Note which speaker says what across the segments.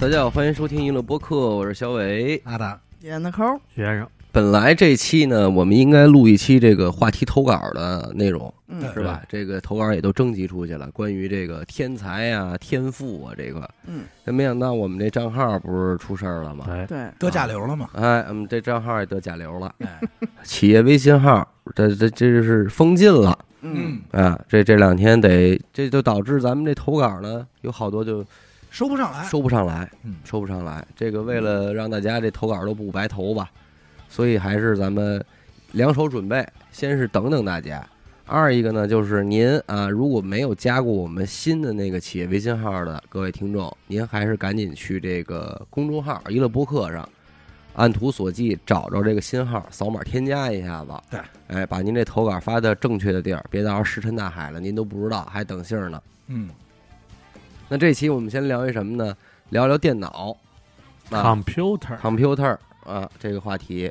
Speaker 1: 大家好，欢迎收听娱乐播客，我是小伟。
Speaker 2: 阿达，
Speaker 3: 点的抠，
Speaker 4: 学生，
Speaker 1: 本来这期呢，我们应该录一期这个话题投稿的内容，
Speaker 3: 嗯
Speaker 1: 是吧？这个投稿也都征集出去了，关于这个天才啊、天赋啊这块。
Speaker 3: 嗯，
Speaker 1: 但没想到我们这账号不是出事儿了吗？
Speaker 4: 哎，
Speaker 3: 对，
Speaker 2: 得甲流了吗？
Speaker 1: 哎，我们这账号也得甲流了，
Speaker 2: 哎，
Speaker 1: 企业微信号这这这是封禁了
Speaker 3: 嗯，
Speaker 1: 啊！这这两天得，这就导致咱们这投稿呢，有好多就
Speaker 2: 收不上来，
Speaker 1: 收不上来，
Speaker 2: 嗯
Speaker 1: 收不上来。这个为了让大家这投稿都不白投吧，所以还是咱们两手准备，先是等等大家。二一个呢，就是您啊，如果没有加过我们新的那个企业微信号的各位听众，您还是赶紧去这个公众号“娱乐播客”上，按图索骥找着这个新号，扫码添加一下子。
Speaker 2: 对，
Speaker 1: 哎，把您这投稿发到正确的地儿，别到时候石沉大海了，您都不知道，还等信儿呢。
Speaker 2: 嗯，
Speaker 1: 那这期我们先聊一什么呢？聊聊电脑啊
Speaker 4: computer，
Speaker 1: ，computer 啊这个话题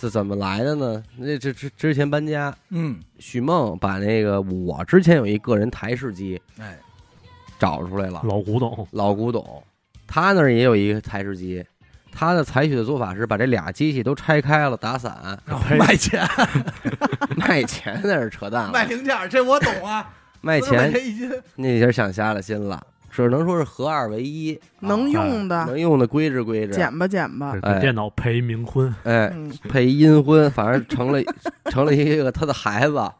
Speaker 1: 是怎么来的呢？那这之之前搬家，
Speaker 2: 嗯，
Speaker 1: 许梦把那个我之前有一个人台式机
Speaker 2: 哎，，
Speaker 1: 找出来了，
Speaker 4: 老古董，
Speaker 1: 老古董，他那儿也有一个台式机。他的采取的做法是把这俩机器都拆开了打散
Speaker 2: 然后
Speaker 4: 哎
Speaker 2: 卖钱
Speaker 1: 卖钱那是扯淡
Speaker 2: 卖
Speaker 1: 了，
Speaker 2: 零件儿，这我懂啊，
Speaker 1: 卖
Speaker 2: 多少
Speaker 1: 钱
Speaker 2: 一斤，
Speaker 1: 那也是想瞎了心了，只能说是合二为一，啊
Speaker 3: 能用的
Speaker 1: 能用的规制规制，
Speaker 3: 捡吧捡吧
Speaker 4: 这，
Speaker 1: 哎
Speaker 4: 电脑陪冥婚，
Speaker 1: 哎，
Speaker 3: 嗯，
Speaker 1: 配一阴婚，反正成了 成了一个他的孩子，
Speaker 2: 啊，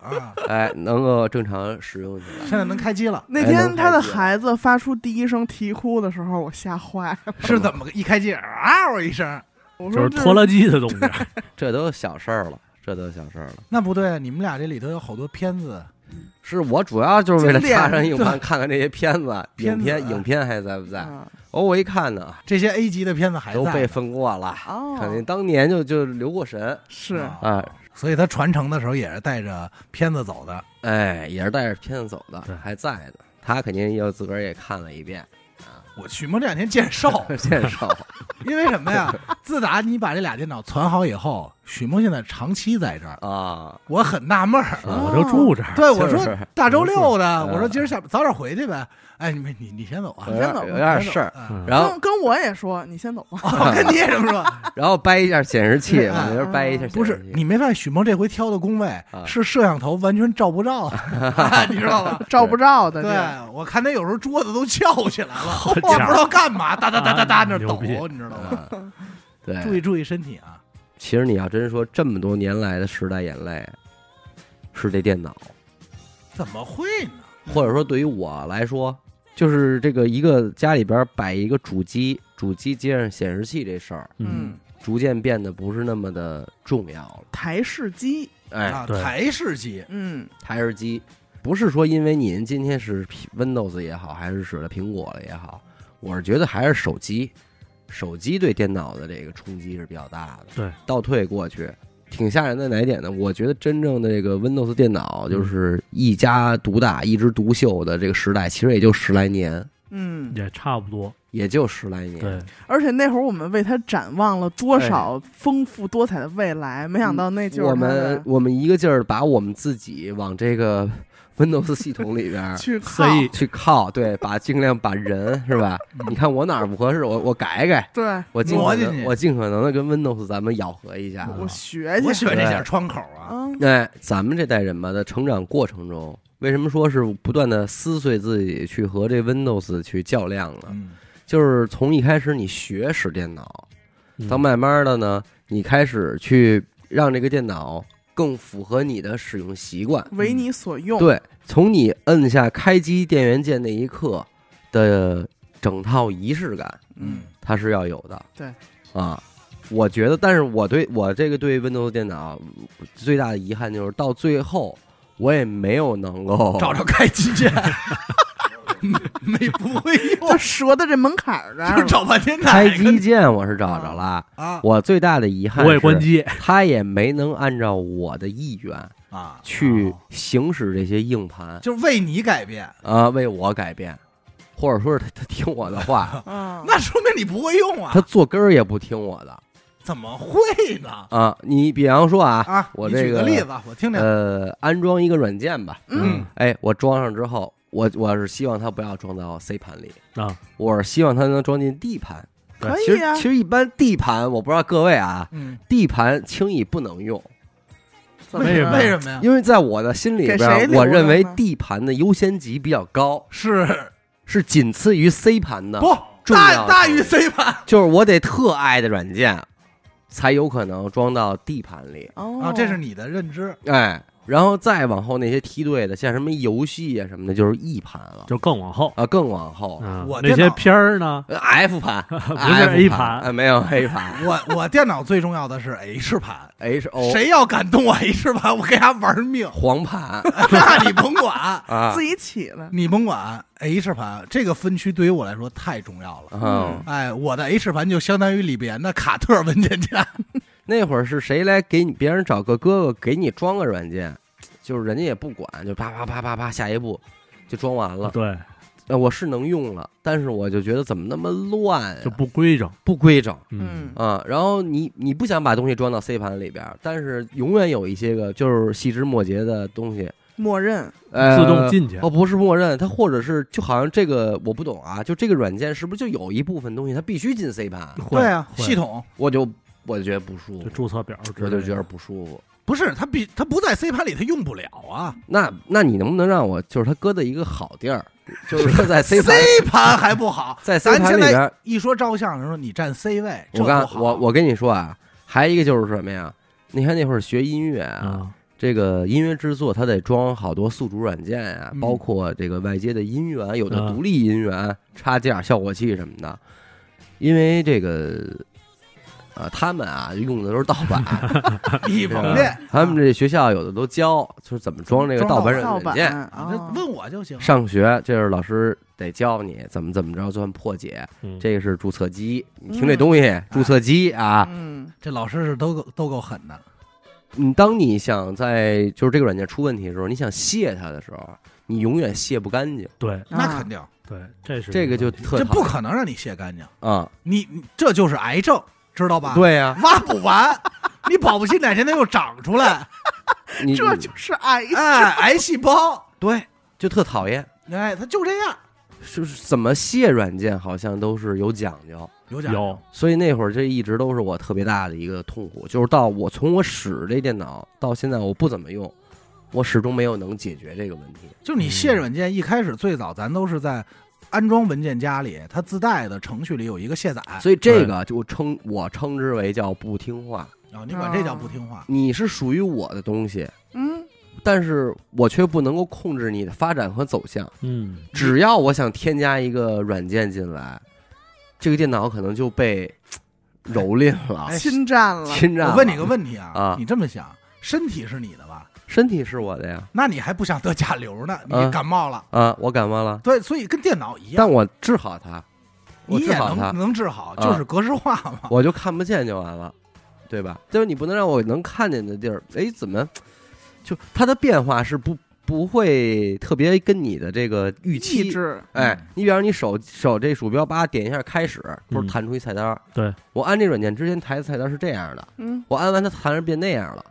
Speaker 1: 哎，能够正常使用起来。
Speaker 2: 现在能开机了，
Speaker 3: 那天他的孩子发出第一声啼哭的时候，我吓坏了，
Speaker 2: 是怎么个一开机嗷、一声？
Speaker 3: 我
Speaker 4: 就是
Speaker 3: 说
Speaker 4: 拖
Speaker 3: 了，
Speaker 4: 拉机的东西，啊
Speaker 1: 这都小事儿了，这都小事儿了。
Speaker 2: 那不对，啊你们俩这里头有好多片子，
Speaker 1: 是我主要就是为了
Speaker 3: 经典
Speaker 1: 插上硬盘看看这些片子，影
Speaker 2: 片子啊
Speaker 1: 片影片还在不在？
Speaker 3: 嗯
Speaker 1: 哦，我一看呢，
Speaker 2: 这些 A 级的片子还
Speaker 1: 都被
Speaker 2: 在，
Speaker 1: 分过了，肯定
Speaker 3: 哦，
Speaker 1: 当年就就留过神，
Speaker 3: 是
Speaker 1: 啊，
Speaker 2: 所以他传承的时候也是带着片子走的，
Speaker 1: 哎，也是带着片子走的
Speaker 4: 对，
Speaker 1: 还在呢。他肯定又自个儿也看了一 遍，
Speaker 2: 我许梦这两天见瘦，
Speaker 1: 介绍
Speaker 2: 因为什么呀？ 自打你把这俩电脑存好以后，许梦现在长期在这儿，
Speaker 1: 啊，
Speaker 2: 我很纳闷儿，
Speaker 1: 啊
Speaker 4: 我就住这儿，
Speaker 2: 对，
Speaker 1: 就
Speaker 2: 我说
Speaker 1: 是
Speaker 2: 大周六的，
Speaker 1: 嗯
Speaker 2: 我说今儿下早点回去呗。哎，你们你你先走啊
Speaker 1: 有，点有点事儿。
Speaker 2: 啊。
Speaker 4: 嗯
Speaker 1: 然后
Speaker 3: 跟跟我也说，你先走吧，
Speaker 2: 我跟你也这么说，
Speaker 1: 然后掰一下显示器，
Speaker 2: 嗯
Speaker 1: 我觉得掰一下显示器。
Speaker 2: 不是你没发现许梦这回挑的工位是摄像头完全照不照啊，你知道吧？
Speaker 3: 照不照的
Speaker 2: 对
Speaker 3: 地儿，，
Speaker 2: 我看他有时候桌子都翘起来了，我
Speaker 4: 好
Speaker 2: 也
Speaker 4: 家伙
Speaker 2: 不知道干嘛，哒哒哒哒哒
Speaker 4: 啊
Speaker 2: 那
Speaker 4: 牛
Speaker 2: 抖，
Speaker 4: 逼
Speaker 2: 你知道吗？
Speaker 1: 嗯对，
Speaker 2: 注意注意身体啊！
Speaker 1: 其实你要真说这么多年来的时代眼泪，是这电脑，
Speaker 2: 怎么会呢？
Speaker 1: 或者说对于我来说，就是这个一个家里边摆一个主机，主机接上显示器这事儿，
Speaker 4: 嗯，
Speaker 3: 嗯，
Speaker 1: 逐渐变得不是那么的重要了。
Speaker 3: 台式机，
Speaker 1: 哎，
Speaker 2: 啊，
Speaker 4: 对
Speaker 2: 台式机，
Speaker 3: 嗯
Speaker 1: 台式机不是说因为您今天使 P- Windows 也好，还是使了苹果了也好，我是觉得还是手机，手机对电脑的这个冲击是比较大的。
Speaker 4: 对，
Speaker 1: 倒退过去，挺吓人的哪一点呢？我觉得真正的这个 Windows 电
Speaker 4: 嗯
Speaker 1: 脑就是一家独大、一枝独秀的这个时代，其实也就十来年，
Speaker 3: 嗯，
Speaker 4: 也差不多，
Speaker 1: 也就十来年。
Speaker 4: 对，
Speaker 3: 而且那会儿我们为他展望了多少丰富多彩的未来，没想到那就是
Speaker 1: 嗯我
Speaker 3: 他
Speaker 1: 们
Speaker 3: 的
Speaker 1: 我们一个劲儿地把我们自己往这个 Windows 系统里边
Speaker 3: 去靠，
Speaker 4: 塞
Speaker 1: 去靠，对，把尽量把人是吧？你看我哪儿不合适，我我改改，
Speaker 3: 对
Speaker 1: 我尽可
Speaker 2: 挪嗯进
Speaker 1: 能
Speaker 2: 去
Speaker 1: 我尽可能的跟 Windows 咱们咬合一下。
Speaker 3: 我学
Speaker 2: 我
Speaker 3: 去，
Speaker 2: 喜欢这点窗口啊，
Speaker 3: 嗯
Speaker 1: 哎，咱们这代人吧，在成长过程中，为什么说是不断的撕碎自己去和这 Windows 去较量呢？
Speaker 2: 嗯，
Speaker 1: 就是从一开始你学使电脑，
Speaker 4: 嗯
Speaker 1: 到慢慢的呢，你开始去让这个电脑更符合你的使用习惯。
Speaker 3: 为你所用，
Speaker 1: 对，从你摁下开机电源键那一刻的整套仪式感，
Speaker 2: 嗯，
Speaker 1: 它是要有的。
Speaker 3: 对，
Speaker 1: 啊，我觉得，但是我对我这个对 Windows 电脑最大的遗憾就是到最后。我也没有能够
Speaker 2: 找着开机键， 没不会 用
Speaker 3: 他，折的这门槛儿这
Speaker 2: 就是
Speaker 3: 儿了，
Speaker 2: 找半天哪
Speaker 1: 开
Speaker 2: 个
Speaker 1: 机键，我是找着了。
Speaker 2: 啊
Speaker 1: 我最大的遗憾
Speaker 4: 我也
Speaker 1: 是，
Speaker 4: 关机，
Speaker 1: 他也没能按照我的意愿
Speaker 2: 啊，
Speaker 1: 去
Speaker 4: 哦
Speaker 1: 行使这些硬盘啊、
Speaker 2: 就是为你改变，
Speaker 1: 为我改变，或者说是他他听我的话，
Speaker 3: 嗯，
Speaker 2: 那说明你不会用啊
Speaker 1: 他？坐根儿也不听我的
Speaker 2: 怎么会呢？
Speaker 1: 啊。你比方说啊，
Speaker 2: 啊，
Speaker 1: 我
Speaker 2: 你
Speaker 1: 这
Speaker 2: 举
Speaker 1: 个呃
Speaker 2: 个例子，我听听。
Speaker 1: 呃，安装一个软件吧，
Speaker 3: 嗯
Speaker 4: 嗯，
Speaker 1: 哎，我装上之后，我我是希望它不要装到 C 盘里，
Speaker 4: 啊，
Speaker 1: 我是希望它能装进 D 盘。
Speaker 4: 对
Speaker 3: 可
Speaker 1: 其
Speaker 3: 以
Speaker 1: 实
Speaker 3: 啊
Speaker 1: 其，实一般 D 盘，我不知道各位啊
Speaker 2: 嗯，
Speaker 1: ，D 盘轻易不能用，
Speaker 3: 怎么
Speaker 4: 为什么
Speaker 3: 了
Speaker 2: 为什么呀？
Speaker 1: 因为在我的心里
Speaker 3: 啊给
Speaker 1: 边
Speaker 3: 谁
Speaker 1: 儿，
Speaker 3: 留
Speaker 1: 我认为
Speaker 3: 着呢
Speaker 1: D 盘的优先级比较高，
Speaker 2: 是
Speaker 1: 是仅次于 C 盘的。
Speaker 2: 不
Speaker 1: 嗯重要
Speaker 2: 大
Speaker 1: 的
Speaker 2: 大于 C 盘
Speaker 1: 就是我得特爱的软件，才有可能装到 D 盘里。
Speaker 3: 哦
Speaker 2: 啊？这是你的认知，
Speaker 1: 哎，然后再往后那些梯队的，像什么游戏啊什么的，就是 E 盘了
Speaker 4: 就更往后。
Speaker 1: 啊，更往后
Speaker 4: 啊
Speaker 2: 我，
Speaker 4: 那
Speaker 2: 电
Speaker 4: 些
Speaker 2: 脑
Speaker 4: 片儿呢？
Speaker 1: 呃 F 盘不
Speaker 4: 是 A 盘
Speaker 1: 哎，没有 A 盘
Speaker 2: 我我电脑最重要的是 H 盘，
Speaker 1: ，H O。
Speaker 2: 谁要敢动我 H 盘，我跟他玩 命
Speaker 1: 黄盘
Speaker 2: 那你甭管，
Speaker 1: 啊
Speaker 3: 自，己起的，
Speaker 2: 你甭管 H 盘这个分区对于我来说太重要了。
Speaker 1: 嗯，
Speaker 2: 哎，我的 H 盘就相当于里边的卡特文件夹，
Speaker 1: 那会儿是谁来给你别人找个哥哥给你装个软件，就是人家也不管，就啪啪啪啪啪，下一步就装完了。
Speaker 4: 对，
Speaker 1: 呃我是能用了，但是我就觉得怎么那么乱呀、
Speaker 4: 就不规整。
Speaker 1: 不规整。
Speaker 3: 嗯，
Speaker 1: 啊、然后你你不想把东西装到 C 盘里边儿，但是永远有一些个就是细枝末节的东西，
Speaker 3: 默认
Speaker 1: 呃，
Speaker 4: 自动进去
Speaker 1: 哦，不是默认，它或者是就好像这个我不懂啊，就这个软件是不是就有一部分东西它必须进 C 盘，
Speaker 4: 会
Speaker 2: 对啊，
Speaker 4: 会
Speaker 2: 系统
Speaker 1: 我就我就觉得不舒
Speaker 4: 就
Speaker 1: 服，
Speaker 4: 注册表之类的，
Speaker 1: 我就觉得不舒服。
Speaker 2: 不是它比它不在 C 盘里，它用不了啊。
Speaker 1: 那那你能不能让我就是它搁在一个好地儿，就是说在 C 盘
Speaker 2: C 盘还不好，
Speaker 1: 在 C
Speaker 2: 咱
Speaker 1: 盘
Speaker 2: 现
Speaker 1: 里边
Speaker 2: 在
Speaker 1: 儿，
Speaker 2: 一说照相，人说你占 C 位，这
Speaker 1: 我
Speaker 2: 不
Speaker 1: 刚
Speaker 2: 好
Speaker 1: 我我跟你说啊，还有一个就是什么呀？你看那会儿学音乐
Speaker 2: 嗯
Speaker 4: 啊，
Speaker 1: 这个音乐制作，它得装好多宿主软件啊，
Speaker 2: 嗯
Speaker 1: 包括这个外接的音源，有的
Speaker 4: 啊
Speaker 1: 独立音源、插件、效果器什么的。因为这个，呃，他们啊用的都是盗版，
Speaker 2: 你甭介，
Speaker 1: 他们这学校有的都教，就是怎么装这个盗版嗯
Speaker 3: 盗
Speaker 1: 软
Speaker 3: 版
Speaker 1: 件。
Speaker 2: 啊，这
Speaker 3: 啊，
Speaker 2: 问我就行。
Speaker 1: 上学就是老师得教你怎么怎么着算破解，
Speaker 4: 嗯
Speaker 1: 这个是注册机，你听
Speaker 3: 嗯
Speaker 1: 这东西，注册机啊，
Speaker 3: 嗯，
Speaker 2: 这老师是都够都够狠的，
Speaker 1: 你当你想在就是这个软件出问题的时候，你想卸它的时候，你永远卸不干净。
Speaker 4: 对
Speaker 2: 那
Speaker 3: 啊
Speaker 2: 肯定，
Speaker 4: 对，这是
Speaker 1: 这
Speaker 4: 一
Speaker 1: 个就
Speaker 4: 问题
Speaker 1: 特
Speaker 2: 这
Speaker 1: 讨
Speaker 2: 不
Speaker 1: 厌
Speaker 2: 可能让你卸干净。
Speaker 1: 啊，
Speaker 2: 你你这就是癌症，知道吧？，
Speaker 1: 对呀，
Speaker 2: 挖不完， 你保不齐哪天它又长出来，
Speaker 1: 你
Speaker 3: 这就是爱，
Speaker 2: 哎，癌细胞，
Speaker 1: 对，就特讨厌，
Speaker 2: 哎，它就这样，
Speaker 1: 就是怎么卸软件好像都是有讲究，
Speaker 2: 有讲
Speaker 4: 有
Speaker 1: 所以那会儿这一直都是我特别大的一个痛苦，就是到我从我使这电脑到现在我不怎么用，我始终没有能解决这个问题。
Speaker 2: 就你卸软件一开始最早咱都是在安装文件夹里，它自带的程序里有一个卸载啊、
Speaker 1: 所以这个就称我称之为叫不听话，
Speaker 2: 啊你管这叫不听话？
Speaker 1: 你是属于我的东西，
Speaker 3: 嗯，
Speaker 1: 但是我却不能够控制你的发展和走向。
Speaker 4: 嗯，
Speaker 1: 只要我想添加一个软件进来，这个电脑可能就被蹂躏了、
Speaker 2: 哎
Speaker 3: 侵占了，
Speaker 1: 侵占了。
Speaker 2: 我问你个问题啊，
Speaker 1: 啊
Speaker 2: 你这么想，身体是你的吧？
Speaker 1: 身体是我的呀，
Speaker 2: 那你还不想得甲流呢？你
Speaker 1: 啊
Speaker 2: 感冒了，
Speaker 1: 啊，我感冒了，
Speaker 2: 对，所以跟电脑一样
Speaker 1: 但，我治好它，我
Speaker 2: 你
Speaker 1: 治
Speaker 2: 也
Speaker 1: 好它
Speaker 2: 能，嗯能治好，
Speaker 1: 啊
Speaker 2: 就是格式化嘛。
Speaker 1: 我就看不见就完了，对吧？就是你不能让我能看见的地儿，哎，怎么就它的变化是不不会特别跟你的这个预
Speaker 3: 意
Speaker 1: 期。
Speaker 3: 志，
Speaker 1: 哎
Speaker 2: 嗯，
Speaker 1: 你比方说你手手这鼠标叭点一下开始，不是
Speaker 4: 嗯
Speaker 1: 弹出一菜单儿？
Speaker 4: 对
Speaker 1: 我按这软件之前弹的菜单儿是这样的，
Speaker 3: 嗯，
Speaker 1: 我按完它弹着变那样了。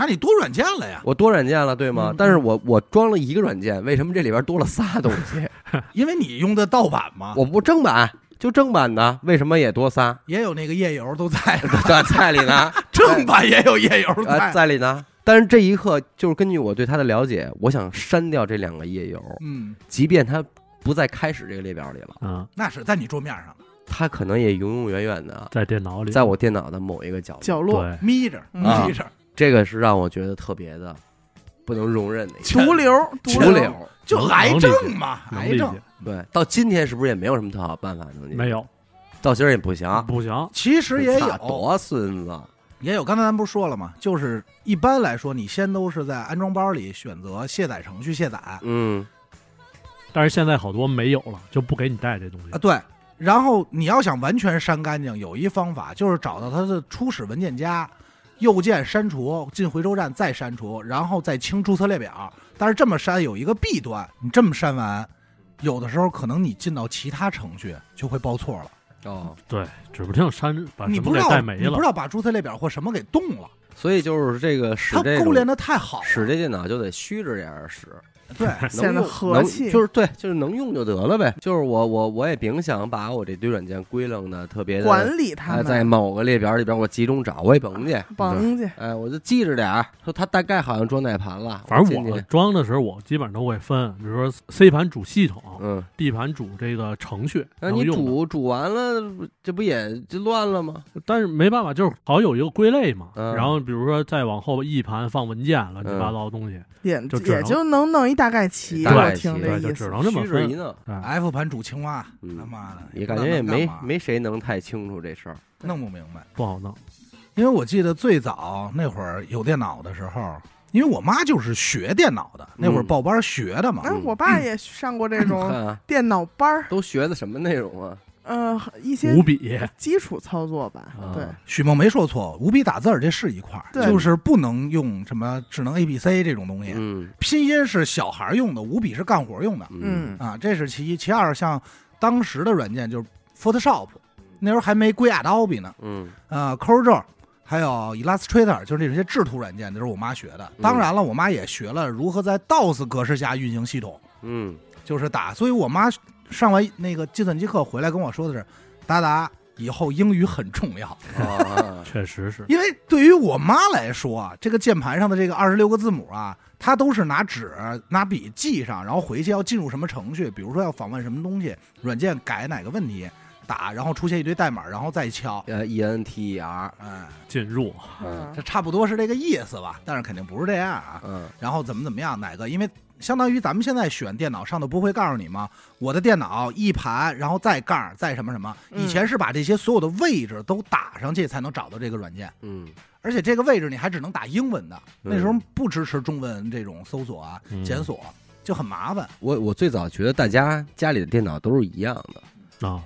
Speaker 2: 那你多软件了呀？
Speaker 1: 我多软件了，对吗？
Speaker 2: 嗯
Speaker 1: 但是我我装了一个软件，为什么这里边多了仨东西？
Speaker 2: 因为你用的盗版嘛，
Speaker 1: 我不正版就正版的，为什么也多 仨？
Speaker 2: 也有那个页游 都在，
Speaker 1: 在菜里呢，
Speaker 2: 正版也有页游
Speaker 1: 啊，
Speaker 2: 在。
Speaker 1: 在里呢。但是这一刻，就是根据我对它的了解，我想删掉这两个页游，
Speaker 2: 嗯，
Speaker 1: 即便它不再开始这个列表里了，
Speaker 4: 啊，
Speaker 2: 那是在你桌面上
Speaker 1: 它可能也永永远远的
Speaker 4: 在电脑里，
Speaker 1: 在我电脑的某一个角落。
Speaker 3: 角落，
Speaker 4: 对
Speaker 2: 眯着
Speaker 3: 嗯
Speaker 1: 啊
Speaker 2: 眯着，
Speaker 1: 这个是让我觉得特别的不能容忍的一个
Speaker 3: 毒瘤，
Speaker 1: 毒
Speaker 2: 毒
Speaker 1: 瘤。
Speaker 2: 就癌症嘛，
Speaker 4: 能
Speaker 2: 癌
Speaker 4: 理
Speaker 2: 症
Speaker 4: 解。，
Speaker 1: 对，到今天是不是也没有什么特好办法能解决
Speaker 4: 没，有
Speaker 1: 到今儿也不行。
Speaker 4: 不行，
Speaker 2: 其实也
Speaker 1: 操
Speaker 2: 有，
Speaker 1: 多孙子。
Speaker 2: 也有。刚才咱不是说了吗？就是一般来说，你先都是在安装包里选择卸载程序卸载啊，
Speaker 1: 嗯，
Speaker 4: 但是现在好多没有了，就不给你带这东西。
Speaker 2: 啊对。然后你要想完全删干净，有一方法就是找到它的初始文件夹，右键删除，进回收站再删除，然后再清注册列表。但是这么删有一个弊端，你这么删完，有的时候可能你进到其他程序就会报错了，
Speaker 1: 哦，
Speaker 4: 对，指不定删把啊
Speaker 2: 你
Speaker 4: 什
Speaker 2: 不
Speaker 4: 么
Speaker 2: 知
Speaker 4: 给
Speaker 2: 道
Speaker 4: 带
Speaker 2: 你
Speaker 4: 没了
Speaker 2: 不知。道把注册列表或什么给冻了，
Speaker 1: 所以就是这个使
Speaker 2: 它
Speaker 1: 这
Speaker 2: 勾连
Speaker 1: 种
Speaker 2: 的太好了，
Speaker 1: 使这电脑就得虚着点儿使，
Speaker 2: 对，
Speaker 3: 啊显得
Speaker 1: 能用
Speaker 3: 和
Speaker 1: 能
Speaker 3: 气
Speaker 1: 就是对，就是能用就得了呗。就是我我我也甭想把我这堆软件归拢的特别的，
Speaker 3: 管理他
Speaker 1: 哎，
Speaker 3: 们，
Speaker 1: 在某个列表里边我集中找，我也甭去，
Speaker 3: 甭去，
Speaker 1: 哎，我就记着点儿，说它大概好像装哪盘了，
Speaker 4: 反
Speaker 1: 进
Speaker 4: 正
Speaker 1: 去
Speaker 4: 我装的时候，我基本上都会分，比如说 C 盘主系统
Speaker 1: 嗯，
Speaker 4: ，D 盘主这个程序
Speaker 1: 那
Speaker 4: 能
Speaker 1: 你
Speaker 4: 用的，
Speaker 1: 煮煮完了，这不也就乱了吗？
Speaker 4: 但是没办法，就是好有一个归类嘛。
Speaker 1: 嗯
Speaker 4: 然后比如说再往后 E 盘放文件，乱七八糟的东西，
Speaker 3: 也
Speaker 4: 就只
Speaker 3: 也
Speaker 4: 能
Speaker 3: 就能弄一大概齐。
Speaker 1: 大
Speaker 3: 我
Speaker 1: 概齐
Speaker 3: 听这
Speaker 4: 对，就
Speaker 3: 意
Speaker 4: 只
Speaker 3: 思，
Speaker 4: 能这么
Speaker 1: 虚着一
Speaker 4: 分。
Speaker 1: 弄，
Speaker 4: 哎
Speaker 2: F 盘主青蛙，
Speaker 1: 嗯
Speaker 2: 他妈的，
Speaker 1: 也
Speaker 2: 不
Speaker 1: 感
Speaker 2: 知道
Speaker 1: 觉也
Speaker 2: 能干
Speaker 1: 没
Speaker 2: 嘛
Speaker 1: 没谁能太清楚这事儿。
Speaker 2: 弄不明白。
Speaker 4: 不好弄。
Speaker 2: 因为我记得最早那会儿有电脑的时候，因为我妈就是学电脑的，那会儿报班学的嘛。
Speaker 3: 哎，我爸也上 过这
Speaker 1: 看
Speaker 3: 种
Speaker 1: 啊，
Speaker 3: 电脑班儿，
Speaker 1: 都学的什么内容啊？
Speaker 3: 呃，一些
Speaker 4: 五笔
Speaker 3: 基础操作吧
Speaker 1: 啊。
Speaker 3: 对，
Speaker 2: 许梦没说错，五笔打字儿这是一块儿，
Speaker 3: 对
Speaker 2: 就是不能用什么智能 A B C 这种东西，
Speaker 1: 嗯
Speaker 2: 拼音是小孩儿用的，五笔是干活儿用的
Speaker 1: 嗯
Speaker 3: 嗯，
Speaker 2: 啊，这是其一。其二，像当时的软件就是 Photoshop，那时候还没归 Adobe 呢，
Speaker 1: 嗯
Speaker 2: 呃 c o r e 还有 Illustrator，就是这些制图软件，都是我妈学的。
Speaker 1: 嗯
Speaker 2: 当然了，我妈也学了如何在 DOS 格式下运行系统，
Speaker 1: 嗯
Speaker 2: 就是打。所以我妈上完那个计算机课回来跟我说的是：“达达，以后英语很重要。
Speaker 1: 啊
Speaker 4: 确实是”，
Speaker 2: 因为对于我妈来说啊，这个键盘上的这个二十六个字母啊，她都是拿纸拿笔记上，然后回去要进入什么程序，比如说要访问什么东西，软件改哪个问题，打，然后出现一堆代码，然后再敲。
Speaker 1: 呃，E N T E R，
Speaker 2: 哎，
Speaker 4: 进入
Speaker 1: 嗯
Speaker 2: 这差不多是这个意思吧，但是肯定不是这样啊。
Speaker 1: 嗯
Speaker 2: 然后怎么怎么样，哪个？因为相当于咱们现在选电脑上头不会告诉你吗？我的电脑一盘，然后再杠，再什么什么。
Speaker 3: 嗯
Speaker 2: 以前是把这些所有的位置都打上去才能找到这个软件，
Speaker 1: 嗯
Speaker 2: 而且这个位置你还只能打英文的，
Speaker 1: 嗯
Speaker 2: 那时候不支持中文这种搜索啊、
Speaker 4: 嗯
Speaker 2: 检索，就很麻烦。
Speaker 1: 我我最早觉得大家家里的电脑都是一样的，
Speaker 4: 啊，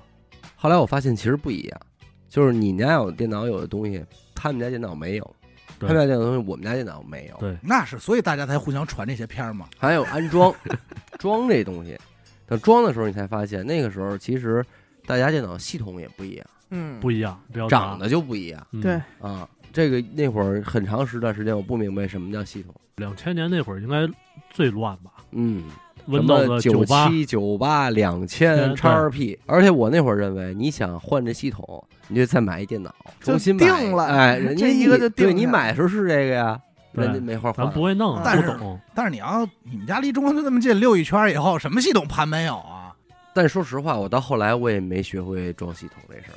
Speaker 1: 后来我发现其实不一样，就是你家有电脑有的东西，他们家电脑没有，他
Speaker 4: 对
Speaker 1: 们家电脑东西我们家电脑没有。
Speaker 4: 对，
Speaker 2: 那是，所以大家才互相传这些片儿嘛。
Speaker 1: 还有安装，装这东西，等装的时候你才发现，那个时候其实大家电脑系统也不一样，
Speaker 3: 嗯，
Speaker 4: 不一样，这要
Speaker 1: 长
Speaker 4: 的
Speaker 1: 得就不一
Speaker 4: 嗯
Speaker 1: 样
Speaker 3: 对，
Speaker 1: 啊。这个那会儿很长时段时间我不明白什么叫系统，
Speaker 4: 两千年那会儿应该最乱吧
Speaker 1: 嗯，什
Speaker 4: ，Windows
Speaker 1: 么九
Speaker 4: 八
Speaker 1: 七、九八、两千、
Speaker 4: 嗯
Speaker 1: 叉 P，而且我那会儿认为，你想换这系统，你就再买一电脑，重新买
Speaker 3: 就定了
Speaker 1: 哎，人家
Speaker 3: 这一个就定
Speaker 1: 对
Speaker 3: 下
Speaker 1: 你买的时候是这个呀，
Speaker 4: 对
Speaker 1: 人家没法换
Speaker 4: 咱。不会弄，
Speaker 2: 但
Speaker 4: 不
Speaker 2: 是
Speaker 4: 懂，
Speaker 2: 但是你要你们家离中关村那么近，溜一圈儿以后，什么系统盘没有啊？
Speaker 1: 但说实话，我到后来我也没学会装系统这事儿，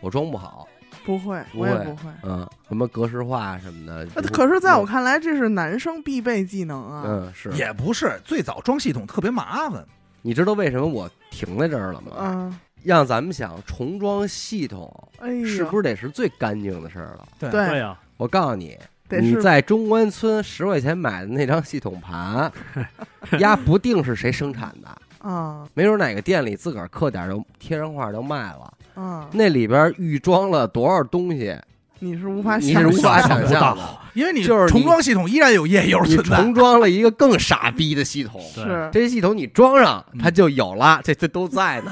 Speaker 1: 我装不好，
Speaker 3: 不会，
Speaker 1: 不
Speaker 3: 我也
Speaker 1: 会
Speaker 3: 不会。
Speaker 1: 嗯，什么格式化什么的。
Speaker 3: 呃
Speaker 1: 不
Speaker 3: 可是，在我看来，这是男生必备技能啊。
Speaker 1: 嗯是，
Speaker 2: 也不是，最早装系统特别麻烦。
Speaker 1: 你知道为什么我停在这儿了吗？
Speaker 3: 嗯，
Speaker 1: 让咱们想重装系统，
Speaker 3: 哎呦，
Speaker 1: 是不是得是最干净的事儿了？
Speaker 4: 对啊
Speaker 3: 对，
Speaker 4: 呀，
Speaker 1: 我告诉你，
Speaker 3: 得
Speaker 1: 你
Speaker 3: 是
Speaker 1: 在中关村十块钱买的那张系统盘， 压不定是谁生产的，
Speaker 3: 啊
Speaker 1: 没准哪个店里自个儿刻点儿就贴上画儿就卖
Speaker 2: 哦
Speaker 1: 了。
Speaker 3: 啊，
Speaker 1: 那里边预装了多少东西，
Speaker 3: 你是无法
Speaker 1: 你
Speaker 3: 想
Speaker 1: 是无法
Speaker 3: 象
Speaker 1: 想
Speaker 3: 的
Speaker 1: 象的。
Speaker 2: 因为你
Speaker 1: 就是你
Speaker 2: 重装系统依然有页游
Speaker 1: 你
Speaker 2: 存在
Speaker 1: 重。装了一个更傻逼的系统，
Speaker 4: 对
Speaker 3: 是
Speaker 1: 这些系统你装上
Speaker 2: 嗯
Speaker 1: 它就有了，这这都在呢，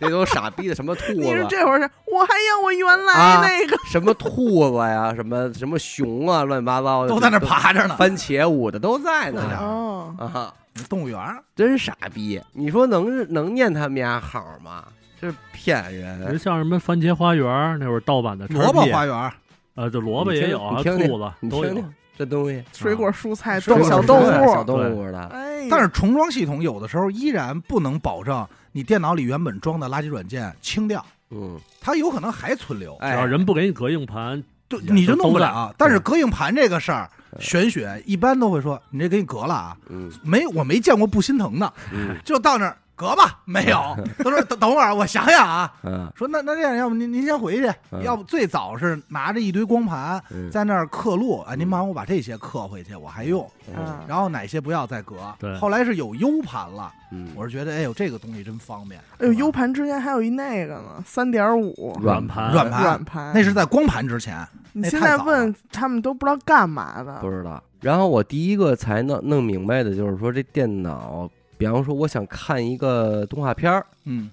Speaker 1: 这都傻逼的什么兔
Speaker 3: 你是
Speaker 1: 子。
Speaker 3: 这会儿是，我还要我原
Speaker 1: 啊
Speaker 3: 来那个，
Speaker 1: 什么兔子呀，什么什么熊啊，乱七八糟的
Speaker 2: 都在那，爬着呢。
Speaker 1: 番茄舞的都在
Speaker 2: 对
Speaker 1: 呢
Speaker 2: 啊
Speaker 3: 哦，
Speaker 1: 哎啊！
Speaker 2: 动物园儿
Speaker 1: 真傻逼！你说能能念他们家好吗？这是骗
Speaker 4: 就
Speaker 1: 人。
Speaker 4: 像什么番茄花园那会儿盗版的
Speaker 2: 萝卜
Speaker 4: XRP
Speaker 2: 花园儿，
Speaker 4: 呃，这萝卜
Speaker 1: 你听
Speaker 4: 也有啊，
Speaker 1: 你听听
Speaker 4: 兔子
Speaker 1: 你
Speaker 4: 都
Speaker 1: 听
Speaker 4: 有
Speaker 1: 听这东西，
Speaker 3: 水果、蔬菜、
Speaker 2: 水果
Speaker 3: 小
Speaker 2: 蔬
Speaker 3: 动
Speaker 2: 菜
Speaker 1: 小
Speaker 3: 物，
Speaker 1: 动物似的。
Speaker 3: 哎呀，
Speaker 2: 但是重装系统有的时候依然不能保证你电脑里原本装的垃圾软件清掉，
Speaker 1: 嗯，
Speaker 2: 它有可能还存留，
Speaker 4: 只
Speaker 1: 哎
Speaker 4: 要，人不给你隔硬盘，
Speaker 2: 就
Speaker 4: 也
Speaker 2: 你就
Speaker 4: 都
Speaker 2: 弄不
Speaker 4: 在
Speaker 2: 了。但是隔硬盘这个事儿
Speaker 1: 对
Speaker 2: 玄学，一般都会说你这给你隔了啊，
Speaker 1: 嗯
Speaker 2: 没我没见过不心疼的，
Speaker 1: 嗯
Speaker 2: 就到那儿隔吧，没有。他说等等会儿，我想想啊。
Speaker 1: 嗯
Speaker 2: 说那那这样，要不您您先回去，
Speaker 1: 嗯
Speaker 2: 要不最早是拿着一堆光盘
Speaker 1: 嗯
Speaker 2: 在那儿刻录，啊，您帮我把这些刻回去，我还用。
Speaker 1: 嗯
Speaker 2: 然后哪些不要再隔。
Speaker 4: 对
Speaker 2: 后来是有 U 盘了，
Speaker 1: 嗯，
Speaker 2: 我是觉得，哎呦，这个东西真方便。
Speaker 3: 哎呦
Speaker 2: 是吧
Speaker 3: ，U 盘之前还有一那个呢，三点五
Speaker 1: 软
Speaker 4: 盘
Speaker 2: 软盘
Speaker 3: 软盘，
Speaker 2: 那是在光盘之前，
Speaker 3: 你
Speaker 2: 那
Speaker 3: 现
Speaker 2: 太
Speaker 3: 在
Speaker 2: 早
Speaker 3: 问他们都不知道干嘛的，
Speaker 1: 不知道。然后我第一个才弄弄明白的就是说，这电脑，比方说我想看一个动画片儿，
Speaker 2: 嗯，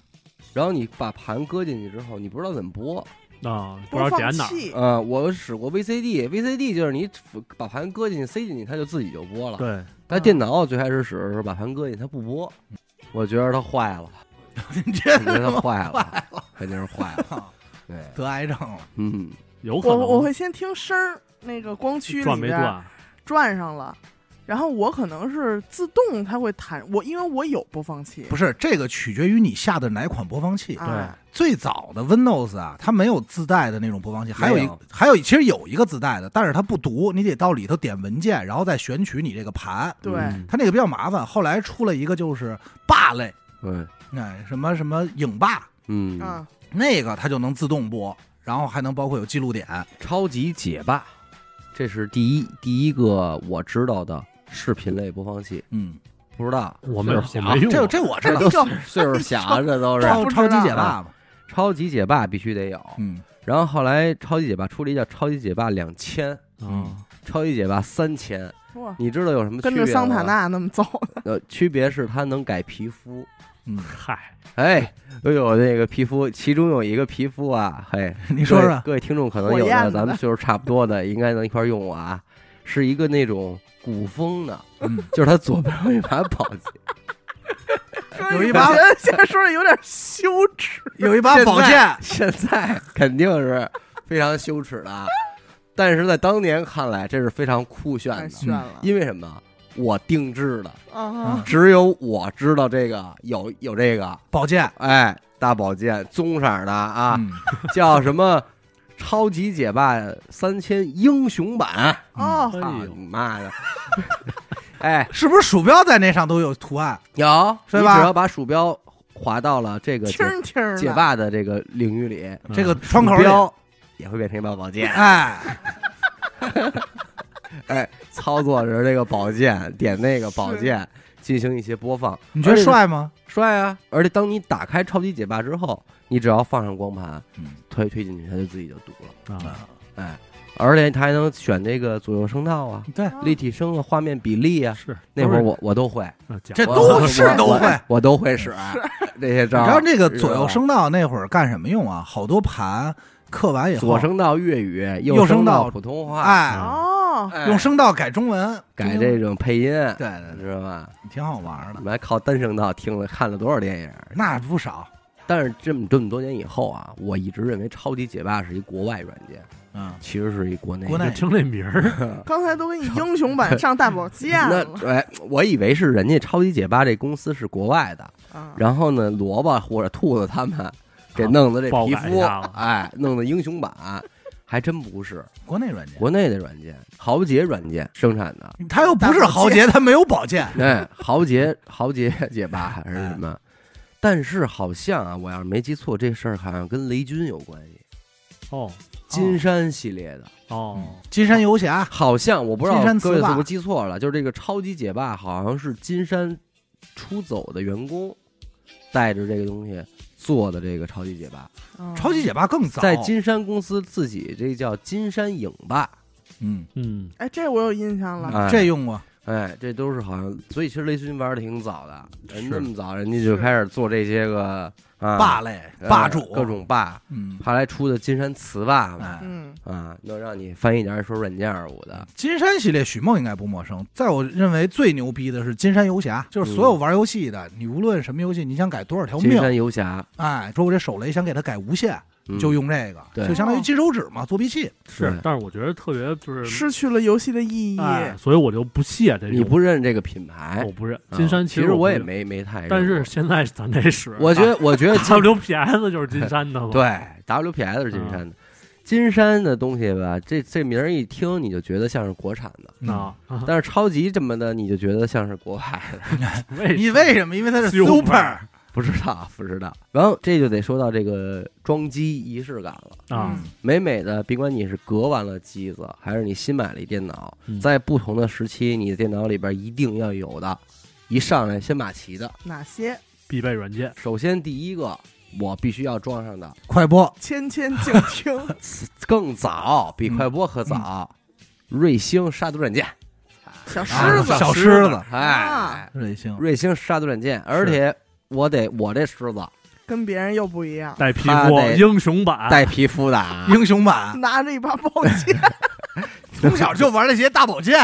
Speaker 1: 然后你把盘搁进去之后，你不知道怎么播，
Speaker 4: 啊，不
Speaker 3: 播
Speaker 4: 知道
Speaker 3: 放
Speaker 4: 点哪儿。
Speaker 3: 器，
Speaker 1: 啊，我使过 VCD，VCD 就是你把盘搁进去塞进去，它就自己就播了。
Speaker 4: 对，
Speaker 1: 但
Speaker 3: 嗯
Speaker 1: 电脑最开始使的时候，把盘搁进去它不播，我觉得它坏了，
Speaker 2: 你这
Speaker 1: 我觉得 它坏了，肯定是坏了。对，
Speaker 2: 得癌症了，
Speaker 1: 嗯，
Speaker 4: 有可
Speaker 3: 我
Speaker 4: 能
Speaker 3: 我会先听声儿，那个光驱
Speaker 4: 转
Speaker 3: 里
Speaker 4: 没
Speaker 3: 边
Speaker 4: 转？
Speaker 3: 转上了，然后我可能是自动它会弹我，因为我有播放器，
Speaker 2: 不是这个取决于你下的哪款播放器。
Speaker 3: 啊，
Speaker 2: 最早的 Windows 啊，它没有自带的那种播放器，还有一
Speaker 1: 没有
Speaker 2: 还有其实有一个自带的，但是它不读，你得到里头点文件，然后再选取你这个盘，
Speaker 3: 对，
Speaker 4: 嗯
Speaker 2: 它那个比较麻烦。后来出了一个就是霸类，
Speaker 1: 对，
Speaker 2: 哎，什么什么影霸，
Speaker 1: 嗯，
Speaker 3: 啊，
Speaker 2: 那个它就能自动播，然后还能包括有记录点。
Speaker 1: 超级解霸，这是第一第一个我知道的视频类播放器，
Speaker 2: 嗯，
Speaker 1: 不知道
Speaker 4: 我没
Speaker 1: 岁
Speaker 4: 我
Speaker 1: 数小
Speaker 4: 没用啊
Speaker 2: 这
Speaker 4: 过，
Speaker 2: 这我知
Speaker 1: 啊这
Speaker 2: 道，
Speaker 1: 都岁数小，啊这都是
Speaker 2: 超
Speaker 3: 不知
Speaker 2: 超
Speaker 3: 道啊
Speaker 2: 级
Speaker 1: 啊
Speaker 2: 解霸嘛。
Speaker 1: 超级解霸必须得有。
Speaker 2: 嗯，
Speaker 1: 然后后来超级解霸出了一叫超级解霸两千，
Speaker 4: 嗯，
Speaker 1: 超级解霸三千，
Speaker 3: 哇，
Speaker 1: 你知道有什么区
Speaker 3: 跟
Speaker 1: 别
Speaker 3: 着桑塔
Speaker 1: 吗？
Speaker 3: 纳那么走，
Speaker 1: 呃，区别是它能改皮肤。
Speaker 2: 嗯，
Speaker 4: 嗨，
Speaker 1: 哎，都有那个皮肤，其中有一个皮肤啊，嘿，
Speaker 2: 你说
Speaker 1: 各位
Speaker 2: 说，
Speaker 1: 各位听众可能
Speaker 3: 火
Speaker 1: 有
Speaker 3: 焰
Speaker 1: 的，
Speaker 3: 的
Speaker 1: 咱们岁数差不多的，应该能一块儿用过啊。是一个那种古风 的，
Speaker 2: 嗯，
Speaker 1: 就是它左边有一把宝剑，
Speaker 2: 有一
Speaker 3: 我觉
Speaker 2: 把
Speaker 3: 得现在说的有点羞耻，
Speaker 2: 有一把宝剑，
Speaker 1: 现在肯定是非常羞耻的，啊但是在当年看来，这是非常酷炫
Speaker 3: 太
Speaker 1: 的，
Speaker 3: 炫了
Speaker 1: 因为什么？我定制的，
Speaker 3: 啊！
Speaker 1: 只有我知道这个有有这个，
Speaker 2: 宝剑
Speaker 1: 哎，大宝剑，棕色的啊，
Speaker 2: 嗯
Speaker 1: 叫什么？超级解霸三千英雄版，
Speaker 3: 哦，
Speaker 1: 操
Speaker 4: 哎呦
Speaker 1: 你妈的！ 哎，
Speaker 2: 是不是鼠标在那上都有图案？
Speaker 1: 有
Speaker 2: 是吧
Speaker 1: 你只要把鼠标滑到了这个解
Speaker 3: 听听的
Speaker 1: 解霸的这个领域里，
Speaker 2: 这个
Speaker 4: 嗯
Speaker 2: 窗口
Speaker 1: 鼠
Speaker 2: 里，
Speaker 1: 标也会变成一把宝剑。
Speaker 2: 哎，
Speaker 1: 哎，操作着这个宝剑，点那个宝剑进行一些播放，
Speaker 2: 你觉得帅吗？
Speaker 1: 帅啊！而且当你打开超级解霸之后，你只要放上光盘，
Speaker 2: 嗯
Speaker 1: 推推进去，它就自己就读了。
Speaker 4: 啊，
Speaker 1: 哎，而且它还能选这个左右声道啊、
Speaker 2: 对，
Speaker 1: 立体声啊、画面比例啊，
Speaker 4: 是
Speaker 1: 那会儿我我都会，
Speaker 4: 那讲
Speaker 2: 这
Speaker 1: 我
Speaker 2: 都是
Speaker 1: 我
Speaker 2: 都会
Speaker 1: 我我都会使 这些招
Speaker 2: 你
Speaker 1: 儿。
Speaker 2: 知道这个
Speaker 1: 是吧
Speaker 2: 左右声道那会儿干什么用啊？好多盘刻完以后，
Speaker 1: 左声道粤语，
Speaker 2: 右
Speaker 1: 声
Speaker 2: 声
Speaker 1: 道
Speaker 2: 道
Speaker 1: 普通话，
Speaker 2: 哎，
Speaker 3: 哦，
Speaker 1: 哎
Speaker 2: 用声道改中文，
Speaker 1: 改这种配音，
Speaker 2: 对对
Speaker 1: 知道吧？
Speaker 2: 对，挺好玩
Speaker 1: 我
Speaker 2: 的，
Speaker 1: 们还靠单声道听了看了多少电影？
Speaker 2: 那不少。
Speaker 1: 但是这么这么多年以后啊，我一直认为超级解霸是一国外软件，
Speaker 2: 嗯，
Speaker 1: 其实是一国内。
Speaker 2: 国内
Speaker 4: 就听这名 儿，
Speaker 3: 刚才都给你英雄版上大宝剑
Speaker 1: 那
Speaker 2: 啊
Speaker 3: 了
Speaker 1: 哎，我以为是人家超级解霸这公司是国外的，
Speaker 3: 啊！
Speaker 1: 然后呢，萝卜或者兔子他们给弄的这
Speaker 4: 好
Speaker 1: 皮
Speaker 4: 爆改
Speaker 1: 肤
Speaker 4: 一下了，
Speaker 1: 哎，弄的英雄版，还真不是
Speaker 2: 国内软件，
Speaker 1: 国内的软件，豪杰软件生产的。
Speaker 2: 它又不是豪杰，它没有宝剑。
Speaker 1: 哎，豪杰豪杰解霸还是什么？但是好像啊，我要是没记错，这事儿好像跟雷军有关系，
Speaker 4: 哦
Speaker 1: 金山系列的。
Speaker 4: 哦，
Speaker 2: 金山游侠，
Speaker 1: 好像我不知道
Speaker 2: 金山
Speaker 1: 各位
Speaker 2: 词霸
Speaker 1: 是不是记错了，就是这个超级解霸好像是金山出走的员工带着这个东西做的这个超级解霸，
Speaker 3: 嗯
Speaker 2: 超级解霸更早，
Speaker 1: 在金山公司自己这叫金山影霸，
Speaker 2: 嗯，
Speaker 4: 嗯，
Speaker 3: 哎，这我有印象了，
Speaker 1: 哎
Speaker 2: 这用过，
Speaker 1: 哎，这都是好像，所以其实雷军玩的挺早的，人
Speaker 4: 是
Speaker 1: 那么早人家就开始做这些个啊
Speaker 2: 霸类
Speaker 1: 呃
Speaker 2: 霸主，
Speaker 1: 各，种霸，
Speaker 2: 嗯，
Speaker 1: 后来出的金山词霸嘛，
Speaker 2: 哎，
Speaker 3: 嗯，
Speaker 1: 啊，能让你翻译点说软件儿舞的，
Speaker 2: 金山系列，许梦应该不陌生。在我认为最牛逼的是金山游侠，就是所有玩游戏的，你无论什么游戏，你想改多少
Speaker 1: 嗯
Speaker 2: 条
Speaker 1: 金
Speaker 2: 命，
Speaker 1: 山游侠
Speaker 2: 哎，说我这手雷想给它改无限，
Speaker 1: 嗯
Speaker 2: 就用这个，
Speaker 1: 对
Speaker 2: 就相当于金手指嘛，作弊器。
Speaker 1: 对
Speaker 4: 是，但是我觉得特别就是，
Speaker 3: 失去了游戏的意义。
Speaker 4: 嗯哎，所以我就不屑这种，
Speaker 1: 你不认这个品牌
Speaker 4: 我，不认
Speaker 1: 啊
Speaker 4: 哦金山，
Speaker 1: 其实我
Speaker 4: 我
Speaker 1: 也
Speaker 4: 不认，
Speaker 1: 没没太认过，
Speaker 4: 但是现在咱这使，
Speaker 1: 我觉得我觉得 金
Speaker 4: WPS 就是金山的嘛，
Speaker 1: 对 WPS 是金山的，金山的东西吧，这这名儿一听你就觉得像是国产的，
Speaker 2: 嗯
Speaker 4: 啊，
Speaker 1: 但是超级什么的你就觉得像是国外的。
Speaker 4: 为
Speaker 2: 你为什么？因为它是
Speaker 4: Super
Speaker 2: super，
Speaker 1: 不知道，不知道。然后这就得说到这个装机仪式感了。
Speaker 3: 嗯
Speaker 4: 啊，
Speaker 1: 美美的，甭管你是革完了机子，还是你新买了一电脑，
Speaker 4: 嗯
Speaker 1: 在不同的时期，你的电脑里边一定要有的，一上来先码齐的。
Speaker 3: 哪些
Speaker 4: 必备软件，
Speaker 1: 首先第一个，我必须要装上的，
Speaker 2: 快播，
Speaker 3: 千千静听
Speaker 1: 更早，比快播可早，瑞星杀毒软件。
Speaker 3: 小
Speaker 2: 啊
Speaker 3: 狮子，
Speaker 2: 小狮子，
Speaker 1: 哎
Speaker 3: 啊，
Speaker 2: 瑞星，
Speaker 1: 瑞星杀毒软件，而且我得我这狮子
Speaker 3: 跟别人又不一样，
Speaker 4: 带皮
Speaker 1: 他
Speaker 4: 肤
Speaker 1: 得
Speaker 4: 英雄版，
Speaker 1: 带皮肤的 啊，
Speaker 2: 英 雄版，
Speaker 3: 拿着一把宝剑，
Speaker 2: 从小就玩那些大宝剑，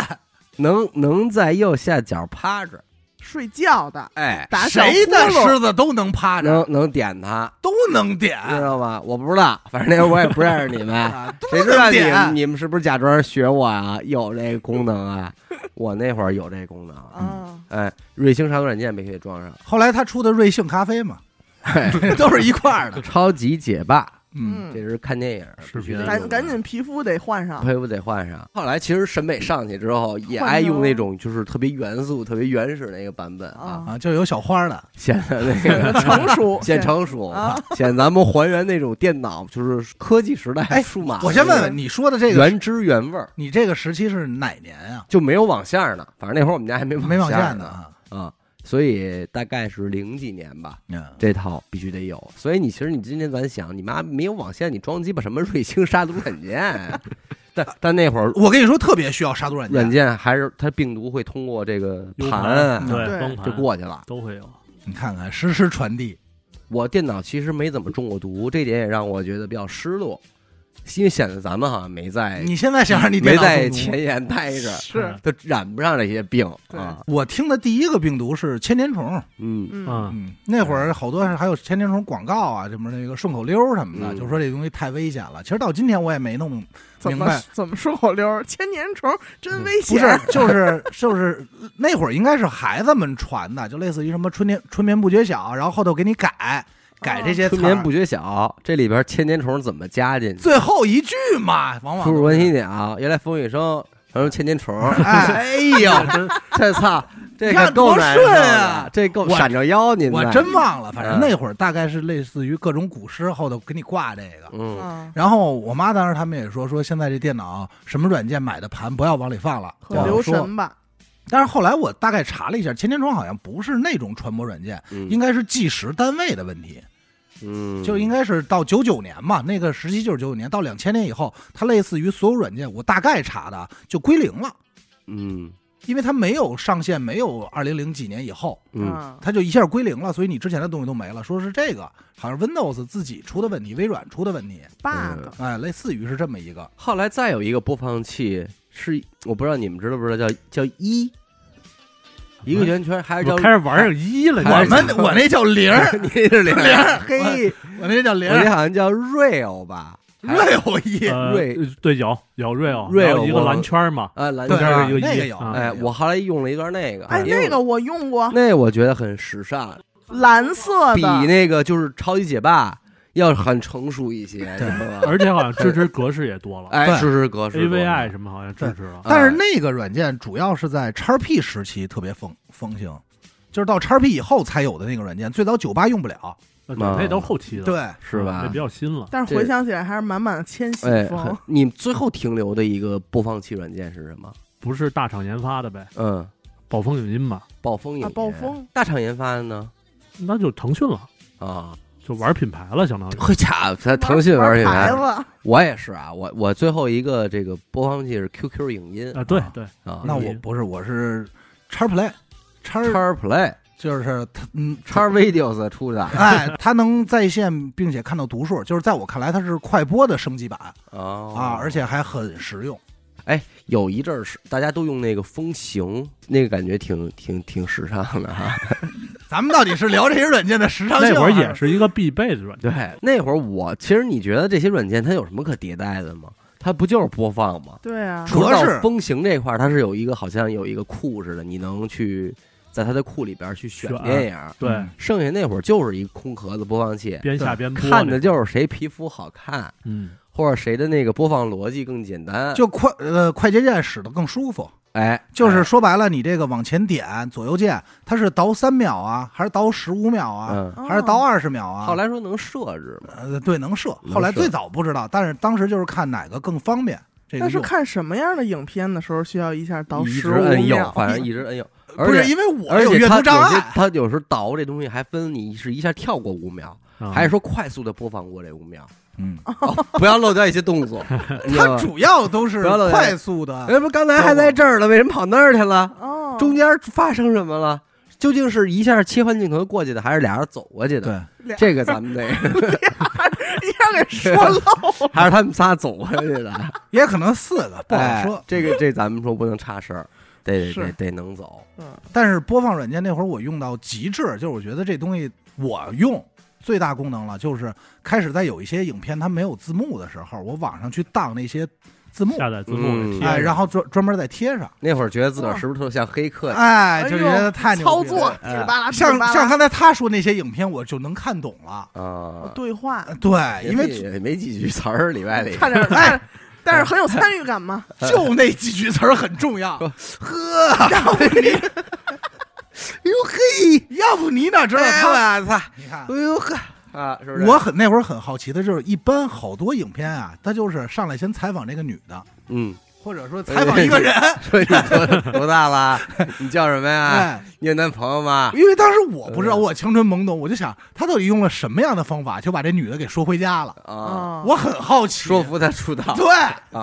Speaker 1: 能能在右下角趴着，
Speaker 3: 睡觉的，
Speaker 1: 哎，
Speaker 3: 打小
Speaker 2: 谁的
Speaker 3: 窟窿
Speaker 2: 狮子都能趴着，
Speaker 1: 能能点他，
Speaker 2: 都能点
Speaker 1: 知道吗？我不知道，反正那会儿我也不认识你们，
Speaker 2: 啊，都
Speaker 1: 谁知道
Speaker 2: 能
Speaker 1: 你们
Speaker 2: 点。
Speaker 1: 你们是不是假装学我啊？有这功能啊？我那会儿有这功能，
Speaker 3: 啊，
Speaker 1: 哎，瑞星杀毒软件没给装上，
Speaker 2: 后来他出的瑞幸咖啡嘛，
Speaker 1: 嘿
Speaker 2: 都是一块 儿的。
Speaker 1: 超级解霸，
Speaker 2: 嗯，
Speaker 1: 这
Speaker 3: 嗯，
Speaker 1: 是看电影
Speaker 4: 视
Speaker 1: 必须
Speaker 4: 频
Speaker 1: 得
Speaker 3: 赶
Speaker 1: 用
Speaker 3: 赶
Speaker 1: 的
Speaker 3: 紧皮肤得换上，
Speaker 1: 佩服得换上。后来其实审美上去之后，也
Speaker 3: 换
Speaker 1: 爱
Speaker 3: 成
Speaker 1: 用那种就是特别元素、特别原始那个版本啊，
Speaker 3: 啊，
Speaker 2: 啊，就有小花的，
Speaker 1: 显得那个
Speaker 3: 成 熟，
Speaker 1: 显
Speaker 3: 成
Speaker 1: 成熟
Speaker 3: 啊，
Speaker 1: 显咱们还原那种电脑就是科技时代
Speaker 2: 哎
Speaker 1: 数码。
Speaker 2: 我先问问你说的这个，
Speaker 1: 原汁原味儿，
Speaker 2: 你这个时期是哪年啊？
Speaker 1: 就没有网线儿呢。反正那会儿我们家还没
Speaker 2: 没
Speaker 1: 网
Speaker 2: 往
Speaker 1: 线儿
Speaker 2: 下
Speaker 1: 呢
Speaker 2: 呢啊，
Speaker 1: 啊，所以大概是零几年吧。
Speaker 2: 嗯，
Speaker 1: 这套必须得有，所以你其实你今天咱想，你妈没有网线，你装鸡巴什么瑞星杀毒软件？ 但但那会儿
Speaker 2: 我跟你说，特别需要杀毒软件，
Speaker 1: 软件还是它病毒会通过这个
Speaker 4: U
Speaker 1: 盘啊
Speaker 4: 对
Speaker 3: 对
Speaker 4: 光盘
Speaker 1: 就过去了。
Speaker 4: 都会有。
Speaker 2: 你看看实时传递，
Speaker 1: 我电脑其实没怎么中过毒，这点也让我觉得比较失落，因为显得咱们好像没在
Speaker 2: 你现在想让你
Speaker 1: 哎没
Speaker 2: 电脑
Speaker 1: 在
Speaker 2: 中毒
Speaker 1: 前沿待 着，
Speaker 3: 是，
Speaker 1: 都染不上这些病
Speaker 3: 对
Speaker 1: 啊。
Speaker 2: 我听的第一个病毒是千年虫，
Speaker 1: 嗯，
Speaker 3: 嗯，
Speaker 4: 嗯，
Speaker 2: 嗯，那会儿好多还有千年虫广告啊，什么那个顺口溜什么的，
Speaker 1: 嗯
Speaker 2: 就说这东西太危险了。其实到今天我也没弄明
Speaker 3: 怎么
Speaker 2: 白，
Speaker 3: 怎么顺口溜儿？千年虫
Speaker 1: 嗯
Speaker 3: 真危
Speaker 2: 不
Speaker 3: 险，
Speaker 2: 是， 就是就是那会儿应该是孩子们传的，就类似于什么春天春眠不觉晓，然后后头给你改改这些词
Speaker 1: 啊春
Speaker 2: 儿
Speaker 1: 眠不觉晓，这里边千年虫怎么加进去？
Speaker 2: 最后一句嘛，往往
Speaker 1: 出
Speaker 2: 都
Speaker 1: 入
Speaker 2: 是
Speaker 1: 文心鸟，原来风雨声，传说千年虫。
Speaker 2: 哎，
Speaker 1: 哎呦，
Speaker 4: 嗯
Speaker 1: 这操，这
Speaker 2: 你
Speaker 1: 可
Speaker 2: 看
Speaker 1: 够
Speaker 2: 多
Speaker 1: 难受
Speaker 2: 顺
Speaker 1: 的
Speaker 2: 啊！
Speaker 1: 这够
Speaker 2: 我
Speaker 1: 闪着腰，您
Speaker 2: 我
Speaker 1: 呢
Speaker 2: 真忘了，反正
Speaker 1: 嗯
Speaker 2: 那会儿大概是类似于各种古诗后头给你挂这个。
Speaker 1: 嗯，
Speaker 3: 啊，
Speaker 2: 然后我妈当时他们也说说现在这电脑什么软件买的盘不要往里放了，
Speaker 3: 可
Speaker 2: 我
Speaker 3: 留
Speaker 2: 说。
Speaker 3: 神吧，
Speaker 2: 但是后来我大概查了一下，千年虫好像不是那种传播软件，嗯应该是计时单位的问题，
Speaker 1: 嗯，
Speaker 2: 就应该是到九九年嘛，那个时期就是九九年到两千年以后，它类似于所有软件，我大概查的啊就归零了，
Speaker 1: 嗯
Speaker 2: 因为它没有上线，没有二零零几年以后，
Speaker 1: 嗯
Speaker 3: 啊，
Speaker 2: 它就一下归零了，所以你之前的东西都没了。说是这个好像 Windows 自己出的问题，微软出的问题，
Speaker 3: bug
Speaker 2: 哎，类似于是这么一个。
Speaker 1: 后来再有一个播放器是，我不知道你们知道不知道，叫叫一，一个圆圈，还是叫
Speaker 4: 我开始玩上一了，
Speaker 1: 还
Speaker 2: 我
Speaker 1: 是
Speaker 2: 们我那叫零儿，
Speaker 1: 你是零零，
Speaker 2: 嘿， 我那叫零
Speaker 1: 我
Speaker 2: 儿
Speaker 1: 这，好像叫 real 吧
Speaker 2: 瑞有一
Speaker 4: 呃
Speaker 1: 瑞
Speaker 4: 对有有瑞欧，
Speaker 1: 瑞欧
Speaker 4: 然后一个
Speaker 1: 我
Speaker 4: 蓝圈嘛，
Speaker 1: 啊，蓝
Speaker 2: 对
Speaker 1: 圈儿
Speaker 4: 一个
Speaker 2: 那
Speaker 4: 一
Speaker 2: 个有，
Speaker 4: 啊
Speaker 1: 哎，我后来用了一段那个，
Speaker 3: 哎，
Speaker 1: 因为
Speaker 3: 那个我用过，
Speaker 1: 那我觉得很时尚，
Speaker 3: 蓝色
Speaker 1: 比
Speaker 3: 的，
Speaker 1: 那个就是超级解霸要很成熟一些，你知道吧？
Speaker 4: 而且好像支持格式也多了
Speaker 1: 哎，
Speaker 2: 对
Speaker 1: 是是格式啊多了
Speaker 4: AVI 什么好像支持了。
Speaker 1: 啊
Speaker 2: 但是那个软件主要是在 XP 时期特别风风行，就是到 XP 以后才有的那个软件，最早九八用不了。
Speaker 4: 那
Speaker 1: 啊
Speaker 4: 那都是后期的，
Speaker 2: 对，
Speaker 1: 是吧
Speaker 4: 那啊比？较新了。
Speaker 3: 但是回想起来还是满满的千禧
Speaker 1: 哎，很
Speaker 3: 风，
Speaker 1: 你最后停留的一个播放器软件是什么？
Speaker 4: 不是大厂研发的呗，
Speaker 1: 嗯，
Speaker 4: 暴风影音嘛，
Speaker 1: 暴风影
Speaker 3: 啊
Speaker 1: 业，
Speaker 3: 暴风
Speaker 1: 大厂研发的呢？
Speaker 4: 那就腾讯了，
Speaker 1: 啊，
Speaker 4: 就玩品牌了，相当于。
Speaker 1: 会家伙，咱呃腾讯玩起
Speaker 3: 玩牌
Speaker 1: 来，
Speaker 3: 子，
Speaker 1: 我也是啊，我我最后一个这个播放器是 QQ 影音
Speaker 4: 啊，对
Speaker 2: 啊
Speaker 4: 对，
Speaker 1: 啊，
Speaker 2: 那我不是，我是 XPlay，
Speaker 1: 叉
Speaker 2: x
Speaker 1: Play
Speaker 2: 就是它，嗯，
Speaker 1: 叉 Videos 出 的
Speaker 2: 哎，它能在线并且看到读数，就是在我看来它是快播的升级版啊
Speaker 1: 啊，
Speaker 2: 而且还很实用。
Speaker 1: 哎，有一阵儿是大家都用那个风行，那个感觉挺挺挺时尚的哈。
Speaker 2: 咱们到底是聊这些软件的时尚性？
Speaker 4: 那会儿也是一个必备的软 件，
Speaker 1: 对，那会儿我其实你觉得这些软件它有什么可迭代的吗？它不就是播放吗？
Speaker 3: 对啊，
Speaker 2: 主
Speaker 1: 除
Speaker 2: 要
Speaker 1: 了
Speaker 2: 是
Speaker 1: 风行这块儿，它是有一个好像有一个库似的，你能去在它的库里边儿去选
Speaker 4: 选
Speaker 1: 电影。
Speaker 4: 对
Speaker 2: 嗯，
Speaker 1: 剩下那会儿就是一空壳子播放器，
Speaker 4: 边下边播
Speaker 1: 看的
Speaker 4: 那个，
Speaker 1: 就是谁皮肤好看，
Speaker 4: 嗯，
Speaker 1: 或者谁的那个播放逻辑更简单。
Speaker 2: 就快呃快捷键使得更舒服。
Speaker 1: 哎，
Speaker 2: 就是说白了，你这个往前点左右键，它是倒三秒啊，还是倒十五秒啊？
Speaker 1: 嗯，
Speaker 2: 还是倒
Speaker 3: 哦
Speaker 2: 二十秒啊？
Speaker 1: 后来说能设置嘛，
Speaker 2: 呃，对，能射
Speaker 1: 能。
Speaker 2: 后来
Speaker 1: 射
Speaker 2: 最早不知道，但是当时就是看哪个更方便。这个
Speaker 3: 但是
Speaker 2: 用
Speaker 3: 看什么样的影片的时候需要一下倒
Speaker 1: 一
Speaker 3: 十
Speaker 1: 直
Speaker 3: 五
Speaker 1: 摁右
Speaker 3: 秒，，
Speaker 1: 反 正一直摁右，而
Speaker 2: 不是
Speaker 1: 且。
Speaker 2: 因为我
Speaker 1: 而
Speaker 2: 有
Speaker 1: 且
Speaker 2: 阅
Speaker 1: 它
Speaker 2: 读
Speaker 1: 有
Speaker 2: 障
Speaker 1: 些
Speaker 2: 碍，
Speaker 1: 它有时候倒这东西还分你是一下跳过五秒，
Speaker 4: 啊
Speaker 1: 还是说快速的播放过这五秒，
Speaker 2: 嗯，
Speaker 1: 不要漏掉一些动 作。你知道
Speaker 2: 它
Speaker 1: 吗哎
Speaker 2: 主要都是
Speaker 1: 不要乱来
Speaker 2: 快速的。嗯
Speaker 1: 哎，不，刚才还在这儿了，为什么跑那儿去了？
Speaker 3: 哦，
Speaker 1: 中间发生什么了？究竟是一下切换镜头过去的，还是俩人走过去的？
Speaker 2: 对，
Speaker 1: 这个咱们 得，
Speaker 3: 一下给 说漏
Speaker 1: 还是他们仨走过去的？
Speaker 2: 也可能四个不好
Speaker 1: 哎
Speaker 2: 说。
Speaker 1: 这个这咱们说不能差事儿，得得
Speaker 3: 是
Speaker 1: 得得能走。
Speaker 3: 了。
Speaker 2: 但是播放软件那会儿我用到极致，就是我觉得这东西我用最大功能了，就是开始在有一些影片它没有字幕的时候，我网上去当那些字幕，
Speaker 4: 下载字幕给
Speaker 1: 嗯
Speaker 4: 贴上，
Speaker 2: 哎，然后专专门再贴上，
Speaker 1: 那会儿觉得自
Speaker 2: 哦
Speaker 1: 个儿是不是特像黑客？
Speaker 2: 哎，
Speaker 3: 哎
Speaker 2: 就觉得太牛逼
Speaker 3: 操
Speaker 2: 了
Speaker 3: 作，
Speaker 1: 哎
Speaker 3: 直巴拉，
Speaker 2: 像
Speaker 3: 直巴拉
Speaker 2: 像刚才他说那些影片，我就能看懂了。
Speaker 1: 啊，
Speaker 3: 对话，
Speaker 2: 呃对，因为
Speaker 1: 也没几句词儿里外里。
Speaker 3: 差点，但是但是很有参与感嘛。
Speaker 2: 就那几句词儿很重要。呵，要不你，哎
Speaker 1: 呦嘿，
Speaker 2: 要不你哪知道他？
Speaker 1: 我操！
Speaker 2: 你看，
Speaker 1: 哎呦呵啊，是不是？
Speaker 2: 我很那会儿很好奇的就是，一般好多影片啊，他就是上来先采访这个女的，
Speaker 1: 嗯，
Speaker 2: 或者说采访一个人。
Speaker 1: 说你多多大 了？你叫什么呀？
Speaker 2: 哎，
Speaker 1: 你有男朋友吗？
Speaker 2: 因为当时我不知道，
Speaker 1: 啊嗯
Speaker 2: 我青春懵懂，我就想他到底用了什么样的方法就把这女的给说回家了？
Speaker 1: 啊，
Speaker 3: 嗯
Speaker 2: 我很好奇，
Speaker 1: 说服他出道。
Speaker 2: 哦对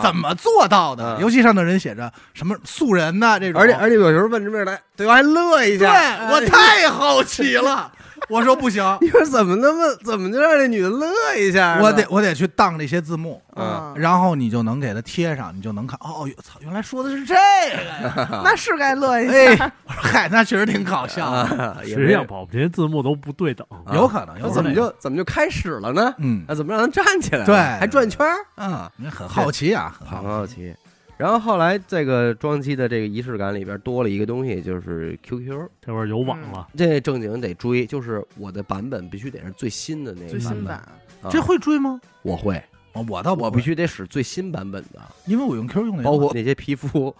Speaker 2: 怎么做到的？
Speaker 1: 嗯
Speaker 2: 尤其上头人写着什么素人呐这种，
Speaker 1: 而且嗯而且有时候问这面来，对方还乐一
Speaker 2: 对
Speaker 1: 下。哎
Speaker 2: 我太好奇了，我说 不行，
Speaker 1: 你说怎么那么怎么就让这女的乐一下呢？
Speaker 2: 我得我得去当这些字幕，
Speaker 1: 嗯
Speaker 3: 嗯，
Speaker 2: 然后你就能给它贴上，你就能看。哦，哟操，原来说的是 这个，
Speaker 3: 那是该乐一下。
Speaker 2: 哎，嗨，那确实挺搞笑的，
Speaker 1: 啊，也
Speaker 4: 实际
Speaker 1: 没
Speaker 4: 上跑这些字幕都不对等，
Speaker 1: 啊
Speaker 2: 有可能，有
Speaker 1: 那
Speaker 2: 可
Speaker 1: 怎么
Speaker 2: 能，
Speaker 1: 就怎么就开始了呢？
Speaker 2: 嗯
Speaker 1: 啊，怎么让他站起来了？
Speaker 2: 对
Speaker 1: 还转圈儿
Speaker 2: 啊，你很好奇啊，很
Speaker 1: 很
Speaker 2: 好奇，
Speaker 1: 好奇。然后后来这个装机的这个仪式感里边多了一个东西，就是 QQ。
Speaker 4: 这会儿有网
Speaker 3: 嗯
Speaker 4: 了，
Speaker 1: 这正经得追，就是我的版本必须得是最新的那个
Speaker 3: 最
Speaker 1: 版
Speaker 3: 新
Speaker 1: 本。
Speaker 3: 版，
Speaker 1: 啊
Speaker 2: 这会追吗？
Speaker 1: 我会，
Speaker 2: 哦我倒不
Speaker 1: 我
Speaker 2: 会
Speaker 1: 必，须得使最新版本的，
Speaker 2: 因为我用 Q 用的也
Speaker 1: 包括
Speaker 2: 晚
Speaker 1: 那些皮肤。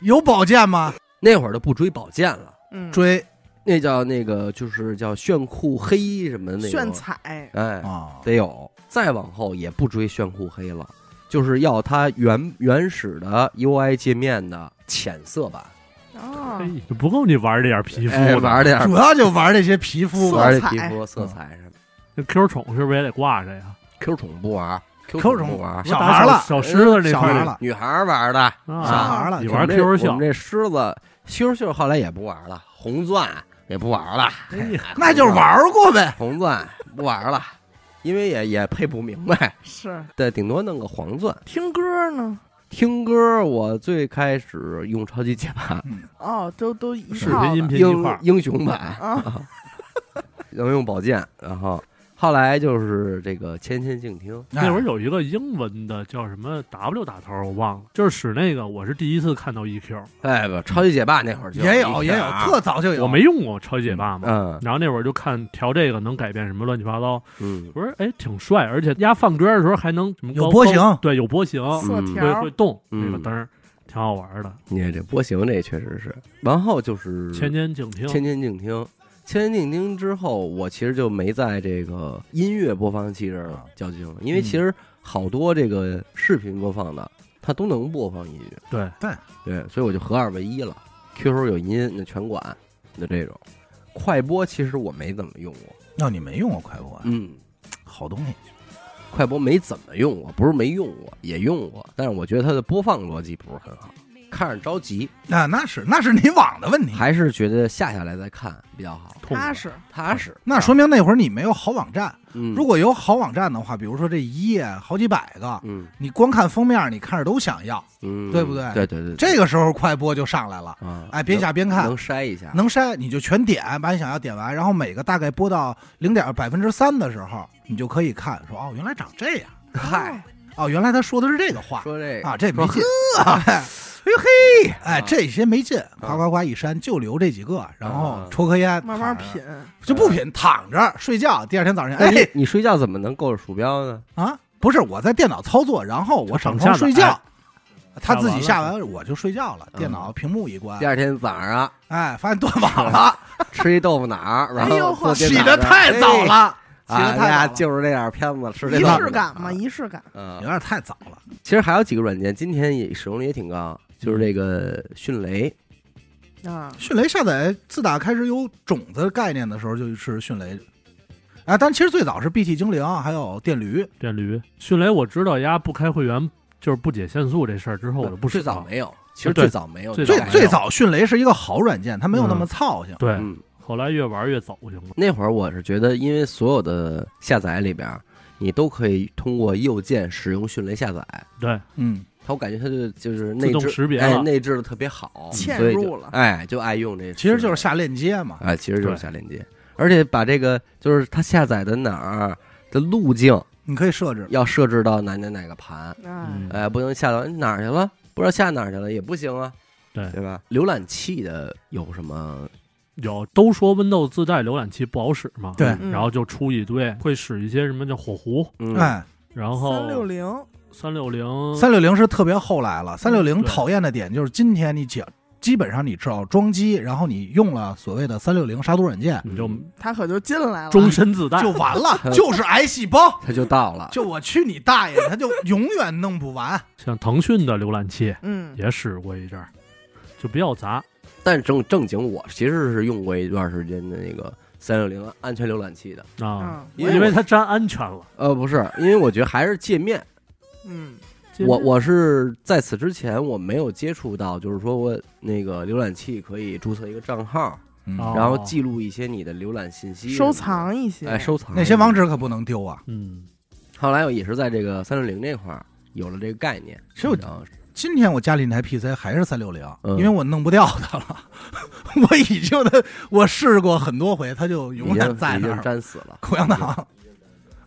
Speaker 2: 有宝剑吗？
Speaker 1: 那会儿都不追宝剑了，
Speaker 3: 嗯，
Speaker 2: 追
Speaker 1: 那叫那个就是叫炫酷黑什么的那
Speaker 3: 炫
Speaker 1: 种，
Speaker 3: 彩，
Speaker 1: 哎，
Speaker 2: 啊，
Speaker 1: 得有。再往后也不追炫酷黑了，就是要它原原始的 UI 界面的浅色版，
Speaker 3: 哦，
Speaker 4: 嘿就不够你玩这点皮肤
Speaker 1: 哎，
Speaker 4: 的。
Speaker 1: 玩点儿
Speaker 2: 主要就玩这些皮肤吧
Speaker 1: 玩这
Speaker 3: 色
Speaker 1: 皮
Speaker 3: 彩
Speaker 1: 肤色
Speaker 4: 嗯
Speaker 1: 彩什么的。
Speaker 4: 那 Q 宠是不是也得挂着呀？
Speaker 1: Q 宠不玩，Q
Speaker 4: 啊
Speaker 2: 宠
Speaker 1: 不玩，
Speaker 2: 小孩儿了
Speaker 4: 小狮子那
Speaker 2: 小
Speaker 4: 块
Speaker 2: 孩
Speaker 4: 儿
Speaker 2: 儿
Speaker 4: 得
Speaker 2: 了，
Speaker 1: 女孩儿玩的。
Speaker 2: 小
Speaker 4: 啊，
Speaker 2: 孩儿了，
Speaker 4: 你
Speaker 1: 我
Speaker 4: 玩
Speaker 1: 们这
Speaker 4: QQ
Speaker 1: 我
Speaker 4: 秀
Speaker 1: 们，这狮子 QQ 秀后来也不玩了，红钻也不玩了，
Speaker 4: 哎呀
Speaker 2: 那就是玩儿过呗。
Speaker 1: 红钻不玩了，因为也也配不明白，
Speaker 3: 是
Speaker 1: 对，顶多弄个黄钻。
Speaker 3: 听歌呢。
Speaker 1: 听歌我最开始用超级解盘，
Speaker 3: 哦，都都一
Speaker 4: 视
Speaker 3: 套
Speaker 4: 频
Speaker 3: 的
Speaker 4: 音频一
Speaker 1: 英
Speaker 4: 块儿，
Speaker 1: 英雄版，
Speaker 3: 啊，
Speaker 1: 能用宝剑，然后后来就是这个千千静听，
Speaker 4: 那
Speaker 2: 哎
Speaker 4: 会儿有一个英文的叫什么 W 打头儿，我忘了，就是使那个，我是第一次看到 E EQ，
Speaker 1: 哎不，超级解霸那会儿就
Speaker 2: 也有
Speaker 1: 一
Speaker 2: 也
Speaker 1: 片
Speaker 2: 有，
Speaker 1: 儿
Speaker 2: 特早就有。
Speaker 4: 我没用过超级解霸嘛。
Speaker 1: 嗯
Speaker 4: 然后那会儿就看调这个能改变什么乱七八糟，
Speaker 1: 嗯
Speaker 4: 我说哎挺帅，而且压放歌的时候还能什么
Speaker 2: 有
Speaker 4: 高
Speaker 2: 波形
Speaker 4: 高对，有波形，
Speaker 3: 色
Speaker 1: 嗯
Speaker 4: 会
Speaker 3: 条
Speaker 4: 会
Speaker 3: 儿，
Speaker 4: 动
Speaker 1: 嗯
Speaker 4: 那个灯儿，挺好玩的。
Speaker 1: 你看这波形这确实是，然后就是
Speaker 2: 嗯
Speaker 4: 千千静听，
Speaker 1: 千千静听。千千静听之后，我其实就没在这个音乐播放器这儿较劲了，因为其实好多这个视频播放的，它都能播放音乐，
Speaker 4: 对
Speaker 2: 对
Speaker 1: 对，所以我就合二为一了。QQ 有音，那全管，就这种。快播其实我没怎么用过，
Speaker 2: 那你没用过快播，啊
Speaker 1: 嗯，
Speaker 2: 好东西。
Speaker 1: 快播没怎么用过，不是没用过，也用过，但是我觉得它的播放逻辑不是很好，看着着急，
Speaker 2: 那那是那是你网的问题，
Speaker 1: 还是觉得下下来再看比较好，
Speaker 4: 痛
Speaker 3: 踏
Speaker 4: 快
Speaker 3: 实，
Speaker 1: 踏实。
Speaker 2: 那说明那会儿你没有好网站。
Speaker 1: 嗯，
Speaker 2: 如果有好网站的话，比如说这一页好几百个，
Speaker 1: 嗯
Speaker 2: 你光看封面，你看着都想要。
Speaker 1: 嗯，
Speaker 2: 对不对
Speaker 1: 对对对，
Speaker 2: 这个时候快播就上来了，
Speaker 1: 啊，
Speaker 2: 哎，边下边看，
Speaker 1: 能筛一下，
Speaker 2: 能筛你就全点，把你想要点完，然后每个大概播到零点百分之三的时候，你就可以看说哦，原来长这样，
Speaker 1: 嗨，
Speaker 2: 哦，原来他说的是这个话
Speaker 1: 说这个
Speaker 2: 啊，这没劲，哎嘿，哎，这些没劲，夸夸夸一删，就留这几个，然后
Speaker 1: 啊
Speaker 2: 抽颗烟，
Speaker 3: 慢慢
Speaker 2: 躺着
Speaker 3: 品，
Speaker 2: 就不品，躺着睡觉，第二天早上
Speaker 1: 那
Speaker 2: 哎
Speaker 1: 你你睡觉怎么能够着鼠标呢？
Speaker 2: 啊，不是我在电脑操作，然后我上
Speaker 4: 躺下
Speaker 2: 床
Speaker 4: 了
Speaker 2: 睡
Speaker 4: 哎
Speaker 2: 觉。他自己
Speaker 4: 下
Speaker 2: 下
Speaker 4: 完
Speaker 2: 完我就睡觉了，
Speaker 1: 嗯
Speaker 2: 电脑屏幕一关
Speaker 1: 第，二天早上
Speaker 2: 哎，发现断网了，
Speaker 1: 吃一豆腐脑儿，然
Speaker 3: 哎呦
Speaker 1: 后
Speaker 3: 呵
Speaker 1: 坐电
Speaker 2: 起
Speaker 1: 脑
Speaker 2: 得
Speaker 1: 上
Speaker 2: 太早，了，起
Speaker 1: 哎
Speaker 2: 得
Speaker 1: 啊，大
Speaker 2: 太
Speaker 1: 家
Speaker 2: 早了。
Speaker 1: 就是那点片子吃这啊
Speaker 3: 仪
Speaker 1: 豆
Speaker 3: 式
Speaker 1: 腐
Speaker 3: 感嘛，
Speaker 1: 嘛。
Speaker 3: 仪式感。
Speaker 2: 有
Speaker 1: 嗯，
Speaker 2: 点太早了。
Speaker 1: 其实还有几个软件今天也使用率也挺高，就是这个迅雷，
Speaker 3: 啊，
Speaker 2: 迅雷下载，自打开始有种子概念的时候，就是迅雷。啊，但其实最早是 BT 精灵，还有电驴。
Speaker 4: 电驴迅雷，我知道丫不开会员就是不解限速这事儿之后，我就不
Speaker 1: 最
Speaker 4: 使
Speaker 1: 早
Speaker 4: 了。
Speaker 1: 没有，其实最早没有，
Speaker 4: 对
Speaker 2: 最
Speaker 4: 早没有
Speaker 2: 最早迅雷是一个好软件，它没有那么操性。
Speaker 4: 对，
Speaker 1: 嗯，
Speaker 4: 后来越玩越走行了。
Speaker 1: 那会儿我是觉得，因为所有的下载里边儿，你都可以通过右键使用迅雷下载，
Speaker 4: 对，
Speaker 2: 嗯，
Speaker 1: 它我感觉它就就是
Speaker 4: 自
Speaker 1: 内
Speaker 4: 动
Speaker 1: 置
Speaker 4: 识别
Speaker 1: 哎
Speaker 4: 了，嗯
Speaker 1: 内置的特别好，
Speaker 3: 嵌
Speaker 1: 所以就
Speaker 3: 入了
Speaker 1: 哎就爱用这，
Speaker 2: 其实就是下链接嘛。
Speaker 1: 哎，其实就是
Speaker 4: 对
Speaker 1: 下链接，而且把这个就是它下载的哪儿的路径
Speaker 2: 你可以设置，
Speaker 1: 要设置到哪哪哪个盘，
Speaker 4: 嗯
Speaker 3: 哎，
Speaker 1: 哎，不能下到哪儿去了，不知道下哪儿去了也不行啊，
Speaker 4: 对
Speaker 1: 对吧？浏览器的有什么？
Speaker 4: 有都说 Windows 自带浏览器不好使嘛，
Speaker 2: 对
Speaker 3: 嗯
Speaker 4: 然后就出一堆会使一些什么叫火狐，
Speaker 1: 嗯，
Speaker 2: 哎，
Speaker 4: 然
Speaker 3: 三六
Speaker 4: 后
Speaker 3: 零，
Speaker 4: 三六零，
Speaker 2: 三六零是特别后来了。三六零
Speaker 4: 嗯对
Speaker 2: 讨厌的点就是今天你讲，基本上你只要装机，然后你用了所谓的三六零杀毒软件，
Speaker 4: 你就
Speaker 3: 他可就进来了，
Speaker 4: 终身自带
Speaker 2: 就，完了，就是癌细胞。
Speaker 1: 它就到了，
Speaker 2: 就我去你大爷，它就永远弄不完。
Speaker 4: 像腾讯的浏览器
Speaker 3: 嗯，
Speaker 4: 也使过一阵儿，就比较杂。
Speaker 1: 但正正经我其实是用过一段时间的那个三六零安全浏览器的，
Speaker 4: 啊，
Speaker 3: 嗯，
Speaker 1: 因为
Speaker 4: 因为
Speaker 1: 我
Speaker 4: 它沾安全了。
Speaker 1: 呃，不是，因为我觉得还是界面。
Speaker 3: 嗯，
Speaker 1: 我我是在此之前我没有接触到，就是说我那个浏览器可以注册一个账号，
Speaker 2: 嗯
Speaker 4: 哦
Speaker 1: 然后记录一些你的浏览信息，
Speaker 3: 收，藏一些，
Speaker 1: 哎，收藏
Speaker 2: 那些网
Speaker 1: 址。
Speaker 2: 址可不能丢啊！
Speaker 4: 嗯，
Speaker 1: 后来我也是在这个三六零这块儿有了这个概念，
Speaker 2: 其实我
Speaker 1: 然后
Speaker 2: 今天我家里那台 PC 还是三六零，
Speaker 1: 嗯
Speaker 2: 因为我弄不掉它了。 我已经的我试过很多回，它就
Speaker 1: 已
Speaker 2: 永远
Speaker 1: 经
Speaker 2: 在
Speaker 1: 已
Speaker 2: 那
Speaker 1: 经
Speaker 2: 儿
Speaker 1: 粘死了。
Speaker 2: 口香糖。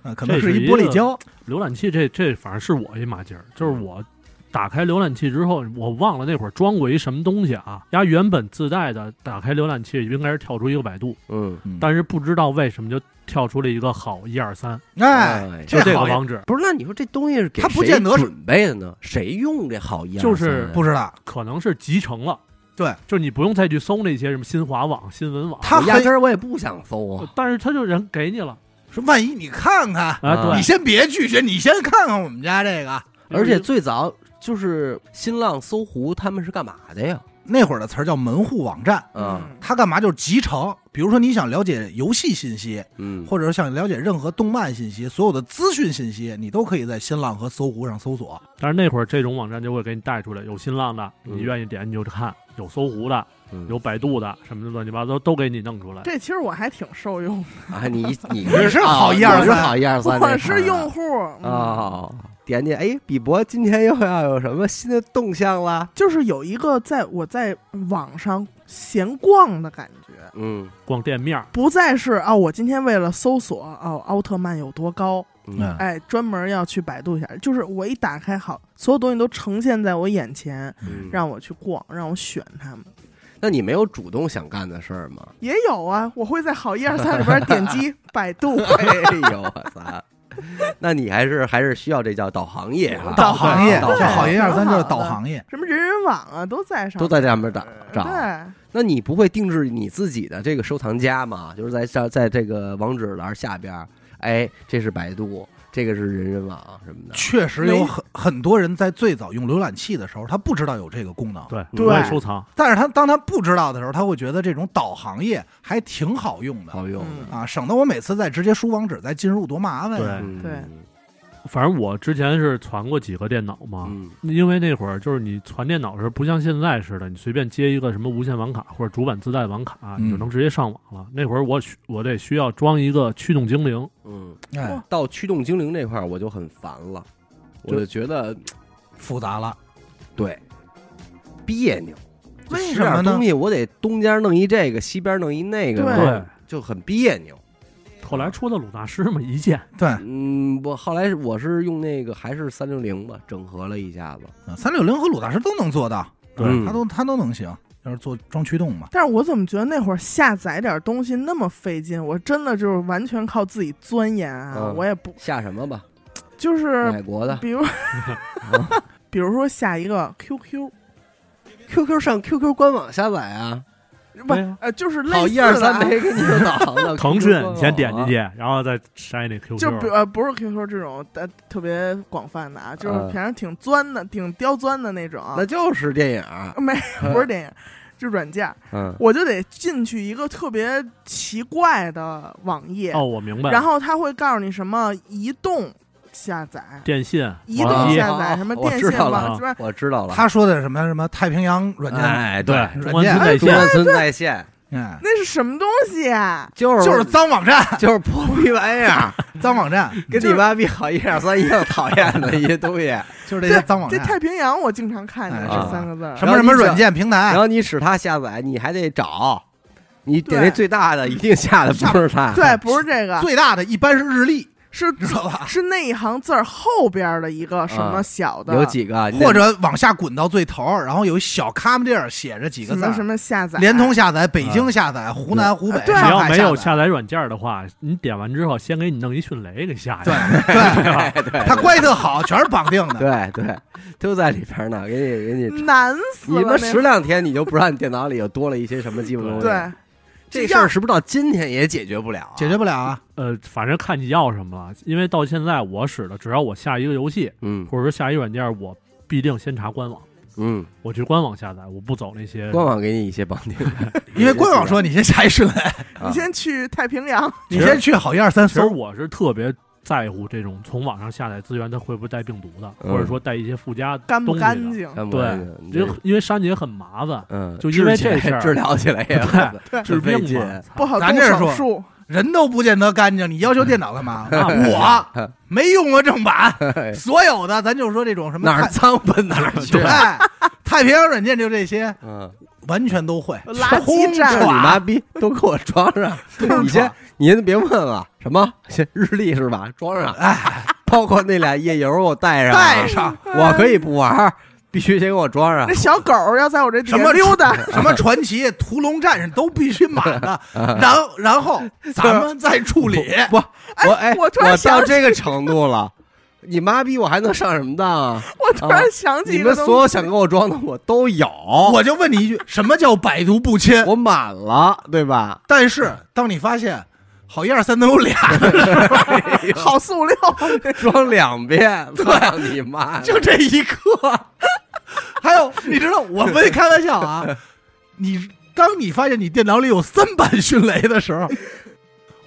Speaker 2: 嗯，可能
Speaker 4: 这
Speaker 2: 是
Speaker 4: 是一
Speaker 2: 玻璃
Speaker 4: 个
Speaker 2: 胶。
Speaker 4: 浏览器这这反正是我一马劲儿，
Speaker 1: 嗯
Speaker 4: 就是我打开浏览器之后，我忘了那会儿装过一什么东西啊。它原本自带的打开浏览器应该是跳出一个百度，
Speaker 1: 嗯，
Speaker 4: 但是不知道为什么就跳出了一个好一二三，
Speaker 1: 哎
Speaker 2: 哎，
Speaker 4: 就这个
Speaker 2: 好呀
Speaker 4: 网址，
Speaker 1: 不是，那你说这东西是给
Speaker 2: 它不见得
Speaker 1: 谁
Speaker 2: 是
Speaker 1: 准备的呢？谁用这好一二
Speaker 4: 就是
Speaker 1: 三啊
Speaker 2: 不知道，
Speaker 4: 可能是集成了。
Speaker 2: 对，
Speaker 4: 就是你不用再去搜那些什么新华网、新闻网，
Speaker 2: 它
Speaker 1: 我压
Speaker 2: 很
Speaker 1: 根儿我也不想搜啊。
Speaker 4: 但是他就人给你了
Speaker 2: 说万一你看看，
Speaker 4: 啊，
Speaker 1: 啊
Speaker 2: 你
Speaker 4: 对，
Speaker 2: 先别拒绝，你先看看我们家这个。
Speaker 4: 嗯
Speaker 1: 而且最早就是新浪、搜狐他们是干嘛的呀？
Speaker 2: 那会儿的词儿叫门户网站，
Speaker 3: 嗯
Speaker 1: 啊，
Speaker 2: 它干嘛就是集成。比如说你想了解游戏信息，
Speaker 1: 嗯，
Speaker 2: 或者是想了解任何动漫信息，所有的资讯信息，你都可以在新浪和搜狐上搜索。
Speaker 4: 但是那会儿这种网站就会给你带出来，有新浪的，
Speaker 1: 嗯
Speaker 4: 你愿意点你就看；有搜狐的，
Speaker 1: 嗯
Speaker 4: 有百度的，什么的乱七八糟都给你弄出来。
Speaker 3: 这其实我还挺受用，
Speaker 1: 啊，你你
Speaker 2: 你是好一二
Speaker 1: 啊我是
Speaker 2: 三
Speaker 1: 好一二 三，
Speaker 3: 我是用户，嗯
Speaker 1: 啊。点点，哎，比伯今天又要有什么新的动向啦？
Speaker 3: 就是有一个在我在网上闲逛的感觉，
Speaker 1: 嗯
Speaker 4: 逛店面儿，
Speaker 3: 不再是啊，我今天为了搜索哦奥特曼有多高，
Speaker 1: 嗯
Speaker 3: 哎，专门要去百度一下。就是我一打开好，所有东西都呈现在我眼前，
Speaker 1: 嗯，
Speaker 3: 让我去逛，让我选它们。
Speaker 1: 那你没有主动想干的事儿吗？
Speaker 3: 也有啊，我会在好一二三里边点击百度。
Speaker 1: 哎呦，我操！那你还是还是需要这叫导航业啊，
Speaker 2: 导航业，
Speaker 1: 导
Speaker 2: 就
Speaker 1: 航
Speaker 2: 好一二三就是导
Speaker 3: 导航
Speaker 2: 航业。
Speaker 3: 什么人人网啊，都在上，
Speaker 1: 都在上面找找。
Speaker 3: 对，
Speaker 1: 那你不会定制你自己的这个收藏夹吗？就是在上在这个网址栏下边儿，哎，这是百度，这个是人人网什么的。
Speaker 2: 确实有
Speaker 3: 没
Speaker 2: 很很多人在最早用浏览器的时候，他不知道有这个功能，
Speaker 4: 对，
Speaker 1: 对
Speaker 4: 我也收藏。
Speaker 2: 但是他当他不知道的时候，他会觉得这种导航业还挺好用的
Speaker 1: 好用的，
Speaker 3: 嗯
Speaker 2: 啊，省得我每次再直接输网址再进入多麻烦。
Speaker 4: 对，，
Speaker 1: 嗯
Speaker 3: 对
Speaker 4: 反正我之前是传过几个电脑
Speaker 2: 啊
Speaker 4: 嘛，
Speaker 1: 嗯
Speaker 4: 因为那会儿就是你传电脑的时候，不像现在似的，你随便接一个什么无线网卡或者主板自带网卡，
Speaker 2: 嗯
Speaker 4: 你就能直接上网了。那会儿我需我得需要装一个驱动精灵，
Speaker 1: 嗯，
Speaker 2: 哎
Speaker 3: 哇，
Speaker 1: 到驱动精灵这块儿我就很烦了，我
Speaker 4: 就
Speaker 1: 就觉得
Speaker 2: 复杂了。
Speaker 1: 对别扭。
Speaker 2: 为
Speaker 1: 这
Speaker 2: 什么
Speaker 1: 点
Speaker 2: 呢
Speaker 1: 东？西我得东边弄一这个，西边弄一那个，
Speaker 3: 对
Speaker 4: 对，
Speaker 1: 就很别扭。
Speaker 4: 后来出的鲁大师嘛，一键
Speaker 2: 对，
Speaker 1: 嗯，我后来我是用那个还是三六零吧，整合了一下子。
Speaker 2: 三六零和鲁大师都能做到，
Speaker 4: 对
Speaker 1: 嗯
Speaker 2: 他都他都能行，就是做装驱动嘛。
Speaker 3: 但是我怎么觉得那会儿下载点东西那么费劲？我真的就是完全靠自己钻研啊，
Speaker 1: 嗯
Speaker 3: 我也不
Speaker 1: 下什么吧？
Speaker 3: 就是
Speaker 1: 哪国的
Speaker 3: 比 如，比如说下一个 QQ，
Speaker 1: ？QQ 上 QQ 官网下载啊，
Speaker 3: 不
Speaker 4: 对啊
Speaker 3: 呃，就是类似的啊，
Speaker 1: 好一二三没给你说导航的
Speaker 4: 腾
Speaker 1: QQ
Speaker 4: 讯
Speaker 1: 官网啊
Speaker 4: 先点进去，然后再筛那 QQ，
Speaker 3: 就比呃不是 QQ 这种呃特别广泛的啊，就是
Speaker 1: 嗯
Speaker 3: 反正挺钻的、挺刁钻的那种啊，
Speaker 1: 那就是电影儿。
Speaker 3: 没 不是电影，就软件，
Speaker 1: 嗯
Speaker 3: 我就得进去一个特别奇怪的网页，
Speaker 4: 哦，我明白了。
Speaker 3: 然后它会告诉你什么移动。下载，
Speaker 4: 电信，
Speaker 3: 移动
Speaker 1: 啊
Speaker 2: 哦
Speaker 3: 下载什么
Speaker 1: 我
Speaker 3: 电
Speaker 1: 知
Speaker 3: 信
Speaker 1: 道
Speaker 4: 了
Speaker 3: 网什么，
Speaker 1: 我知道了，
Speaker 2: 他说的什么什么太平洋软件，
Speaker 1: 哎，对，
Speaker 4: 中关村
Speaker 2: 软
Speaker 4: 在
Speaker 1: 中
Speaker 4: 线，
Speaker 1: 关村在线
Speaker 2: 嗯，
Speaker 3: 那是什么东西啊？
Speaker 1: 就是
Speaker 2: 就是脏网站，
Speaker 1: 就是破逼玩意 儿，
Speaker 2: 脏网站
Speaker 1: 跟你妈逼好一二三一样讨厌的一些东西。
Speaker 2: 就是这些脏网
Speaker 3: 这
Speaker 2: 站，
Speaker 3: 太平洋我经常看见
Speaker 2: 哎
Speaker 1: 啊
Speaker 3: 这三个字儿
Speaker 2: 什，么什么软件平台
Speaker 1: 然，后你使它下载，你还得找，你点那
Speaker 3: 对
Speaker 1: 最大的，一定下的不是它。
Speaker 3: 对，不是这个，
Speaker 2: 最大的一般是日历，
Speaker 3: 是
Speaker 2: 知道吧？
Speaker 3: 是那一行字儿后边儿的一个什
Speaker 2: 嗯
Speaker 3: 么小的，
Speaker 1: 有几个，你得
Speaker 2: 或者往下滚到最头，然后有一小卡地儿写着几个
Speaker 3: 什
Speaker 2: 字儿
Speaker 3: 么，什么下载，
Speaker 2: 联通下载、北京下载、湖南、湖北、
Speaker 3: 对
Speaker 4: 啊只
Speaker 2: 上
Speaker 4: 要
Speaker 2: 海
Speaker 4: 没有
Speaker 2: 下
Speaker 4: 下载软件的话，你点完之后先给你弄一迅雷给下
Speaker 2: 对
Speaker 4: 下。
Speaker 2: 对，
Speaker 1: 对对对
Speaker 2: 他关系特好，全是绑定的。
Speaker 1: 对对，都在里边呢，给你给你。
Speaker 3: 难死
Speaker 1: 你
Speaker 3: 了
Speaker 1: 们
Speaker 3: 那
Speaker 1: 十两天你就不知道你电脑里又多了一些什么鸡巴东西。
Speaker 3: 对，
Speaker 2: 嗯
Speaker 1: 这事儿是不是到今天也解决不了啊？
Speaker 2: 解决不了啊！
Speaker 4: 呃，反正看你要什么了，因为到现在我使的，只要我下一个游戏
Speaker 1: 嗯
Speaker 4: 或者说下一个软件，我必定先查官网，
Speaker 1: 嗯，
Speaker 4: 我去官网下载，我不走那些。
Speaker 1: 官网给你一些绑定，
Speaker 2: 因为官网说你先下一顺来，
Speaker 1: 啊
Speaker 3: 你先去太平洋，
Speaker 2: 你先去好一二三
Speaker 4: 其实
Speaker 2: 搜，
Speaker 4: 我是特别在乎这种从网上下载资源它会不会带病毒的，
Speaker 1: 嗯
Speaker 4: 或者说带一些附加
Speaker 3: 干
Speaker 4: 东
Speaker 3: 不
Speaker 4: 西
Speaker 3: 干
Speaker 4: 的。
Speaker 3: 净？
Speaker 1: 看不
Speaker 4: 对
Speaker 1: 看见，你
Speaker 4: 因
Speaker 1: 这
Speaker 4: 为因为删节很麻烦，
Speaker 1: 嗯，
Speaker 4: 就因为
Speaker 1: 治起来
Speaker 4: 这事儿
Speaker 1: 治疗起来也
Speaker 3: 对
Speaker 4: 治
Speaker 1: 费
Speaker 4: 病
Speaker 1: 劲
Speaker 4: 嘛，
Speaker 3: 不好
Speaker 2: 咱
Speaker 3: 动
Speaker 2: 这是
Speaker 3: 手
Speaker 2: 说
Speaker 3: 术，
Speaker 2: 人都不见得干净，你要求电脑干嘛？
Speaker 4: 那不哎
Speaker 2: 我没用过正 版，所有的咱就说这种什么
Speaker 1: 哪儿
Speaker 2: 太
Speaker 1: 脏奔哪儿去。
Speaker 2: 哎，太平洋软件就这些，
Speaker 1: 嗯，
Speaker 2: 完全都会。
Speaker 3: 垃
Speaker 2: 轰
Speaker 1: 这你
Speaker 3: 圾站，
Speaker 1: 妈逼都给我装上！
Speaker 2: 冲
Speaker 1: 你先，您别问了，什么先日历是吧？装上，
Speaker 2: 哎，
Speaker 1: 包括那俩夜游给我带
Speaker 4: 啊
Speaker 1: 上，啊
Speaker 2: 带，上
Speaker 1: 我可以不玩儿，必须先给我装上
Speaker 3: 那。小狗儿要在我这底
Speaker 2: 什
Speaker 3: 下
Speaker 2: 么
Speaker 3: 溜达，
Speaker 2: 什么传奇、屠龙战士都必须满 的，然然后咱们再处理。
Speaker 1: 啊不，我哎，
Speaker 3: 我突然想
Speaker 1: 到
Speaker 3: 起
Speaker 1: 这个程度了，你妈逼我还能上什么当啊？
Speaker 3: 我突然想起
Speaker 1: 你
Speaker 3: 一个
Speaker 1: 们
Speaker 3: 东
Speaker 1: 所有
Speaker 3: 西
Speaker 1: 想给我装的我都有，
Speaker 2: 我就问你 一句，什么叫百毒不侵？
Speaker 1: 我满了，对吧？
Speaker 2: 但是当你发现好一二三能 有俩，
Speaker 3: 好塑料，
Speaker 1: 装两遍，操你妈！
Speaker 2: 就这一个。还有，你知道我没开玩笑啊， 你当你发现你电脑里有三版迅雷的时候，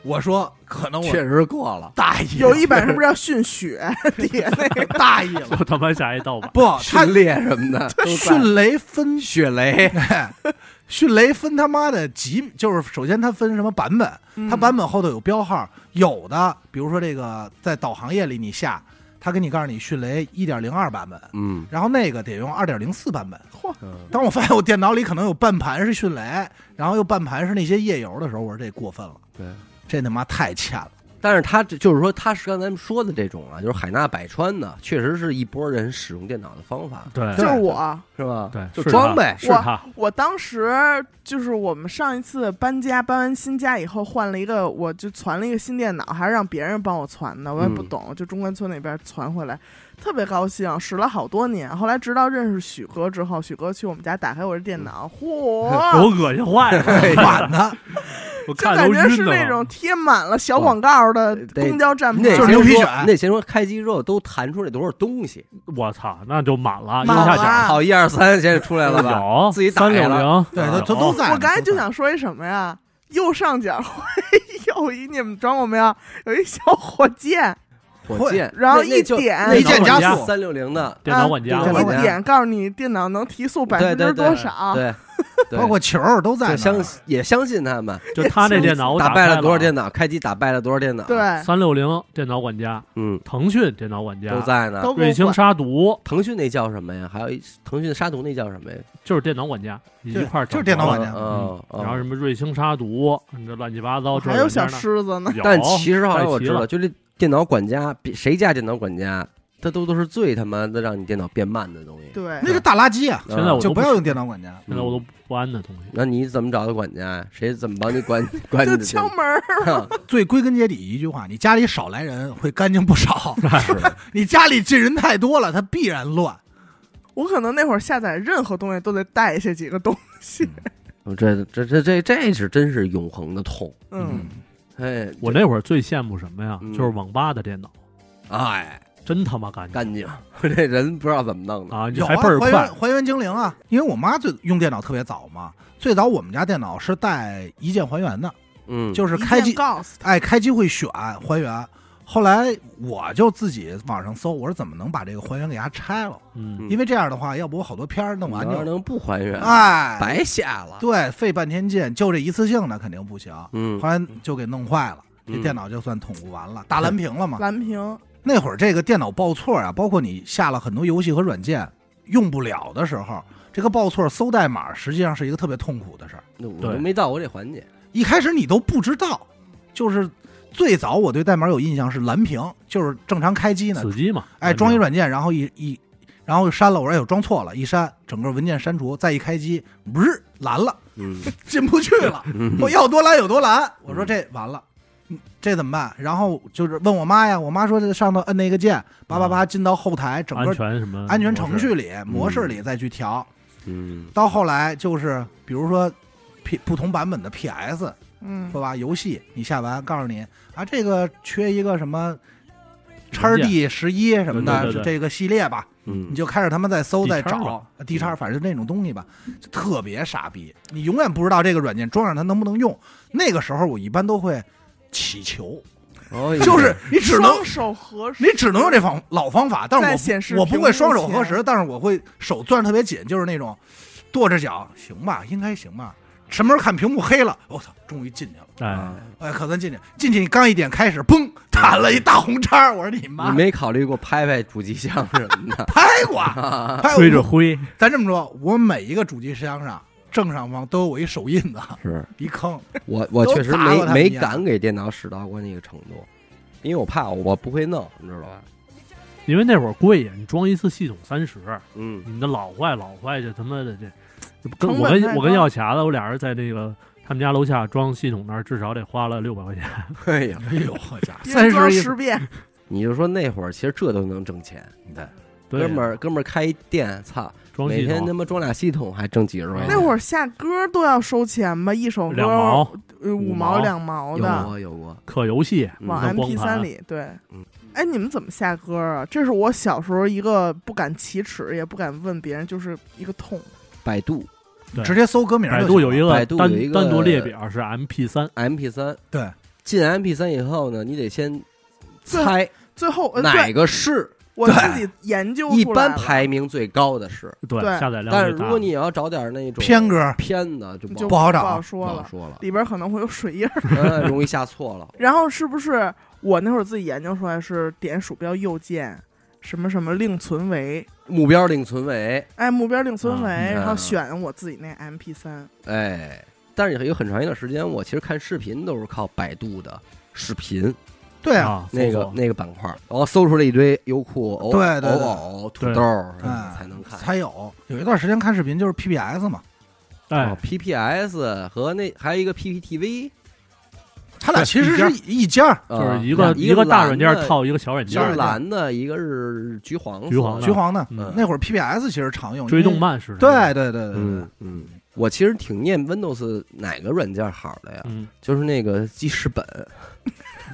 Speaker 2: 我说可能我
Speaker 1: 确实过了，
Speaker 2: 大意了
Speaker 3: 有一版是不是要训血？ 底下那个
Speaker 2: 大意了，
Speaker 4: 就他妈下一盗 版。
Speaker 2: 不，他
Speaker 1: 训练什么的都在，
Speaker 2: 迅雷分
Speaker 1: 血雷，
Speaker 2: 迅雷分他妈的几，就是首先它分什么版本，
Speaker 3: 嗯
Speaker 4: 嗯
Speaker 2: 它版本后头有标号，有的比如说这个在导航页里你下，它给你告诉你迅雷一点零二版本，
Speaker 1: 嗯，
Speaker 2: 然后那个得用二点零四版本。
Speaker 3: 嚯
Speaker 1: 嗯
Speaker 2: 当我发现我电脑里可能有半盘是迅雷，然后又半盘是那些夜游的时候，我说这过分了，
Speaker 1: 对。
Speaker 2: 这他妈太欠了。
Speaker 1: 但是他这就是说，他是刚才咱们说的这种啊，就是海纳百川的，确实是一波人使用电脑的方法，
Speaker 4: 对
Speaker 3: 就是我，
Speaker 1: 是吧？
Speaker 4: 对
Speaker 1: 就是装
Speaker 4: 他
Speaker 1: 呗。
Speaker 4: 是他，
Speaker 3: 我当时就是我们上一次搬家，搬完新家以后换了一个，我就攒了一个新电脑，还是让别人帮我攒的，我也不
Speaker 1: 嗯
Speaker 3: 懂，就中关村那边攒回来，特别高兴，使了好多年。后来直到认识许哥之后，许哥去我们家打开我这电脑，
Speaker 4: 给 我
Speaker 3: 嚯！
Speaker 4: 恶心坏 了，
Speaker 2: 晚的，
Speaker 4: 我
Speaker 3: 就
Speaker 4: 看
Speaker 3: 感
Speaker 4: 都
Speaker 3: 觉是
Speaker 4: 晕
Speaker 3: 那
Speaker 4: 了。
Speaker 3: 种贴满了小广告的
Speaker 1: 得
Speaker 3: 公交站
Speaker 1: 你
Speaker 3: 牌
Speaker 1: 得
Speaker 2: 就，是
Speaker 1: 先
Speaker 2: 牛皮
Speaker 1: 说
Speaker 2: 癣
Speaker 1: 你得先说开机之后都弹出来多少东西，
Speaker 4: 我操，那就满了，右
Speaker 3: 满
Speaker 4: 下
Speaker 3: 了
Speaker 4: 角
Speaker 1: 好一二三，现在出来了吧？
Speaker 4: 有
Speaker 1: 自己打
Speaker 4: 三
Speaker 1: 开
Speaker 4: 六
Speaker 1: 了
Speaker 4: 零，
Speaker 2: 对，它
Speaker 4: 有
Speaker 2: 它都在呢。
Speaker 3: 我刚才就
Speaker 2: 都在，
Speaker 3: 想说一什么呀？右上角会 有一，你们装过没有？有一小火箭，
Speaker 1: 火箭，
Speaker 3: 然后
Speaker 1: 那那就
Speaker 3: 一点
Speaker 1: 那
Speaker 2: 一键加
Speaker 4: 速
Speaker 1: 三六零的，
Speaker 4: 电脑管家
Speaker 3: 啊
Speaker 1: 电脑管
Speaker 3: 一
Speaker 1: 家
Speaker 3: 点告诉你电脑能提速百分之多少，
Speaker 1: 对，对
Speaker 2: 包括球儿都在
Speaker 1: 就
Speaker 2: 呢。
Speaker 1: 相也相信他们
Speaker 4: 就他那电脑我
Speaker 1: 打败
Speaker 4: 败
Speaker 1: 了多少电
Speaker 4: 脑？
Speaker 1: 脑，开机打败了多少电脑，，
Speaker 2: 啊
Speaker 3: 对
Speaker 4: 三六零电脑管家，
Speaker 1: 嗯，
Speaker 4: 腾讯电脑管家
Speaker 1: 都，在呢。
Speaker 3: 都给
Speaker 4: 瑞
Speaker 3: 我
Speaker 4: 星
Speaker 3: 管
Speaker 4: 杀毒
Speaker 1: 腾讯那叫什么呀？还有一腾讯杀毒那叫什么呀？
Speaker 4: 就是电脑管家一
Speaker 2: 对
Speaker 4: 块儿整
Speaker 2: 就是电脑
Speaker 4: 合
Speaker 2: 管
Speaker 4: 了
Speaker 2: 家
Speaker 1: 嗯，嗯
Speaker 4: 然后什么瑞星杀毒，你这乱七八糟，这
Speaker 3: 还有
Speaker 4: 软件
Speaker 3: 小
Speaker 4: 呢，
Speaker 3: 狮子呢，
Speaker 4: 有
Speaker 1: 但其实好像我知，
Speaker 4: 带
Speaker 1: 道，
Speaker 4: 齐
Speaker 1: 就这电脑管家，比谁家电脑管家，它都都是最他妈的让你电脑变慢的东西。
Speaker 3: 对，
Speaker 2: 那个大垃圾啊，
Speaker 1: 嗯
Speaker 4: 现在我
Speaker 2: 就
Speaker 4: 都
Speaker 2: 不
Speaker 4: 不
Speaker 2: 要用电脑管家。
Speaker 4: 了现在我都不安的东西。
Speaker 1: 那你怎么找的管家？谁怎么帮你 管管你
Speaker 3: 就
Speaker 1: 的
Speaker 3: 敲
Speaker 1: 电
Speaker 3: 门儿，啊
Speaker 1: 脑？
Speaker 2: 最归根结底一句话，你家里少来人会干净 不少。
Speaker 1: 是
Speaker 2: 你家里这人太多了，它必然乱。
Speaker 3: 我可能那会儿下载任何东西都得带下几个东西，
Speaker 1: 我这这这这这是真是永恒的痛。
Speaker 3: 嗯，
Speaker 1: 哎，
Speaker 4: 我那会儿最羡慕什么呀？
Speaker 1: 嗯
Speaker 4: 就是网吧的电脑，
Speaker 1: 哎
Speaker 4: 真他妈干净
Speaker 1: 干净， 这人不知道怎么弄的。
Speaker 4: 啊！你
Speaker 2: 有啊，
Speaker 4: 还倍儿
Speaker 2: 还
Speaker 4: 快
Speaker 2: 原，还原精灵啊！因为我妈最用电脑特别早嘛，最早我们家电脑是带一键还原的，
Speaker 1: 嗯，
Speaker 2: 就是开
Speaker 3: 一键
Speaker 2: 机，
Speaker 3: 告诉
Speaker 2: 哎，开机会选还原。后来我就自己网上搜，我说怎么能把这个还原给它拆了？
Speaker 4: 嗯
Speaker 1: 嗯
Speaker 2: 因为这样的话，要不我好多片儿弄完
Speaker 1: 你要是
Speaker 2: 就
Speaker 1: 能不还原，
Speaker 2: 哎，
Speaker 1: 白瞎了。
Speaker 2: 对，费半天劲，就这一次性的肯定不行。
Speaker 1: 嗯
Speaker 2: 后来就给弄坏了，这
Speaker 1: 嗯
Speaker 2: 电脑就算捅咕完了，大蓝屏了嘛。
Speaker 3: 蓝屏，
Speaker 2: 那会儿这个电脑报错啊，包括你下了很多游戏和软件用不了的时候，这个报错搜代码实际上是一个特别痛苦的事儿。
Speaker 1: 那我
Speaker 4: 对
Speaker 1: 都没到过这环 节。
Speaker 2: 一开始你都不知道，就是最早我对代码有印象是蓝屏，就是正常
Speaker 1: 嗯
Speaker 2: 开机呢，
Speaker 4: 死机嘛，
Speaker 2: 哎，装一软件，然后一一，然后删了，我说哎呦装错了，一删整个文件删除，再一开机，不是蓝了，
Speaker 1: 嗯
Speaker 2: 进不去了。
Speaker 1: 嗯
Speaker 2: 我要多蓝有多蓝。我说这完了，嗯这怎么办？然后就是问我妈呀，我妈说这上头摁那个键，叭叭叭进到后台整
Speaker 4: 啊安
Speaker 2: 个
Speaker 4: 全什么
Speaker 2: 安全程序
Speaker 4: 模式，
Speaker 2: 里、模式里再去调。
Speaker 1: 嗯
Speaker 2: 到后来就是比如说 P 不同版本的 PS
Speaker 3: 嗯，
Speaker 2: 说吧，游戏你下完告诉你啊，这个缺一个什么。叉
Speaker 4: 文件
Speaker 2: D 十一什么的，
Speaker 4: 对对对
Speaker 2: 是
Speaker 4: 对
Speaker 2: 这个系列吧，
Speaker 1: 嗯
Speaker 2: 你，就开始他们在搜
Speaker 4: D
Speaker 2: 在
Speaker 4: 叉
Speaker 2: 找
Speaker 4: 吧
Speaker 2: D 叉，反正那种东西吧，就特别傻逼。你永远不知道这个软件装上它能不能用。那个时候我一般都会祈求，
Speaker 1: 哦
Speaker 2: 就是你只能
Speaker 3: 双手合十，
Speaker 2: 你只能用这方老方法，但
Speaker 3: 在
Speaker 2: 是
Speaker 3: 显示
Speaker 2: 我我不
Speaker 3: 屏
Speaker 2: 会
Speaker 3: 幕
Speaker 2: 双手
Speaker 3: 前
Speaker 2: 合十，但是我会手攥特别紧，就是那种跺着脚，行吧，应该行吧。什么时候看屏幕黑了，我、操，终于进去了。
Speaker 4: 哎，
Speaker 2: 哎，可算进去，进去你刚一点开始，嘣，弹了一大红叉，我说你妈
Speaker 1: 你，没考虑过拍拍主机箱什么 的？
Speaker 2: 拍过，拍
Speaker 4: 吹着灰，
Speaker 2: 咱这么说，我每一个主机箱上正上方都有一手印子，
Speaker 1: 是
Speaker 2: 一坑。
Speaker 1: 我我
Speaker 2: 都
Speaker 1: 确实
Speaker 2: 砸过
Speaker 1: 没
Speaker 2: 他们
Speaker 1: 没
Speaker 2: 一样
Speaker 1: 敢给电脑使到过那个程度，因为我怕我不会弄，你知道吧？
Speaker 4: 因为那会儿贵呀，你装一次系统三十，
Speaker 1: 嗯
Speaker 4: 你的老坏老坏，这他妈的这，跟
Speaker 3: 成
Speaker 4: 我
Speaker 3: 本太
Speaker 4: 跟
Speaker 3: 高
Speaker 4: 我跟药匣子，我俩人在那个他们家楼下装系统那儿，至少得花了六百块钱。
Speaker 1: 哎呀，
Speaker 2: 哎呦，好家伙，
Speaker 3: 一人
Speaker 2: 三
Speaker 3: 装
Speaker 2: 十一
Speaker 3: 十遍，
Speaker 1: 你就说那会儿其实这都能挣钱，
Speaker 2: 对，
Speaker 1: 哥
Speaker 4: 对
Speaker 1: 们儿哥们儿开一店，操，
Speaker 4: 装
Speaker 1: 每
Speaker 4: 系
Speaker 1: 天他
Speaker 4: 统
Speaker 1: 妈装俩系统还挣几
Speaker 2: 嗯
Speaker 1: 十块钱
Speaker 3: 那。会儿下歌都要收钱吧，一首歌
Speaker 4: 两毛
Speaker 3: 呃五
Speaker 4: 五毛啊
Speaker 3: 两毛
Speaker 1: 有
Speaker 3: 的，
Speaker 1: 过有啊过，
Speaker 4: 可游戏，
Speaker 3: 往
Speaker 4: 那
Speaker 3: M
Speaker 4: 光
Speaker 3: P
Speaker 4: 盘
Speaker 3: 三里对
Speaker 1: 嗯。
Speaker 3: 哎，你们怎么下歌啊？这是我小时候一个不敢启齿，也不敢问别人，就是一个痛。
Speaker 1: 百度
Speaker 4: 对
Speaker 2: 直接搜歌名就行
Speaker 4: 百
Speaker 2: 了。
Speaker 4: 度有一
Speaker 1: 百
Speaker 4: 个
Speaker 1: 度
Speaker 4: 单
Speaker 1: 有一个
Speaker 4: 单独列表是 M P 三，
Speaker 1: MP 三，
Speaker 2: 对，
Speaker 1: 进 MP 三以后呢，你得先
Speaker 3: 最
Speaker 1: 猜
Speaker 3: 最后，呃、
Speaker 1: 哪
Speaker 3: 对
Speaker 1: 个是
Speaker 3: 我自己研究
Speaker 1: 一
Speaker 3: 出来
Speaker 1: 般
Speaker 3: 了
Speaker 1: 排名最高的是，
Speaker 4: 对
Speaker 3: 对
Speaker 4: 下载量
Speaker 1: 但是
Speaker 4: 最大
Speaker 1: 如果你要找点那种
Speaker 2: 偏歌，
Speaker 1: 偏的就
Speaker 3: 就
Speaker 1: 不
Speaker 2: 不好找
Speaker 3: 不好
Speaker 1: 不
Speaker 3: 说
Speaker 1: 好
Speaker 3: 了，
Speaker 1: 说了，
Speaker 3: 里边可能会有水印儿。
Speaker 1: 嗯容易下错了。
Speaker 3: 然后是不是我那会儿自己研究出来是点鼠标右键，什么什么另存为，
Speaker 1: 目标定存为，
Speaker 3: 哎，目标另存
Speaker 4: 啊
Speaker 3: 为，
Speaker 1: 嗯
Speaker 3: 然后选我自己那 M P 三。
Speaker 1: 哎，但是有很长一段时间，我其实看视频都是靠百度的视频
Speaker 2: 对啊，
Speaker 4: 啊，
Speaker 1: 那
Speaker 4: 搜
Speaker 1: 个
Speaker 4: 索
Speaker 1: 那个板块，然后搜出了一堆优酷、偶
Speaker 2: 对对对
Speaker 1: 偶偶、土
Speaker 4: 对
Speaker 1: 豆儿
Speaker 4: 啊
Speaker 2: 哎
Speaker 1: 才能看。
Speaker 2: 才有有一段时间看视频就是 PPS 嘛，
Speaker 4: 哎
Speaker 1: 哦，PPS 和那还有一个 PPTV，
Speaker 2: 他俩
Speaker 4: 对
Speaker 2: 其实
Speaker 4: 一家
Speaker 2: 是一一家，
Speaker 4: 就是一
Speaker 1: 啊
Speaker 4: 个
Speaker 1: 一
Speaker 4: 个
Speaker 1: 蓝
Speaker 4: 大软件
Speaker 1: 的，
Speaker 4: 套一个小软
Speaker 1: 一
Speaker 4: 件
Speaker 1: 个
Speaker 4: 儿
Speaker 1: 是
Speaker 2: 的
Speaker 1: 蓝的，一个是橘黄色的
Speaker 4: 橘黄的
Speaker 2: 橘黄的。
Speaker 4: 嗯，
Speaker 2: 那会儿 PPS 其实常用，
Speaker 4: 追
Speaker 2: 因为
Speaker 4: 动。漫似的，
Speaker 2: 对对对对对
Speaker 1: 嗯，嗯，我其实挺念 Windows 哪个软件好的呀？
Speaker 4: 嗯，
Speaker 1: 就是那个记事本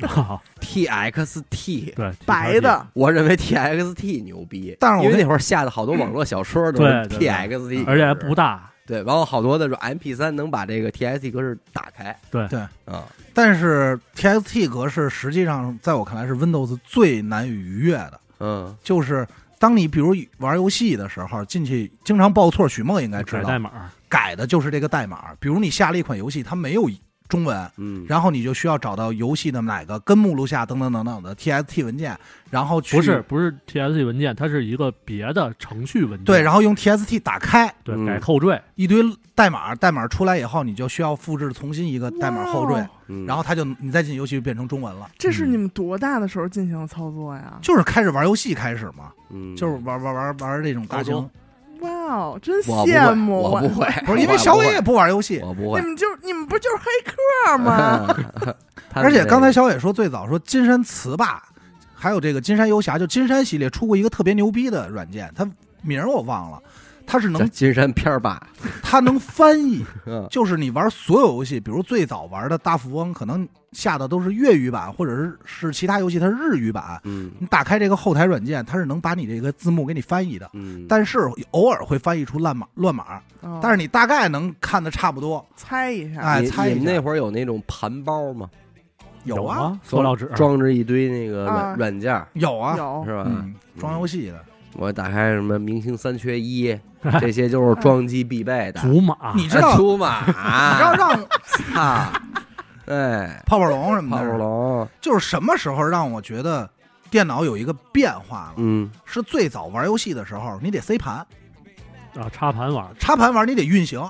Speaker 4: 哈哈
Speaker 1: TXT，
Speaker 4: 对，
Speaker 3: 白的，
Speaker 1: 我认为 TXT 牛逼，
Speaker 2: 但是我
Speaker 1: 因为
Speaker 2: 那
Speaker 1: 那会儿下的好多网络小说都是
Speaker 4: 对对对
Speaker 1: TXT，
Speaker 4: 而且还不大，
Speaker 1: 对，然后好多的 MP 三能把这个 TXT 格式打开，
Speaker 4: 对
Speaker 2: 对
Speaker 1: 啊，
Speaker 2: 但是 TXT 格式实际上在我看来是 Windows 最难以逾越的，
Speaker 1: 嗯，
Speaker 2: 就是当你比如玩游戏的时候进去经常报错，许梦
Speaker 1: 哎
Speaker 2: 应该知
Speaker 4: 改
Speaker 2: 道
Speaker 4: 代，码，
Speaker 2: 改的就是这个代码。比如你下了一款游戏，它没有中文，
Speaker 1: 嗯，
Speaker 2: 然后你就需要找到游戏的哪个根目录下等等等等的 TXT 文件，然后去
Speaker 4: 不是不是 TSC 文件，它是一个别的程序文件，
Speaker 2: 对，然后用 TXT 打开
Speaker 4: 对
Speaker 1: 嗯
Speaker 4: 改后缀，
Speaker 2: 一堆代码，代码出来以后，你就需要复制重新一个代码后缀
Speaker 3: 哇，
Speaker 1: 嗯
Speaker 2: 然后它就你再进游戏就变成中文了。
Speaker 3: 这是你们多大的时候进行的操作呀？
Speaker 2: 就是开始玩游戏开始嘛，
Speaker 1: 嗯
Speaker 2: 就是玩玩玩玩这种大
Speaker 4: 高
Speaker 2: 型
Speaker 4: 中，
Speaker 3: 哇哦，真
Speaker 1: 我不会
Speaker 3: 羡慕
Speaker 1: 我不会，
Speaker 2: 不是因为小伟也不玩游戏，
Speaker 1: 我不
Speaker 3: 你
Speaker 1: 会，
Speaker 3: 们就你们不就是黑客吗？
Speaker 1: 他们
Speaker 2: 而且刚才
Speaker 1: 这
Speaker 2: 小伟说最早说金山词霸，还有这个金山游侠，就金山系列出过一个特别牛逼的软件，它名儿我忘了，它是
Speaker 1: 个
Speaker 2: 能
Speaker 1: 叫金山片儿 吧，
Speaker 2: 它能翻译，
Speaker 1: 嗯
Speaker 2: 就是你玩所有游戏，比如最早玩的大富翁，可能下的都是粤语版，或者是是其他游戏它是日语版。
Speaker 1: 嗯
Speaker 2: 你打开这个后台软件，它是能把你这个字幕给你翻译的，
Speaker 1: 嗯，
Speaker 2: 但是偶尔会翻译出乱码乱码，
Speaker 3: 哦
Speaker 2: 但是你大概能看的差不多。
Speaker 3: 猜一下，
Speaker 2: 哎
Speaker 1: 你
Speaker 2: 猜一
Speaker 1: 你们
Speaker 2: 下
Speaker 1: 那会儿有那种盘包吗？
Speaker 2: 有啊，
Speaker 4: 啊，塑料纸
Speaker 1: 装着一堆那个软、
Speaker 3: 啊
Speaker 1: 软件儿
Speaker 2: 有啊，
Speaker 3: 有
Speaker 1: 是吧？
Speaker 2: 嗯，装游戏的。
Speaker 1: 我打开什么明星三缺 一，这些就是装机必备的。
Speaker 4: 祖玛，
Speaker 2: 你知道
Speaker 1: 哎粗马，
Speaker 2: 你要让
Speaker 1: 啊， 哎，
Speaker 2: 泡泡龙什么
Speaker 1: 泡
Speaker 2: 的，
Speaker 1: 泡龙，
Speaker 2: 就是什么时候让我觉得电脑有一个变化了？
Speaker 1: 嗯，
Speaker 2: 是最早玩游戏的时候，你得塞盘，
Speaker 4: 啊插盘玩儿，
Speaker 2: 插盘玩你得运行。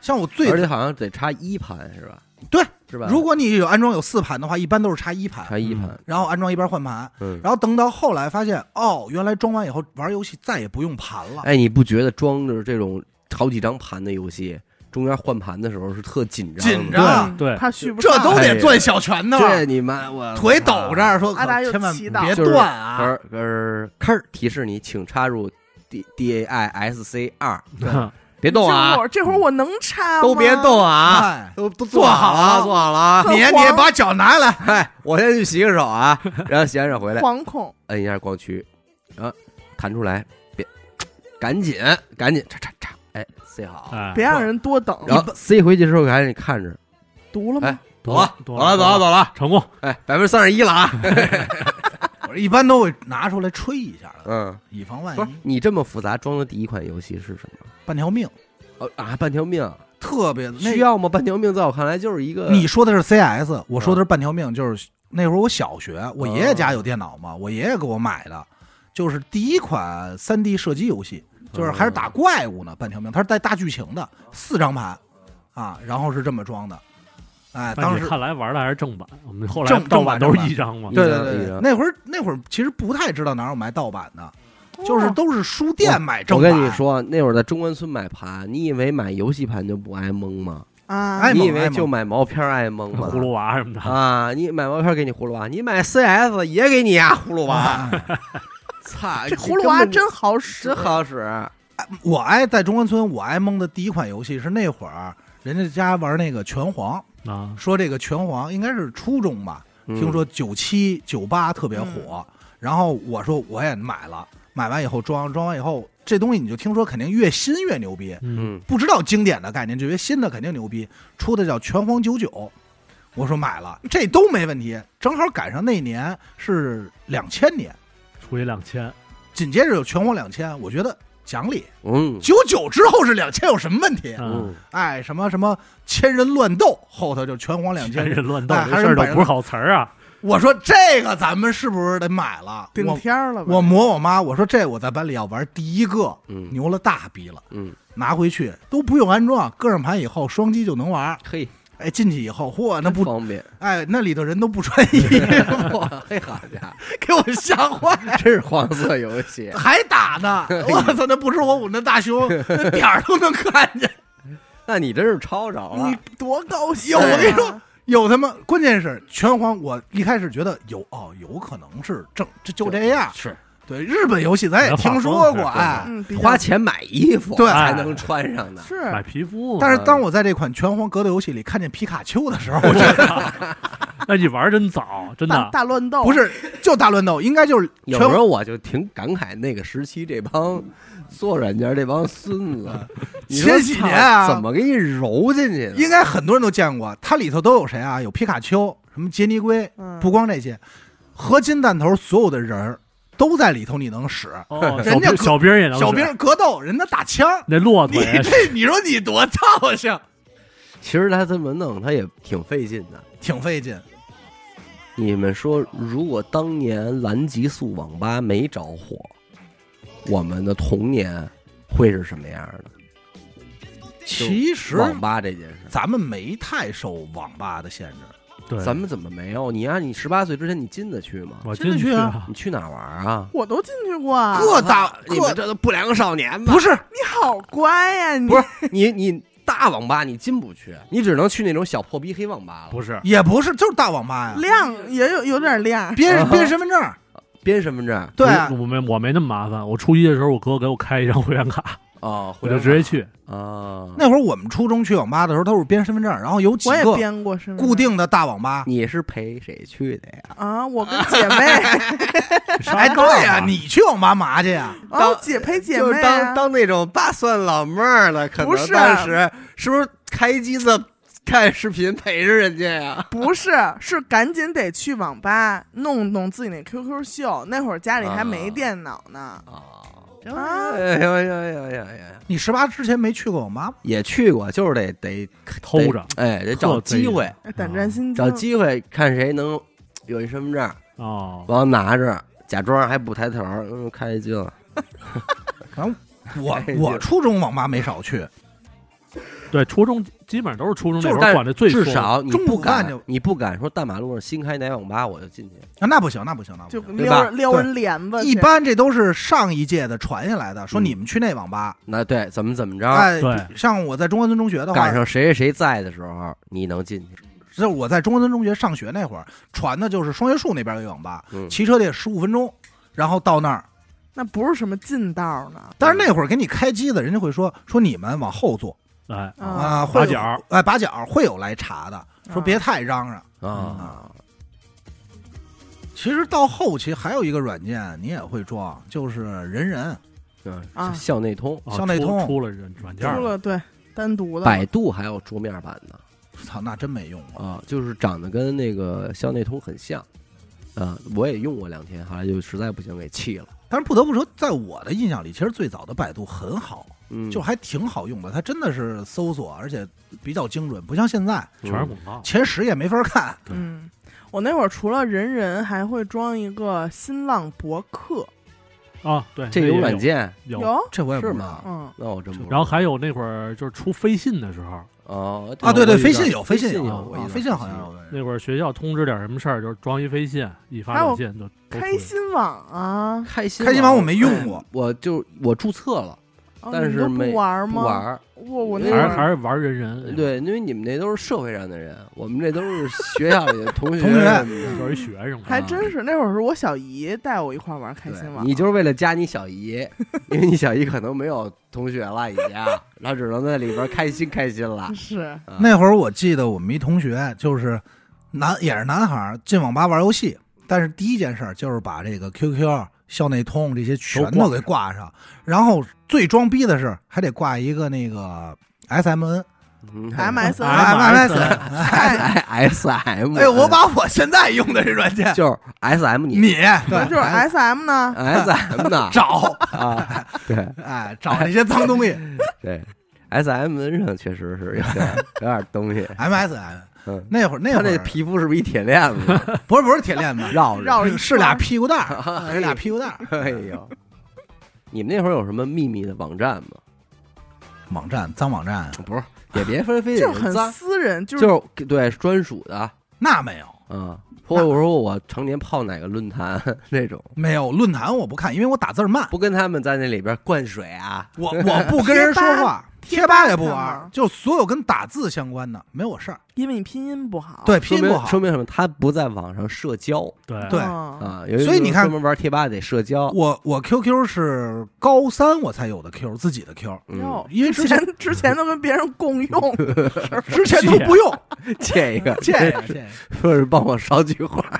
Speaker 2: 像我
Speaker 1: 而
Speaker 2: 最，
Speaker 1: 且好像得插一盘是吧？
Speaker 2: 对，
Speaker 1: 是吧？
Speaker 2: 如果你有安装有四盘的话，一般都是插一盘，
Speaker 1: 插一盘，
Speaker 2: 然后安装一边换盘。
Speaker 1: 嗯，
Speaker 2: 然后等到后来发现，哦，原来装完以后玩游戏再也不用盘了。
Speaker 1: 哎，你不觉得装着这种好几张盘的游戏，中间换盘的时候是特紧啊张的吗？
Speaker 2: 紧张啊
Speaker 4: 对，
Speaker 3: 他续不
Speaker 2: 这
Speaker 3: 上
Speaker 2: 都
Speaker 1: 哎
Speaker 2: 得
Speaker 1: 呀
Speaker 2: 攥小拳头，
Speaker 1: 这你妈哎我
Speaker 2: 腿抖着说，
Speaker 3: 阿达
Speaker 2: 可
Speaker 3: 又
Speaker 2: 千万
Speaker 3: 祈祷
Speaker 2: 别
Speaker 1: 就是
Speaker 2: 断
Speaker 1: 咔
Speaker 2: 啊！
Speaker 1: 儿咔儿咔儿提示你，请插入 D D A I S C 二，
Speaker 4: 嗯
Speaker 1: 别
Speaker 3: 这
Speaker 1: 动啊
Speaker 3: 会，儿这会儿我能插吗
Speaker 1: 都别动啊，
Speaker 2: 哎，
Speaker 1: 都都
Speaker 2: 坐好
Speaker 1: 了啊，坐好了啊。
Speaker 2: 你
Speaker 3: 很
Speaker 2: 你
Speaker 3: 慌
Speaker 2: 把脚拿下来，
Speaker 1: 哎，我先去洗个手 啊，然后洗完手回来，
Speaker 3: 惶恐，
Speaker 1: 摁一下光驱，然后弹出来，别，赶紧赶紧，叉叉叉，哎，C 好，
Speaker 2: 啊
Speaker 4: 哎，
Speaker 3: 别让人多等。
Speaker 1: 然后 C 回去之后赶紧看着，
Speaker 3: 读了
Speaker 2: 哎
Speaker 3: 吗？
Speaker 1: 走
Speaker 2: 啊
Speaker 1: 了
Speaker 4: 走
Speaker 1: 走了走了，走了，
Speaker 4: 成功，
Speaker 1: 哎，百分之三十一了啊，
Speaker 2: 我一般都会拿出来吹一下的，
Speaker 1: 嗯，
Speaker 2: 以防万
Speaker 1: 不是
Speaker 2: 一。
Speaker 1: 你这么复杂装的第一款游戏是什么？
Speaker 2: 半条命
Speaker 1: 哦啊，半条命
Speaker 2: 特别那呃
Speaker 1: 需要吗？半条命在我看来就是一个
Speaker 2: 你说的是 CS，我说的是半条命，就是那会儿我小学，我爷爷家有电脑嘛，我爷爷给我买的，就是第一款三 D 射击游戏，就是还是打怪物呢。半条命它是带大剧情的，四张盘啊，然后是这么装的。哎，
Speaker 4: 那
Speaker 2: 当
Speaker 4: 你
Speaker 2: 时
Speaker 4: 看来玩的还是正版，我们后来
Speaker 2: 正
Speaker 4: 盗版
Speaker 2: 正版
Speaker 4: 都
Speaker 2: 正
Speaker 4: 是
Speaker 2: 版
Speaker 4: 一张嘛，
Speaker 2: 对
Speaker 1: 一张
Speaker 2: 对
Speaker 1: 一
Speaker 2: 对，
Speaker 1: 张
Speaker 2: 那会儿那会儿其实不太知道哪有买盗版的，就是
Speaker 3: 哦
Speaker 2: 都是书店买正
Speaker 1: 我
Speaker 2: 版。
Speaker 1: 跟你，说，那会儿在中关村买盘，你以为买游戏盘就不挨蒙吗？
Speaker 3: 啊
Speaker 2: 哎，爱蒙
Speaker 1: 你以为
Speaker 2: 爱蒙
Speaker 1: 就买毛片挨蒙吗？
Speaker 4: 葫芦娃什么的，
Speaker 1: 啊，你买毛片给你葫芦娃，你买 CS 也给你呀、葫芦娃。
Speaker 2: 哎
Speaker 1: 操，
Speaker 3: 这葫芦
Speaker 1: 根
Speaker 3: 娃
Speaker 1: 本
Speaker 3: 真好使，
Speaker 1: 真好使。
Speaker 2: 哎我挨在中关村，我挨蒙的第一款游戏是那会儿人家家玩那个拳皇。
Speaker 4: 啊，
Speaker 2: 说这个拳皇应该是初中吧，
Speaker 1: 嗯
Speaker 2: 听说九七九八特别火，
Speaker 4: 嗯
Speaker 2: 然后我说我也买了，买完以后装，装完以后这东西你就听说肯定越新越牛逼，
Speaker 4: 嗯，
Speaker 1: 嗯，
Speaker 2: 不知道经典的概念，就觉得新的肯定牛逼，出的叫拳皇九九，我说买了，这都没问题，正好赶上那年是两千年，
Speaker 4: 除以两千，
Speaker 2: 紧接着有拳皇两千，我觉得讲理，
Speaker 1: 嗯
Speaker 2: 九九之后是两千有什么问题？
Speaker 4: 嗯，
Speaker 2: 哎，什么什么千人乱斗，后头就拳皇两千
Speaker 4: 千，人乱斗
Speaker 2: 哎
Speaker 4: 这
Speaker 2: 还是
Speaker 4: 事儿都
Speaker 2: 百人
Speaker 4: 不是好词儿 啊，
Speaker 2: 我说这个咱们是不是得买了？
Speaker 3: 顶
Speaker 2: 我
Speaker 3: 天儿了吧？
Speaker 2: 我磨我妈，我说这我在班里要玩第一个，
Speaker 1: 嗯
Speaker 2: 牛了大逼了，
Speaker 1: 嗯，
Speaker 2: 拿回去都不用安装，搁上盘以后双击就能玩。
Speaker 1: 嘿，
Speaker 2: 哎，进去以后，嚯，那
Speaker 1: 真
Speaker 2: 不
Speaker 1: 方便，
Speaker 2: 哎那里头人都不穿衣服，
Speaker 1: 嘿好 家伙，
Speaker 2: 给我吓坏了。。
Speaker 1: 真是黄色游戏
Speaker 2: 还打呢！我操，那不是我捂那大胸，那点儿都能看见。
Speaker 1: 那你真是抄着了
Speaker 3: 你。多高兴！啊
Speaker 2: 有我跟你说，，有他妈，关键是拳皇，我一开始觉得有哦，有可能是正，这就这样。
Speaker 1: 是
Speaker 2: 对日本游戏咱也听说过，
Speaker 4: 对
Speaker 2: 哎，
Speaker 3: 嗯，比较哎
Speaker 1: 花钱买衣服
Speaker 2: 对
Speaker 1: 才能穿上的。
Speaker 3: 是
Speaker 4: 买皮肤嘛，
Speaker 2: 哎但是当我在这款拳皇格斗游戏里看见皮卡丘的时候，我觉得
Speaker 4: 那你玩儿真早，真
Speaker 3: 大
Speaker 4: 的，
Speaker 3: 大乱斗，
Speaker 2: 不是 就大乱斗，应该就是
Speaker 1: 有
Speaker 2: 拳
Speaker 1: 时
Speaker 2: 皇
Speaker 1: 候我就挺感慨那个时期这帮做软件这帮孙子，你说
Speaker 2: 千禧年啊
Speaker 1: 操怎么给你揉进去的？
Speaker 2: 应该很多人都见过，它里头都有谁啊？有皮卡丘，什么杰尼龟，
Speaker 3: 嗯
Speaker 2: 不光这些，合金弹头所有的人儿都在里头，你能使
Speaker 4: 哦，
Speaker 2: 人
Speaker 4: 小
Speaker 2: 家
Speaker 4: 兵
Speaker 2: 可
Speaker 4: 小兵也能
Speaker 2: 小
Speaker 4: 使
Speaker 2: 兵格斗，人家打枪，
Speaker 4: 那骆
Speaker 2: 你
Speaker 4: 驼 也
Speaker 2: 这你说你多操性，
Speaker 1: 其实他这么弄，他也挺费劲的。
Speaker 2: 挺费劲。
Speaker 1: 你们说，如果当年蓝极速网吧没着火，我们的童年会是什么样的？
Speaker 2: 其实
Speaker 1: 网吧这件事，
Speaker 2: 咱们没太受网吧的限制，
Speaker 4: 对，
Speaker 1: 咱们怎么没有？你按你十八岁之前，你进得去吗？
Speaker 4: 我
Speaker 2: 真的
Speaker 4: 进
Speaker 2: 去
Speaker 4: 去
Speaker 2: 啊
Speaker 4: 啊
Speaker 1: 你去哪儿玩啊？
Speaker 3: 我都进去过啊。
Speaker 2: 各大
Speaker 1: 你们
Speaker 2: 各
Speaker 1: 这都不良少年吧
Speaker 2: 不？是
Speaker 3: 你好乖呀，你
Speaker 1: 不是，你你大网吧你进不去，你只能去那种小破逼黑网吧了。
Speaker 4: 啊不是
Speaker 2: 也不是，就是大网吧呀，
Speaker 3: 亮也有有点亮，
Speaker 2: 编
Speaker 1: 啊
Speaker 2: 编身份证，
Speaker 1: 编身份证
Speaker 2: 对啊
Speaker 4: 我我没我没那么麻烦。我初一的时候，我哥给我开一张会员卡，
Speaker 1: 啊，
Speaker 4: 我就直接去。
Speaker 1: 啊。
Speaker 2: 那会儿我们初中去网吧的时候都是编身份证，然后有几
Speaker 3: 我也
Speaker 2: 个
Speaker 3: 编过身份证
Speaker 2: 固定的大网 吧。
Speaker 1: 你是陪谁去的呀？
Speaker 3: 啊，我跟姐 妹，
Speaker 2: 哎，
Speaker 4: 上
Speaker 2: 对
Speaker 4: 当
Speaker 2: 呀、
Speaker 4: 了
Speaker 2: 你去网吧嘛去呀、
Speaker 3: 哦
Speaker 1: 当，
Speaker 3: 姐陪姐
Speaker 1: 就是
Speaker 3: 妹
Speaker 1: 当
Speaker 3: 啊，
Speaker 1: 当那种八算老妹儿了，可
Speaker 3: 不
Speaker 1: 能
Speaker 3: 是啊
Speaker 1: 当时是不是开机的看视频陪着人家呀。
Speaker 3: 不是，是赶紧得去网吧弄弄自己那 QQ 秀。那会儿家里还没电脑呢，
Speaker 1: 啊，
Speaker 3: 啊
Speaker 1: 哎呀呀呀呀呀！
Speaker 2: 你十八之前没去过网吧吗？
Speaker 1: 也去过，就是得得
Speaker 4: 偷着，
Speaker 1: 哎，得找机会，
Speaker 3: 哎胆战心
Speaker 1: 找
Speaker 3: 惊。
Speaker 1: 机会看谁能有一身份证，
Speaker 4: 哦，
Speaker 1: 完了拿着，假装还不抬头，嗯，开机了。
Speaker 2: 反正我
Speaker 1: 哎
Speaker 2: 我
Speaker 1: 就
Speaker 2: 初中网吧没少去，
Speaker 4: 对，初中基本上都是初中那
Speaker 1: 就是
Speaker 4: 会
Speaker 1: 但
Speaker 4: 儿
Speaker 1: 是
Speaker 4: 管的最
Speaker 1: 至
Speaker 4: 松
Speaker 1: 少你
Speaker 2: 中午
Speaker 1: 不
Speaker 2: 饭
Speaker 1: 敢
Speaker 2: 就，
Speaker 1: 你不敢说大马路上新开哪网吧我就进去。
Speaker 2: 啊，那不行，那不行，那不
Speaker 3: 就
Speaker 2: 行。
Speaker 1: 对
Speaker 3: 撩
Speaker 1: 吧
Speaker 3: 人撩人帘子去，
Speaker 2: 一般这都是上一届的传下来的，说
Speaker 1: 嗯
Speaker 2: 你们去那网吧，
Speaker 1: 那对，怎么怎么着，
Speaker 2: 哎，
Speaker 4: 对
Speaker 2: 比像我在中关村中学的话
Speaker 1: 赶，上谁谁谁在的时候，你能进去。
Speaker 2: 就是我在中关村中学上学那会儿，传的就是双榆树那边有一网吧，
Speaker 1: 嗯，
Speaker 2: 骑车得十五分钟，然后到那儿。
Speaker 3: 那不是什么近道呢。
Speaker 2: 但是那会儿给你开机的，人家会说说你们往后坐
Speaker 1: 嗯
Speaker 4: 哎，
Speaker 3: 啊，
Speaker 4: 八
Speaker 2: 啊，会有
Speaker 4: 角
Speaker 2: 哎把角会有来查的，说别太嚷嚷。
Speaker 1: 啊，
Speaker 2: 其实到后期还有一个软件你也会装，就是人人，
Speaker 1: 嗯
Speaker 3: 啊
Speaker 1: 校内通，
Speaker 4: 啊
Speaker 2: 向内
Speaker 4: 出
Speaker 2: 通
Speaker 4: 出了软软件
Speaker 3: 出
Speaker 4: 儿，
Speaker 3: 了对单独的
Speaker 1: 百度还有桌面版的
Speaker 2: 操，那真没用过。
Speaker 1: 啊，就是长得跟那个校内通很像。啊，我也用过两天，后来就实在不行给弃了。
Speaker 2: 但是不得不说，在我的印象里，其实最早的百度很好，
Speaker 1: 嗯，
Speaker 2: 就还挺好用的，它真的是搜索，而且比较精准，不像现在
Speaker 4: 全是广告。
Speaker 2: 前十也没法看。
Speaker 3: 嗯，我那会儿除了人人，还会装一个新浪博客，
Speaker 4: 啊，对，
Speaker 1: 这
Speaker 4: 那
Speaker 1: 有
Speaker 4: 也
Speaker 1: 软件，
Speaker 4: 有有，
Speaker 3: 有，
Speaker 2: 这我也不
Speaker 1: 是
Speaker 2: 知
Speaker 1: 吗
Speaker 2: 道
Speaker 3: 嗯，
Speaker 1: 那我真不知道。
Speaker 4: 然后还有那会儿就是出飞信的时候，
Speaker 1: 哦
Speaker 2: 啊。对
Speaker 1: 我
Speaker 2: 对，
Speaker 1: 有一
Speaker 2: 飞
Speaker 1: 段
Speaker 2: 信有，
Speaker 1: 飞
Speaker 2: 飞
Speaker 1: 有，
Speaker 2: 信
Speaker 4: 啊
Speaker 1: 我有一
Speaker 2: 飞
Speaker 1: 段
Speaker 2: 信好像有。
Speaker 4: 那会儿学校通知点什么事儿，就是装一飞信，一发
Speaker 3: 还有
Speaker 4: 短信就都出
Speaker 3: 开
Speaker 4: 来
Speaker 3: 心网啊，
Speaker 1: 开心哎
Speaker 2: 开心网我没用过，
Speaker 1: 我就我注册了，
Speaker 3: 哦
Speaker 1: 但
Speaker 3: 你
Speaker 1: 是
Speaker 3: 都
Speaker 1: 没
Speaker 3: 不玩
Speaker 1: 不
Speaker 3: 吗？
Speaker 1: 玩儿。
Speaker 3: 我我那会
Speaker 4: 还是还
Speaker 3: 儿
Speaker 4: 是玩人人，，
Speaker 1: 对，因为你们那都是社会上的人，我们这都是学校里的同学
Speaker 2: 同学
Speaker 1: 什么的。
Speaker 4: 就是一学生嘛。
Speaker 3: 还真是那会儿是我小姨带我一块儿玩开心
Speaker 1: 对，
Speaker 3: 网，
Speaker 1: 你就是为了加你小姨， 因为你小姨可能没有同学了，已经， 然后只能在里边开心开心了。
Speaker 3: 是
Speaker 1: 啊
Speaker 2: 那会儿我记得我们一同学就是男也是男孩儿进网吧玩游戏，但是第一件事儿就是把这个 QQ、校内通这些全
Speaker 4: 都挂
Speaker 2: 都
Speaker 4: 上
Speaker 2: 给挂上，然后最装逼的是还得挂一个那个 SMN。
Speaker 1: 嗯
Speaker 3: MSN
Speaker 4: 啊 MSN
Speaker 3: 哎
Speaker 1: S M，
Speaker 2: 哎呦，我把我现在用的这软 件，
Speaker 1: 就是 S M 你
Speaker 2: 你
Speaker 3: 那
Speaker 2: 对
Speaker 3: 就是 S M 呢，
Speaker 1: S M 呢
Speaker 2: 找
Speaker 1: 啊，对
Speaker 2: 哎找那些脏 东西哎
Speaker 1: 对，S M 上确实是有点有点东西。
Speaker 2: ，MSN
Speaker 1: 嗯，
Speaker 2: 那会儿那
Speaker 1: 他
Speaker 2: 会
Speaker 1: 那
Speaker 2: 儿
Speaker 1: 皮肤是不是一铁链子
Speaker 2: 不是不是铁链 子，
Speaker 1: 绕着？
Speaker 3: 绕一圈儿
Speaker 2: 是俩屁股蛋儿，是俩屁股蛋 儿。
Speaker 1: 哎呦，你们那会儿有什么秘密的网站 吗？
Speaker 2: 网站脏网站
Speaker 1: 不是，也别分非
Speaker 3: 就
Speaker 1: 得
Speaker 3: 是很
Speaker 1: 哎脏，
Speaker 3: 私人，就
Speaker 1: 就是是对专属的
Speaker 2: 那没有。
Speaker 1: 啊。或者我说我常年泡哪个论坛 那种，
Speaker 2: 没有论坛我不看，因为我打字儿慢，
Speaker 1: 不跟他们在那里边灌水啊。
Speaker 2: 我我不跟人说话，
Speaker 3: 贴吧
Speaker 2: 贴吧也不
Speaker 3: 贴吧看
Speaker 2: 玩
Speaker 3: 吗，
Speaker 2: 就所有跟打字相关的没我事儿。
Speaker 3: 因为你拼音不好，
Speaker 2: 对，
Speaker 1: 说
Speaker 2: 拼音不
Speaker 1: 明
Speaker 2: 好，
Speaker 1: 说明什么？他不在网上社交
Speaker 4: 对
Speaker 2: 对
Speaker 3: 啊，
Speaker 1: 啊，有一
Speaker 2: 所以
Speaker 1: 种
Speaker 2: 你看
Speaker 1: 专门玩贴吧得社交。
Speaker 2: 我我 QQ 是高三我才有的 Q，自己的 Q，
Speaker 1: 嗯，
Speaker 2: 因为之
Speaker 3: 之
Speaker 2: 前
Speaker 3: 前之前都跟别人共用，
Speaker 2: 之前都 不 用，
Speaker 1: 借一个，
Speaker 2: 这 这
Speaker 1: 说是帮我捎菊花，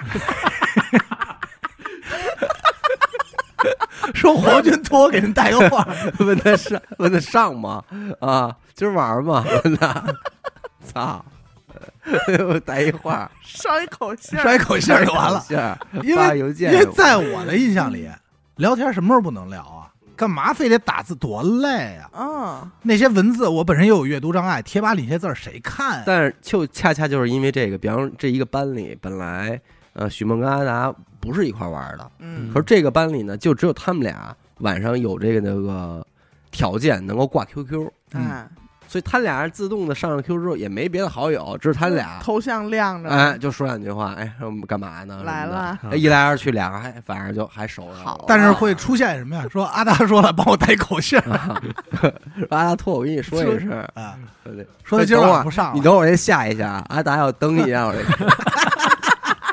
Speaker 2: 说黄军托我给您带个 话，
Speaker 1: 问他上问他上吗？啊，今儿玩吗？ 问他，操， 我带一话，
Speaker 3: 捎一口信儿
Speaker 2: 甩 口信儿就完了。
Speaker 1: 信儿，
Speaker 2: 因
Speaker 1: 发
Speaker 2: 为
Speaker 1: 邮
Speaker 2: 因
Speaker 1: 件，
Speaker 2: 为在我的印象里，聊天什么时候不能聊啊？干嘛非得打字多累啊？
Speaker 3: 嗯，
Speaker 2: 那些文字我本身又有阅读障碍，贴吧里那些字儿谁看啊呀、
Speaker 1: 但是就恰恰就是因为这个，比方说这一个班里本来呃许梦跟阿达不是一块玩的，
Speaker 3: 嗯
Speaker 1: 可是这个班里呢，就只有他们俩晚上有这个那个条件能够挂 QQ，
Speaker 2: 嗯
Speaker 3: 哎，
Speaker 1: 所以他俩是自动的上了 QQ 之后也没别的好友，只是他俩。
Speaker 3: 头像亮着，
Speaker 1: 哎，就说两句话，哎，我们干嘛呢？
Speaker 3: 来了
Speaker 4: 啊
Speaker 1: 什么的，哎一来二去，俩人还反正就还熟上
Speaker 3: 好
Speaker 1: 了。
Speaker 2: 但 是会出现什么呀？说阿达说了，帮我带口信儿
Speaker 1: 阿达托，我跟你说一声，
Speaker 2: 啊，
Speaker 1: 对对
Speaker 2: 说他
Speaker 1: 哎
Speaker 2: 今儿
Speaker 1: 等
Speaker 2: 晚
Speaker 1: 会
Speaker 2: 上
Speaker 1: 儿
Speaker 2: 不上
Speaker 1: 你
Speaker 2: 了，
Speaker 1: 等我这下一下啊，阿达要登一下我这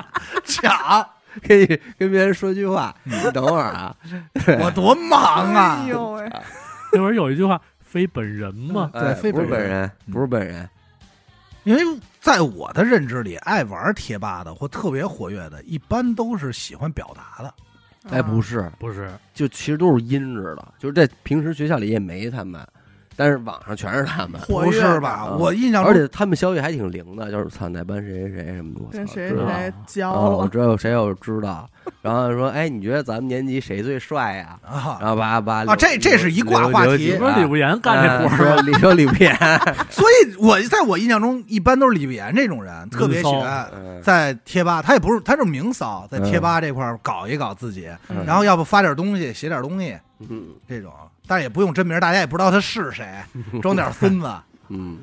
Speaker 2: 抢，
Speaker 1: 跟你跟别人说句话，你等会儿啊，
Speaker 2: 我多忙啊
Speaker 3: 哎！呦喂，
Speaker 4: 那会儿有一句话“非本人”嘛，
Speaker 2: 对
Speaker 1: 哎
Speaker 2: 非
Speaker 1: 不是
Speaker 2: 本
Speaker 1: 本
Speaker 2: 人
Speaker 1: 人，
Speaker 2: 嗯
Speaker 1: 不是本人，
Speaker 2: 因为在我的认知里，爱玩贴吧的或特别活跃的，一般都是喜欢表达的。
Speaker 1: 哎，不
Speaker 3: 是，
Speaker 1: 是，
Speaker 4: 不是
Speaker 1: 就其实都是阴着的，就是在平时学校里也没他们，但是网上全是他们，
Speaker 3: 活
Speaker 2: 不
Speaker 3: 跃
Speaker 2: 是吧？
Speaker 1: 啊
Speaker 2: 我印象
Speaker 1: 而
Speaker 2: 中
Speaker 1: 且他们消息还挺灵的，就是操哪班谁谁谁什么的，我操
Speaker 3: 跟谁
Speaker 1: 知道
Speaker 3: 谁交
Speaker 1: 啊，我
Speaker 3: 了，
Speaker 1: 知道有谁有知道，然后说哎，你觉得咱们年级谁最帅呀、
Speaker 2: 啊，
Speaker 1: 然后把把
Speaker 2: 啊这这是一挂话题
Speaker 4: 不是李不言干这活儿吗？
Speaker 1: 儿，李说李不言，
Speaker 2: 所以我在我印象中一般都是李不言这种人特别喜欢
Speaker 1: 嗯
Speaker 2: 在贴吧，他也不是他就是明骚，在贴吧这块儿搞一搞自己，
Speaker 1: 嗯
Speaker 2: 然后要不发点东西，写点东西
Speaker 1: 嗯
Speaker 2: 这种，但是也不用真名，大家也不知道他是 谁，装点孙 子。
Speaker 1: 嗯，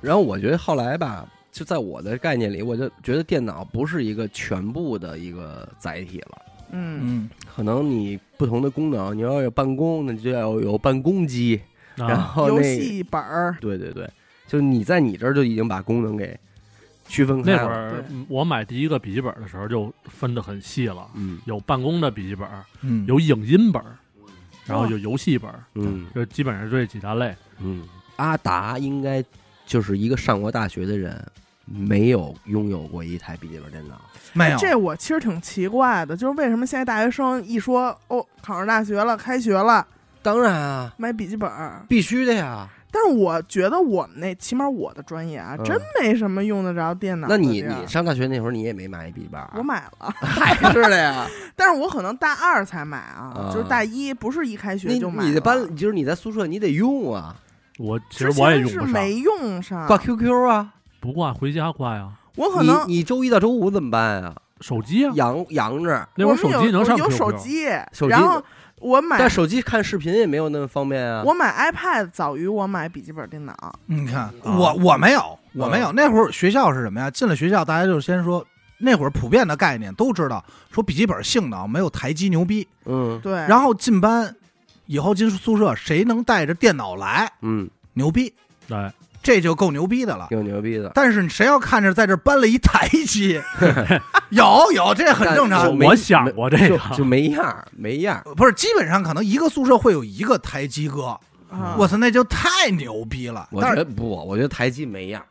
Speaker 1: 然后我觉得后来吧，就在我的概念里，我就觉得电脑不是一个全部的一个载体了。
Speaker 3: 嗯，
Speaker 2: 嗯，
Speaker 1: 可能你不同的功能，你要有办公，那就要有办公机，然
Speaker 4: 啊，
Speaker 1: 后
Speaker 3: 游
Speaker 1: 那
Speaker 3: 戏本儿，
Speaker 1: 对对对，就是你在你这儿就已经把功能给区分开
Speaker 4: 那
Speaker 1: 了。
Speaker 4: 会儿
Speaker 3: 对
Speaker 4: 嗯我买第一个笔记本的时候就分得很细了，
Speaker 1: 嗯
Speaker 4: 有办公的笔记本，
Speaker 2: 嗯，
Speaker 4: 有影音本，然后有游戏本，
Speaker 1: 嗯
Speaker 4: 就基本上这几大类。
Speaker 1: 嗯，阿达应该就是一个上过大学的人，没有拥有过一台笔记本电脑。
Speaker 2: 没有？
Speaker 3: 哎这我其实挺奇怪的，就是为什么现在大学生一说哦考上大学了，开学了，
Speaker 1: 当然啊，
Speaker 3: 买笔记本儿。
Speaker 1: 必须的呀。
Speaker 3: 但是我觉得我们那，起码我的专业啊，
Speaker 1: 嗯
Speaker 3: 真没什么用得着电脑
Speaker 1: 那
Speaker 3: 的地儿。
Speaker 1: 你你上大学那会儿你也没买笔记本啊，
Speaker 3: 我买了，
Speaker 1: 还是的 呀。
Speaker 3: 但是我可能大二才买啊，
Speaker 1: 啊
Speaker 3: 就是大一不是一开学
Speaker 1: 你
Speaker 3: 就买
Speaker 1: 你的
Speaker 3: 了
Speaker 1: 班就是你在宿舍你得用啊，
Speaker 4: 我其
Speaker 3: 之
Speaker 4: 实我也
Speaker 3: 前
Speaker 4: 用
Speaker 3: 是
Speaker 4: 不上，
Speaker 3: 没用上
Speaker 1: 挂，QQ 啊。
Speaker 4: 不挂回家挂呀，
Speaker 3: 我可能
Speaker 1: 你你周一到周五怎么办啊？
Speaker 4: 手机啊，
Speaker 1: 养养着，
Speaker 4: 那会
Speaker 3: 我
Speaker 4: 儿手
Speaker 3: 们有
Speaker 4: 机能上
Speaker 3: 我有
Speaker 4: QQ
Speaker 3: 手机，
Speaker 1: 手机
Speaker 3: 然后我买
Speaker 1: 但手机看视频也没有那么方便啊。
Speaker 3: 我买 iPad 早于我买笔记本电脑，
Speaker 2: 你看我我没有，
Speaker 1: 嗯
Speaker 2: 我没有。那会儿学校是什么呀？进了学校，大家就先说。那会儿普遍的概念都知道，说笔记本性能没有台机牛逼。
Speaker 1: 嗯
Speaker 3: 对，
Speaker 2: 然后进班以后进宿舍，谁能带着电脑来，
Speaker 1: 嗯，
Speaker 2: 牛逼，
Speaker 4: 对，
Speaker 2: 这就够牛逼的了。
Speaker 1: 挺牛逼的。
Speaker 2: 但是谁要看着在这搬了一台 机，有有，这很正
Speaker 1: 但
Speaker 2: 常
Speaker 1: 就。啊没
Speaker 4: 我想过这
Speaker 1: 就
Speaker 4: 个，
Speaker 1: 就没样儿，没样儿。
Speaker 2: 不是，基本上可能一个宿舍会有一个台机哥，
Speaker 3: 啊
Speaker 2: 我操，那就太牛逼了。
Speaker 1: 我
Speaker 2: 但
Speaker 1: 觉
Speaker 2: 是
Speaker 1: 得不，我觉得台机没样儿，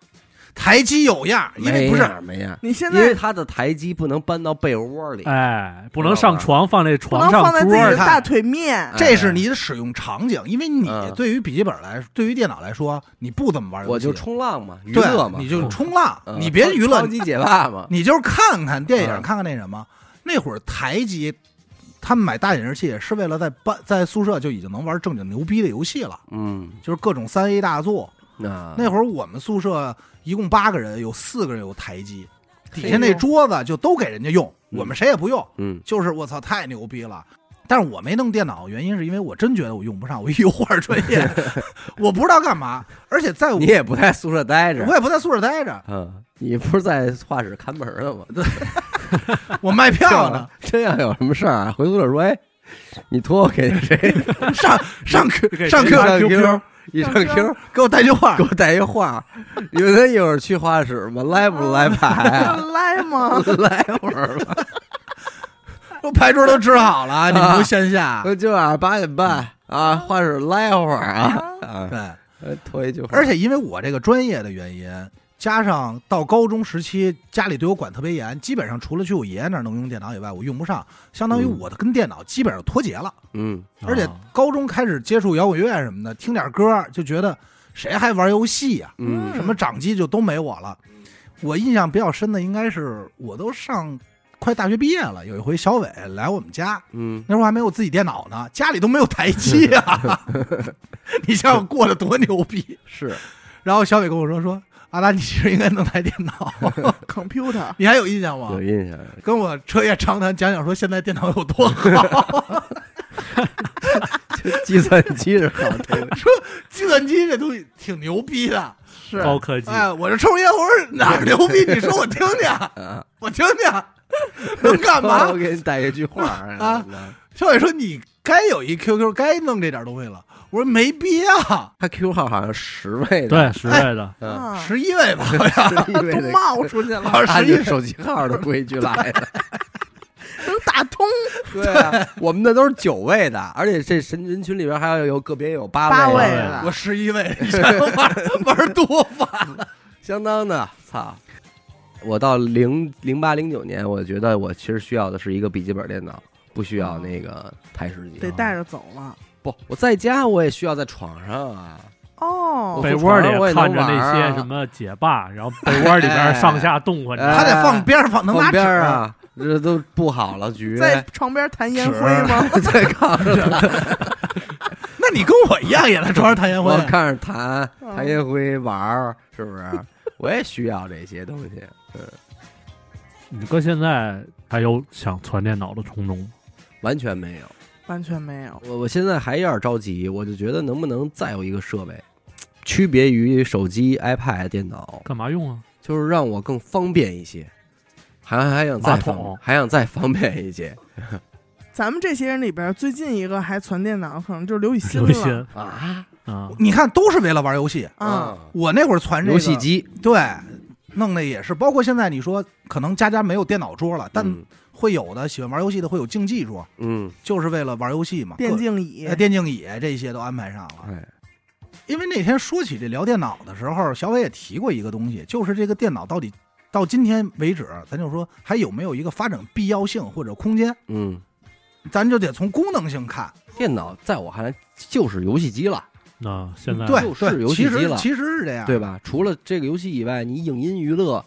Speaker 2: 台机有样儿，因为不
Speaker 1: 没
Speaker 2: 是
Speaker 1: 样儿没样儿，
Speaker 3: 你现
Speaker 1: 因为
Speaker 3: 在
Speaker 1: 它的台机不能搬到被窝里。
Speaker 4: 哎，不能上床放这
Speaker 3: 不
Speaker 4: 床
Speaker 3: 能
Speaker 4: 上
Speaker 3: 放在自己
Speaker 4: 桌
Speaker 3: 的
Speaker 4: 儿，
Speaker 2: 上
Speaker 3: 大腿面
Speaker 1: 哎，
Speaker 2: 这是你的使用场景，因为你
Speaker 1: 嗯
Speaker 2: 对于笔记本来，对于电脑来说，你不怎么玩游
Speaker 1: 我
Speaker 2: 戏，
Speaker 1: 就冲浪嘛，娱
Speaker 2: 对
Speaker 1: 乐嘛，
Speaker 2: 你就冲浪，
Speaker 1: 嗯
Speaker 2: 你别娱乐
Speaker 1: 超，级解霸嘛。
Speaker 2: 你就是看看电影，
Speaker 1: 嗯
Speaker 2: 看看那什么。那会儿台机，他们买大显示器是为了在班在宿舍就已经能玩正经牛逼的游戏了，
Speaker 1: 嗯，
Speaker 2: 就是各种三 A 大作。
Speaker 1: 那
Speaker 2: 那会儿我们宿舍一共八个人，有四个人有台机，底
Speaker 3: 哎
Speaker 2: 下
Speaker 3: 呦
Speaker 2: 那桌子就都给人家用，
Speaker 1: 嗯
Speaker 2: 我们谁也不用。
Speaker 1: 嗯
Speaker 2: 就是我操，太牛逼了！但是我没弄电脑，原因是因为我真觉得我用不上，我一油画专 业，我不知道干嘛。而且在我
Speaker 1: 你也啊不在宿舍待着
Speaker 2: 我，也不在宿舍待着，
Speaker 1: 嗯，你不是在画室看门儿呢吗？
Speaker 2: 我卖票呢，
Speaker 1: 真要有什么事儿啊，回宿舍说，哎，你托我给那 谁
Speaker 2: 上 上 Q
Speaker 4: 给
Speaker 2: 上
Speaker 4: 谁
Speaker 2: Q
Speaker 4: 发
Speaker 1: Q，一上
Speaker 3: 上
Speaker 1: Q
Speaker 2: 给我带句话
Speaker 1: 给，我带一画，你们一会儿去画室吗？来不来排啊？
Speaker 3: 来吗？
Speaker 1: 来会儿吧，
Speaker 2: 我牌桌都支好了，你们
Speaker 1: 啊
Speaker 2: 不线 下。
Speaker 1: 说今晚上八点半啊，画室来会儿啊啊，
Speaker 2: 对，
Speaker 1: 呃托一句话，
Speaker 2: 而且因为我这个专业的原因，加上到高中时期家里对我管特别严，基本上除了去我爷爷那儿能用电脑以外，我用不上，相当于
Speaker 1: 嗯
Speaker 2: 我的跟电脑基本上脱节了。
Speaker 1: 嗯
Speaker 2: 而且高中开始接触摇滚乐啊什么的，听点歌就觉得谁还玩游戏呀、
Speaker 1: 嗯
Speaker 2: 什么掌机就都没我了。我印象比较深的应该是我都上快大学毕业了，有一回小伟来我们家，
Speaker 1: 嗯，
Speaker 2: 那时候还没有自己电脑呢，家里都没有台机啊。你想想过得多牛逼！
Speaker 1: 是
Speaker 2: 然后小伟跟我说说。阿达，你其实应该弄台电脑，
Speaker 3: computer
Speaker 2: 你还有印象吗
Speaker 1: 有？印象，
Speaker 2: 跟我彻夜长谈，讲讲说现在电脑有多好，
Speaker 1: 就计算机是好东西。
Speaker 2: 计算机这东西挺牛逼的。
Speaker 3: 是
Speaker 4: 高科技，
Speaker 2: 哎，我这抽烟，我说哪儿牛逼？你说我听
Speaker 1: 啊
Speaker 2: 听，我听听，能 干嘛
Speaker 1: 我？给你带一句话啊
Speaker 2: 啊，小伟说你该有一 QQ，该弄这点东西了。我说没必要，
Speaker 1: 他 Q 号好像十位的，
Speaker 4: 对，实在的，
Speaker 1: 嗯，
Speaker 3: 啊，
Speaker 2: 十一位吧，好像
Speaker 1: 十一位
Speaker 3: 都
Speaker 1: 的，
Speaker 3: 冒出去了，
Speaker 1: 按照手机号的规矩来的。
Speaker 3: 能打通
Speaker 1: 对啊，我们那都是九位的，而且这神人群里边还要有个别有八
Speaker 3: 八位
Speaker 1: 位的，
Speaker 3: 了。
Speaker 2: 我十一位，你想玩 玩多吧？
Speaker 1: 相当的操。我到零零八零九年，我觉得我其实需要的是一个笔记本电脑，不需要那个台式机。
Speaker 3: 得带着走了，
Speaker 1: 不，我在家我也需要在床上啊。
Speaker 3: 哦
Speaker 1: 我，
Speaker 4: 被窝里
Speaker 1: 我也能
Speaker 4: 看着
Speaker 1: 玩
Speaker 4: 那
Speaker 1: 啊
Speaker 4: 些什么解霸，然后被窝里 边上下动换
Speaker 1: 哎
Speaker 4: 着，
Speaker 2: 他得放边上，放能拿
Speaker 1: 放
Speaker 2: 纸
Speaker 1: 边儿，啊，这都不好了，局
Speaker 3: 在床边弹烟灰吗？
Speaker 1: 在炕上，
Speaker 2: 那你跟我一样也在床上弹烟灰
Speaker 1: 我，看着弹
Speaker 3: 嗯
Speaker 1: 弹烟灰玩儿，是不是？我也需要这些东西。
Speaker 4: 你哥现在还有想攒电脑的冲动吗？
Speaker 1: 完全没有，
Speaker 3: 完全没有。
Speaker 1: 我我现在还有点着急，我就觉得能不能再有一个设备，区别于手机、iPad、电脑，
Speaker 4: 干嘛用啊？
Speaker 1: 就是让我更方便一些，还还想
Speaker 4: 马
Speaker 1: 再
Speaker 4: 桶
Speaker 1: 方还想再方便一些
Speaker 3: 咱们这些人里边，最近一个还存电脑，可能就是刘雨欣
Speaker 4: 刘
Speaker 3: 了。
Speaker 4: 雨欣
Speaker 1: 啊！
Speaker 4: 啊，
Speaker 2: 你看都是为了玩游戏。
Speaker 1: 嗯
Speaker 3: 啊，
Speaker 2: 我那会儿传这个
Speaker 1: 游戏，机，
Speaker 2: 对，弄的也是，包括现在你说可能家家没有电脑桌了，但
Speaker 1: 嗯
Speaker 2: 会有的喜欢玩游戏的会有竞技桌，
Speaker 1: 嗯，
Speaker 2: 就是为了玩游戏嘛。
Speaker 3: 电
Speaker 2: 各
Speaker 3: 竞椅
Speaker 2: 呃，电竞椅这些都安排上了。
Speaker 1: 哎，
Speaker 2: 因为那天说起这聊电脑的时候，小伟也提过一个东西，就是这个电脑到底到今天为止，咱就说还有没有一个发展必要性或者空间，
Speaker 1: 嗯，
Speaker 2: 咱就得从功能性看。
Speaker 1: 电脑在我看来就是游戏机了，
Speaker 2: 啊
Speaker 4: 那现在
Speaker 2: 对
Speaker 1: 就是
Speaker 2: 对，
Speaker 1: 游戏
Speaker 2: 其
Speaker 1: 机
Speaker 2: 实
Speaker 1: 了
Speaker 2: 其实是这样，
Speaker 1: 对？吧？除了这个游戏以外，你影音娱乐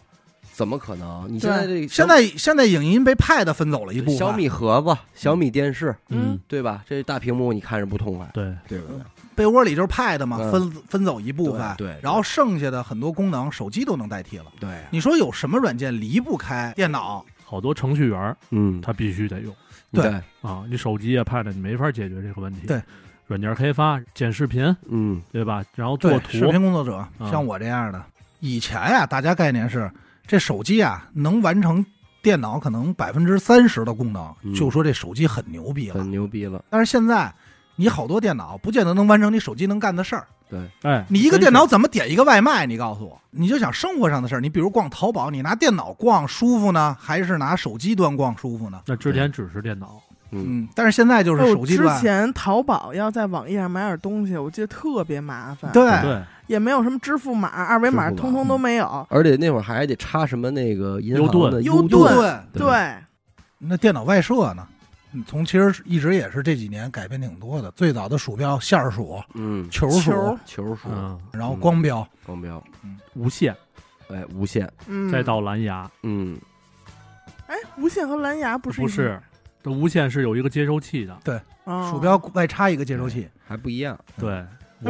Speaker 1: 怎么可能？你现在这
Speaker 2: 现在现在影音被 Pad 分走了一部分，
Speaker 1: 小米盒子、小米电视，
Speaker 4: 嗯，
Speaker 1: 对吧？这大屏幕你看着不痛快，
Speaker 4: 对，
Speaker 1: 对不对？
Speaker 2: 被窝里就是 Pad 嘛，
Speaker 1: 嗯
Speaker 2: 分分走一部分，
Speaker 1: 对对
Speaker 2: 然后剩下的很多功能手机都能代替了。
Speaker 1: 对，啊
Speaker 2: 你说有什么软件离不开电脑？
Speaker 4: 好多程序员儿
Speaker 1: 嗯，
Speaker 4: 他必须得用
Speaker 2: 对
Speaker 1: 对，
Speaker 4: 啊，你手机啊、Pad 你没法解决这个问题。
Speaker 2: 对，
Speaker 4: 软件开发、剪视频，
Speaker 1: 嗯
Speaker 4: 对吧？然后
Speaker 2: 对
Speaker 4: 做，
Speaker 2: 视
Speaker 4: 图，
Speaker 2: 频工作者
Speaker 4: 嗯
Speaker 2: 像我这样的，以前呀、大家概念是这手机啊能完成电脑可能百分之三十的功能，
Speaker 1: 嗯
Speaker 2: 就说这手机很牛逼了
Speaker 1: 很。牛逼了，
Speaker 2: 但是现在你好多电脑不见得能完成你手机能干的事儿。
Speaker 4: 哎，
Speaker 2: 你一个电脑怎么点一个外卖？你告诉我，你就想生活上的事儿，你比如逛淘宝，你拿电脑逛舒服呢，还是拿手机端逛舒服呢？
Speaker 4: 那之前只是电脑，
Speaker 1: 嗯，
Speaker 2: 嗯，但是现在就是
Speaker 3: 哦
Speaker 2: 手机
Speaker 3: 之
Speaker 2: 端，
Speaker 3: 前淘宝要在网页上买点东西，我记得特别麻烦，
Speaker 2: 对，
Speaker 4: 对，
Speaker 3: 也没有什么支付码、二维码，
Speaker 1: 支付码
Speaker 3: 通通都没有。
Speaker 1: 而且那会儿还得插什么那个银
Speaker 4: 优
Speaker 1: 行
Speaker 4: 盾
Speaker 1: 的
Speaker 3: 优
Speaker 1: 优
Speaker 3: 盾
Speaker 2: 对，
Speaker 1: 对
Speaker 3: 对，
Speaker 2: 那电脑外设呢？嗯从其实一直也是这几年改变挺多的，最早的鼠标线儿鼠、
Speaker 1: 嗯，
Speaker 2: 球鼠，
Speaker 3: 球
Speaker 1: 球鼠、
Speaker 4: 嗯，
Speaker 2: 然后光标，
Speaker 1: 光标，
Speaker 4: 无线，
Speaker 1: 哎，无线，
Speaker 3: 嗯，
Speaker 4: 再到蓝牙，
Speaker 1: 嗯，
Speaker 3: 哎，无线和蓝牙不是
Speaker 4: 不是，这无线是有一个接收器的，
Speaker 3: 哦
Speaker 2: 鼠标外插一个接收器。
Speaker 1: 还不一样，
Speaker 4: 对，
Speaker 2: 那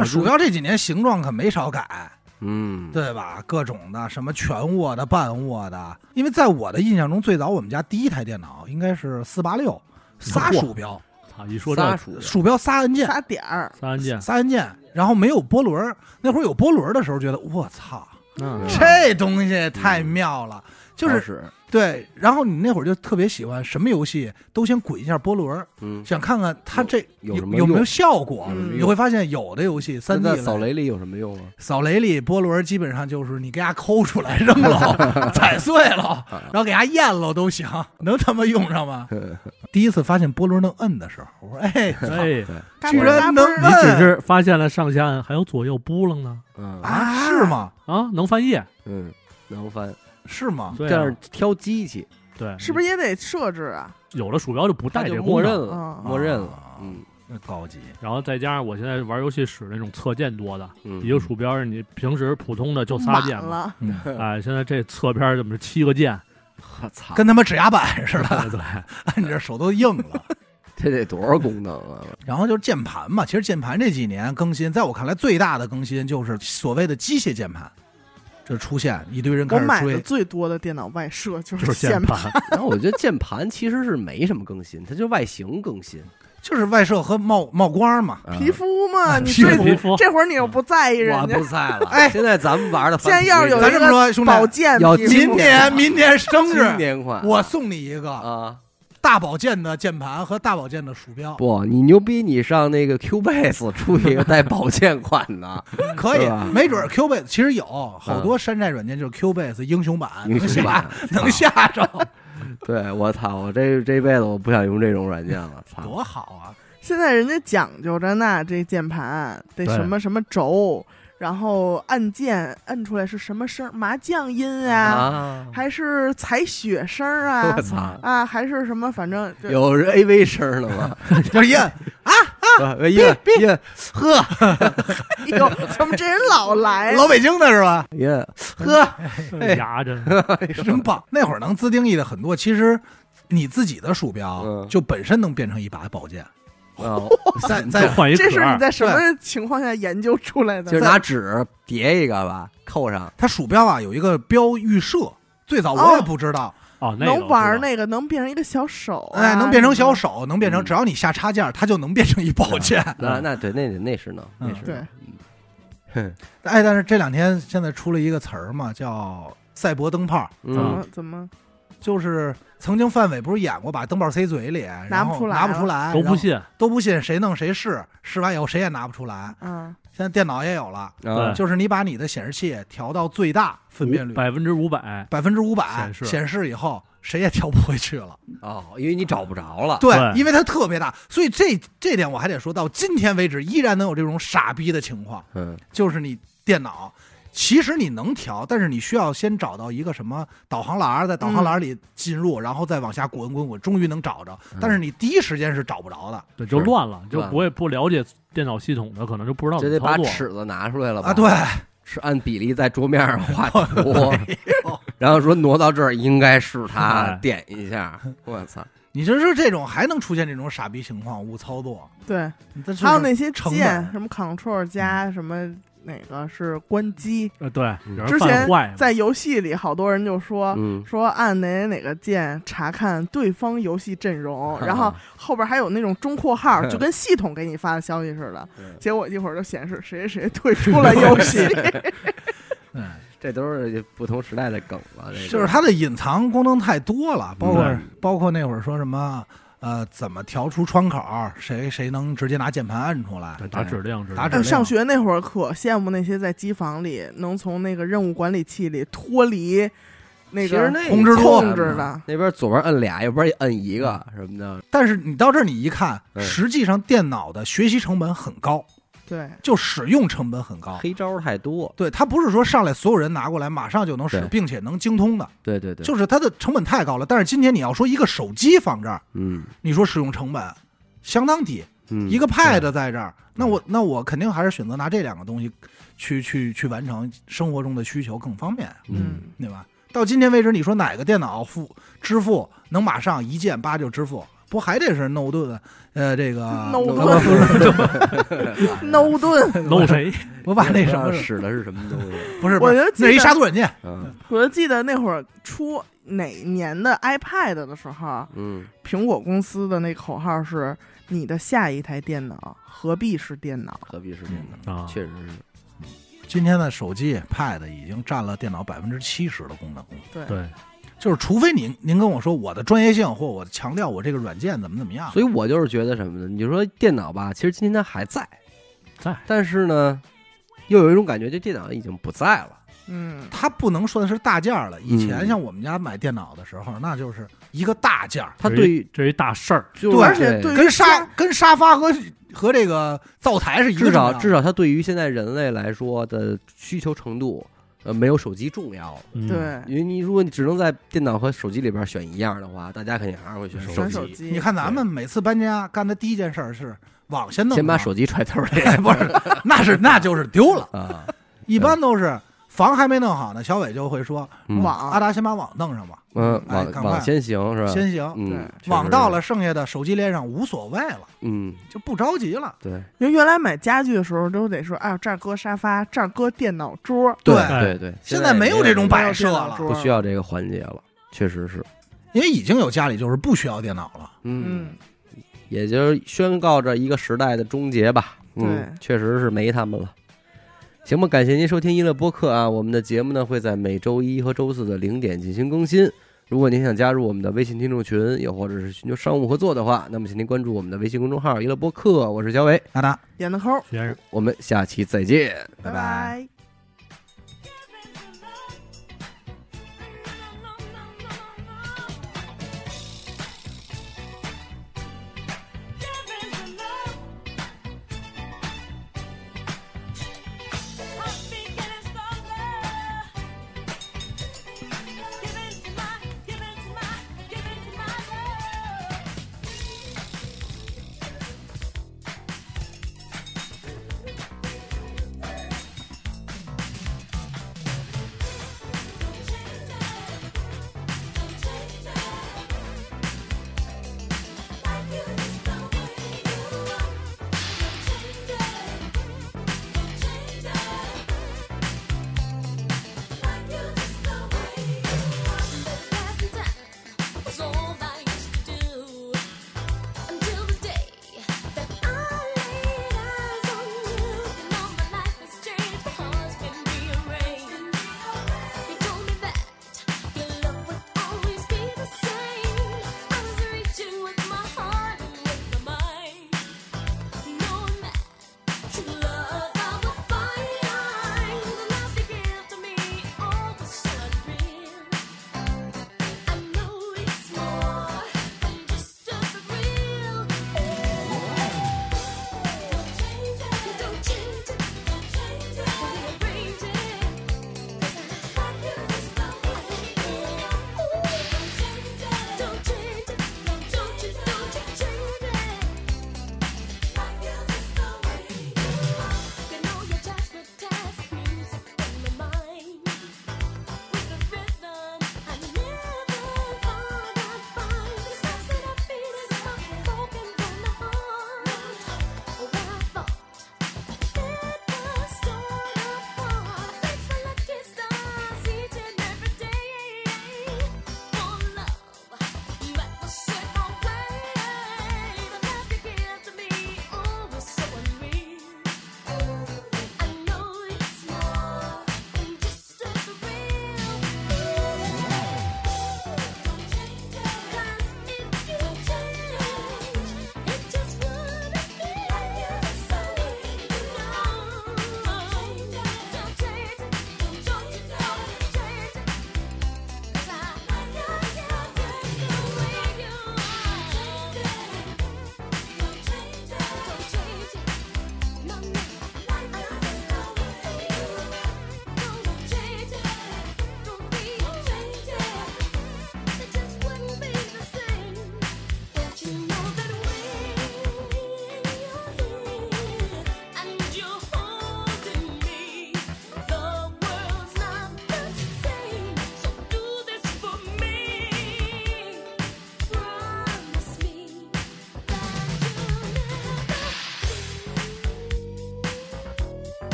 Speaker 4: 哎我
Speaker 2: 鼠
Speaker 4: 就
Speaker 2: 标这几年形状可没少改，
Speaker 1: 嗯，
Speaker 2: 对吧？各种的，什么全握的、半握的。因为在我的印象中，最早我们家第一台电脑应该是四八六，仨
Speaker 4: 嚯
Speaker 2: 鼠标，
Speaker 4: 操，一说这
Speaker 1: 仨鼠
Speaker 2: 鼠标仨按键，
Speaker 3: 仨点儿，
Speaker 4: 三按键，
Speaker 2: 仨按键，然后没有波轮儿。那会儿有波轮儿的时候，觉得我操，
Speaker 4: 嗯那
Speaker 2: 这东西
Speaker 4: 嗯
Speaker 2: 太妙了，就
Speaker 1: 好
Speaker 2: 是
Speaker 1: 使，
Speaker 2: 对，然后你那会儿就特别喜欢什么游戏都先滚一下波轮儿，
Speaker 1: 嗯，
Speaker 2: 想看看它这
Speaker 1: 有
Speaker 2: 有
Speaker 1: 什么
Speaker 2: 有没有
Speaker 1: 用
Speaker 2: 效果。
Speaker 3: 嗯
Speaker 2: 你会发现有的游戏
Speaker 1: 那
Speaker 2: 三 D
Speaker 1: 在
Speaker 2: 类
Speaker 1: 扫雷里有什么用啊？
Speaker 2: 扫雷里波轮儿基本上就是你给它抠出来 扔了，踩碎了，
Speaker 1: 啊
Speaker 2: 然后给它咽了都行，能他妈用上吗？
Speaker 1: 嗯
Speaker 2: 第一次发现波轮能摁的时候，我说哎，
Speaker 4: 哎，
Speaker 3: 嘎
Speaker 2: 居
Speaker 3: 嘣
Speaker 2: 然
Speaker 3: 嘎嘣
Speaker 2: 能
Speaker 3: 儿
Speaker 4: 你只
Speaker 2: 摁
Speaker 4: 是发现了上下按，还有左右拨楞呢，
Speaker 1: 嗯
Speaker 2: 啊是吗？
Speaker 4: 啊，能翻页，
Speaker 1: 嗯，能翻，
Speaker 2: 是吗？
Speaker 4: 对
Speaker 1: 但是
Speaker 4: 啊，
Speaker 1: 挑机器，
Speaker 4: 对，
Speaker 3: 是不是也得设置啊？
Speaker 4: 有了鼠标就不
Speaker 1: 它
Speaker 4: 带
Speaker 1: 就
Speaker 4: 这个
Speaker 1: 默
Speaker 4: 功
Speaker 1: 认
Speaker 4: 能？
Speaker 1: 了
Speaker 3: 啊，
Speaker 1: 默认了
Speaker 2: 啊，
Speaker 1: 嗯
Speaker 2: 那高级，
Speaker 4: 然后再加上我现在玩游戏使那种侧键多的，
Speaker 1: 嗯，
Speaker 4: 一个鼠标是你平时普通的就仨
Speaker 3: 满
Speaker 4: 键嘛，
Speaker 3: 了，
Speaker 4: 哎，现在这侧边怎么是七个 键？
Speaker 1: 我操，
Speaker 2: 跟他妈指压板似的，
Speaker 4: 对，
Speaker 2: 按着手都硬了。
Speaker 1: 这得多少功能啊？
Speaker 2: 然后就是键盘嘛，其实键盘这几年更新，在我看来最大的更新就是所谓的机械键盘，这出现一堆人开
Speaker 3: 我
Speaker 2: 始
Speaker 3: 买的
Speaker 2: 追，
Speaker 3: 最多的电脑外设就
Speaker 4: 就是键
Speaker 3: 键盘，
Speaker 4: 盘，
Speaker 1: 然后我觉得键盘其实是没什么更新，它就外形更新，
Speaker 2: 就是外设和冒冒光嘛。
Speaker 1: 啊
Speaker 3: 皮肤嘛，你
Speaker 2: 皮
Speaker 3: 最
Speaker 2: 肤
Speaker 4: 皮肤
Speaker 3: 这会儿你又不在意 人
Speaker 1: 我
Speaker 3: 家
Speaker 1: 不，在了。
Speaker 2: 哎
Speaker 1: 现在咱们玩的
Speaker 3: 现在要是有
Speaker 2: 咱这么说，兄弟，
Speaker 3: 保健
Speaker 1: 要
Speaker 3: 皮
Speaker 2: 明
Speaker 3: 肤，
Speaker 2: 年明年生
Speaker 1: 经
Speaker 2: 日，
Speaker 1: 典款，
Speaker 2: 我送你一个
Speaker 1: 啊
Speaker 2: 大保健的键盘和大保健的鼠标，
Speaker 1: 不，你牛逼，你上那个 Cubase 出一个带保健款 的，
Speaker 2: 可以
Speaker 1: 是吧，
Speaker 2: 没准儿 Q base 其实有好多山寨软件就是 Q base 英雄版，
Speaker 1: 英雄版
Speaker 2: 能下能下着，
Speaker 1: 对我操，我这这辈子我不想用这种软件了，操，
Speaker 2: 多好啊！
Speaker 3: 现在人家讲究着呢，这键盘得
Speaker 4: 对
Speaker 3: 什么什么轴，然后按键摁出来是什么声儿，麻将音啊，
Speaker 1: 啊，
Speaker 3: 还是踩雪声儿啊
Speaker 1: 我操，
Speaker 3: 啊，还是什么，反正就
Speaker 1: 有 AV 声了吗？
Speaker 2: 就是一摁啊啊
Speaker 1: 呃一个一个呵
Speaker 3: 哎呦，怎么这人老来啊？
Speaker 2: 老北京的是吧？
Speaker 1: 一个呵，
Speaker 3: 哎
Speaker 4: 牙着，
Speaker 2: 真棒！那会儿能自定义的很多，其实你自己的鼠标
Speaker 1: 嗯
Speaker 2: 就本身能变成一把宝剑，
Speaker 1: 啊，
Speaker 2: 在
Speaker 4: 再
Speaker 2: 在
Speaker 4: 换一
Speaker 3: 这
Speaker 4: 壳
Speaker 3: 是你
Speaker 4: 儿。
Speaker 3: 在什么情况下研究出来的？
Speaker 1: 就是拿纸叠一个吧，扣上。
Speaker 2: 它鼠标啊有一个标预设，最早我也不知道，
Speaker 4: 哦，那个
Speaker 3: 能玩儿
Speaker 4: 个
Speaker 3: 那个，能变成一个小手啊，
Speaker 2: 哎，能变成小
Speaker 3: 手。
Speaker 2: 手，能变成
Speaker 1: 嗯
Speaker 2: 只要你下插件儿，它就能变成一宝剑。
Speaker 1: 那
Speaker 4: 嗯
Speaker 1: 那对，那那是能，
Speaker 2: 啊
Speaker 1: 那
Speaker 2: 嗯
Speaker 1: 是能
Speaker 3: 对，
Speaker 1: 哼
Speaker 2: 哎，但是这两天现在出了一个词儿嘛，叫赛博灯泡，
Speaker 3: 怎
Speaker 1: 嗯
Speaker 3: 么怎么？
Speaker 2: 就是曾经范伟不是演过把灯泡塞嘴里，然后
Speaker 3: 不出来
Speaker 2: 拿不
Speaker 3: 了
Speaker 2: 出来，
Speaker 4: 都不
Speaker 2: 然后
Speaker 4: 信，
Speaker 2: 都不信，谁弄谁试，试完以后谁也拿不出来。
Speaker 3: 嗯，
Speaker 2: 现在电脑也有了，
Speaker 1: 啊，
Speaker 2: 就是你把你的显示器调到最大分辨率
Speaker 4: 百分之五百，
Speaker 2: 百分之五百
Speaker 4: 显示
Speaker 2: 显示以后，谁也调不回去了。
Speaker 1: 哦，因为你找不着了，
Speaker 2: 对，
Speaker 4: 对
Speaker 2: 因为它特别大，所以这这点我还得说到今天为止，依然能有这种傻逼的情况，
Speaker 1: 嗯，
Speaker 2: 就是你电脑。其实你能调，但是你需要先找到一个什么导航栏儿，在导航栏里进入，然后再往下滚滚滚，终于能找着。但是你第一时间是找不着的、
Speaker 4: 对，就是乱了，就
Speaker 1: 乱
Speaker 4: 不会不了解电脑系统的，可能就不知道
Speaker 1: 这
Speaker 4: 怎
Speaker 1: 得
Speaker 4: 么
Speaker 1: 把
Speaker 4: 操作。
Speaker 1: 尺子拿出来了吧？
Speaker 2: 啊！对，，
Speaker 1: 是按比例在桌面上画 图，哦然后说挪到这儿应该是它，
Speaker 4: 哎
Speaker 1: 点一下。我操，
Speaker 2: 你就说这种还能出现这种傻逼情况，误操作。
Speaker 3: 对，
Speaker 2: 你这
Speaker 3: 还有那些
Speaker 2: 成
Speaker 3: 键，
Speaker 2: 本
Speaker 3: 什么 Ctrl 加什么哪个是关机？
Speaker 4: 呃，对，
Speaker 1: 嗯
Speaker 4: 有人
Speaker 3: 之
Speaker 4: 犯
Speaker 3: 前
Speaker 4: 坏嘛，
Speaker 3: 在游戏里，好多人就说。
Speaker 1: 嗯，
Speaker 3: 说按哪哪哪个键查看对方游戏阵容，然后后边还有那种中括号，
Speaker 1: 嗯
Speaker 3: 就跟系统给你发的消息似的。结果一会儿就显示谁谁谁 退出了游戏。
Speaker 2: 嗯，
Speaker 1: 这都是不同时代的梗了。这个
Speaker 2: 就是它的隐藏功能太多了，包括、
Speaker 4: 嗯
Speaker 2: 包括那会儿说什么呃，怎么调出窗口，谁谁能直接拿键盘摁出来
Speaker 4: 对，打指
Speaker 1: 嗯
Speaker 4: 令之类的，
Speaker 2: 打指
Speaker 3: 哎
Speaker 2: 令
Speaker 3: 上学那会儿可羡慕那些在机房里能从那个任务管理器里脱离那
Speaker 1: 其实
Speaker 3: 个
Speaker 1: 那
Speaker 2: 通知多
Speaker 3: 控制的。
Speaker 1: 那边左边摁俩，右边摁一个
Speaker 2: 嗯
Speaker 1: 什么的，
Speaker 2: 但是你到这儿你一看，
Speaker 1: 嗯
Speaker 2: 实际上电脑的学习成本很高，
Speaker 3: 对，
Speaker 2: 就使用成本很高。
Speaker 1: 黑招太多。
Speaker 2: 对，它不是说上来所有人拿过来马上就能使
Speaker 1: 对，
Speaker 2: 并且能精通的，
Speaker 1: 对对对，
Speaker 2: 就是它的成本太高了。但是今天你要说一个手机放这儿，
Speaker 1: 嗯
Speaker 2: 你说使用成本相当低，
Speaker 1: 嗯，
Speaker 2: 一个 Pad 在这儿，那我那我肯定还是选择拿这两个东西去去去完成生活中的需求，更方便，
Speaker 1: 嗯，
Speaker 3: 嗯，
Speaker 2: 对吧？到今天为止，你说哪个电脑付支付能马上一键八就支付？不还得是 No 盾？呃，这个
Speaker 3: No
Speaker 2: 我把
Speaker 3: No 盾，
Speaker 4: 搂谁？
Speaker 2: 我把那什么
Speaker 1: 不知道使的是什么东西？
Speaker 2: 不是，
Speaker 3: 我就记
Speaker 2: 那
Speaker 3: 得
Speaker 2: 是一杀毒软件，
Speaker 1: 嗯
Speaker 3: 我就记得那会儿出哪年的 iPad 的时候，啊
Speaker 1: 嗯，
Speaker 3: 苹果公司的那口号是“你的下一台电脑何必是电脑
Speaker 1: 何必是电
Speaker 2: 嗯
Speaker 1: 脑？
Speaker 4: 啊
Speaker 1: 确实是。
Speaker 2: 今天的手机 Pad 已经占了电脑百分之七十的功能了。”？
Speaker 4: 对，
Speaker 2: 就是除非您您跟我说我的专业性或我强调我这个软件怎么怎么样，
Speaker 1: 所以我就是觉得什么呢？你就说电脑吧，其实今天它还在，
Speaker 4: 在，
Speaker 1: 但是呢，又有一种感觉，这电脑已经不在了。
Speaker 3: 嗯，
Speaker 2: 它不能算是大件儿了。以前
Speaker 1: 嗯
Speaker 2: 像我们家买电脑的时候，那就是一个大件儿，
Speaker 1: 它
Speaker 4: 这
Speaker 1: 对
Speaker 4: 一
Speaker 1: 于
Speaker 4: 这一大事儿，
Speaker 1: 就是
Speaker 3: 而且对于
Speaker 2: 跟沙
Speaker 3: 家
Speaker 2: 跟沙发和和这个灶台是一个
Speaker 1: 至少至
Speaker 2: 少
Speaker 1: 少它对于现在人类来说的需求程度，呃，没有手机重要了。
Speaker 4: 嗯，
Speaker 3: 对，
Speaker 1: 因为你如果你只能在电脑和手机里边选一样的话，大家肯定还是会选
Speaker 4: 选
Speaker 1: 手
Speaker 3: 手
Speaker 1: 机。
Speaker 3: 机。
Speaker 2: 你看咱们每次搬家干的第一件事儿是网先弄上，
Speaker 1: 先把手机 揣兜里
Speaker 2: 不是，那 是那就是丢了。
Speaker 1: 啊，
Speaker 2: 一般都是房还没弄好呢，小伟就会说
Speaker 1: 嗯
Speaker 3: 网
Speaker 2: 阿达先把 网弄上吧，
Speaker 1: 嗯，
Speaker 2: 哎
Speaker 1: 网
Speaker 2: 赶快
Speaker 1: 网先行是吧？
Speaker 2: 先行。
Speaker 1: 嗯
Speaker 3: 对，
Speaker 1: 确实
Speaker 2: 网到
Speaker 1: 是
Speaker 2: 了，，剩下的手机连上无所谓了，
Speaker 1: 嗯，
Speaker 2: 就不着急了。
Speaker 1: 对
Speaker 3: 因为原来买家具的时候都得说，哎呦，这儿搁沙发，这儿搁电脑桌，
Speaker 2: 对
Speaker 1: 对对，
Speaker 2: 现
Speaker 1: 在
Speaker 2: 在没有这种
Speaker 1: 摆，
Speaker 2: 摆设
Speaker 3: 没有
Speaker 2: 了
Speaker 3: 电脑，桌
Speaker 1: 不需要这个环节了，确实是，
Speaker 2: 因为已经有家里就是不需要电脑了。
Speaker 1: 嗯
Speaker 3: 嗯，，
Speaker 1: 也就是宣告着一个时代的终结吧。嗯
Speaker 3: 对，
Speaker 1: 确实是没他们了。行吧，感谢您收听娱乐播客啊！我们的节目呢会在每周一和周四的零点进行更新。如果您想加入我们的微信听众群，又或者是寻求商务合作的话，那么请您关注我们的微信公众号“娱乐播客”，我是小伟，
Speaker 2: 阿达，
Speaker 3: 点的抠，
Speaker 4: 学生。
Speaker 1: 我们下期再见，
Speaker 3: 拜。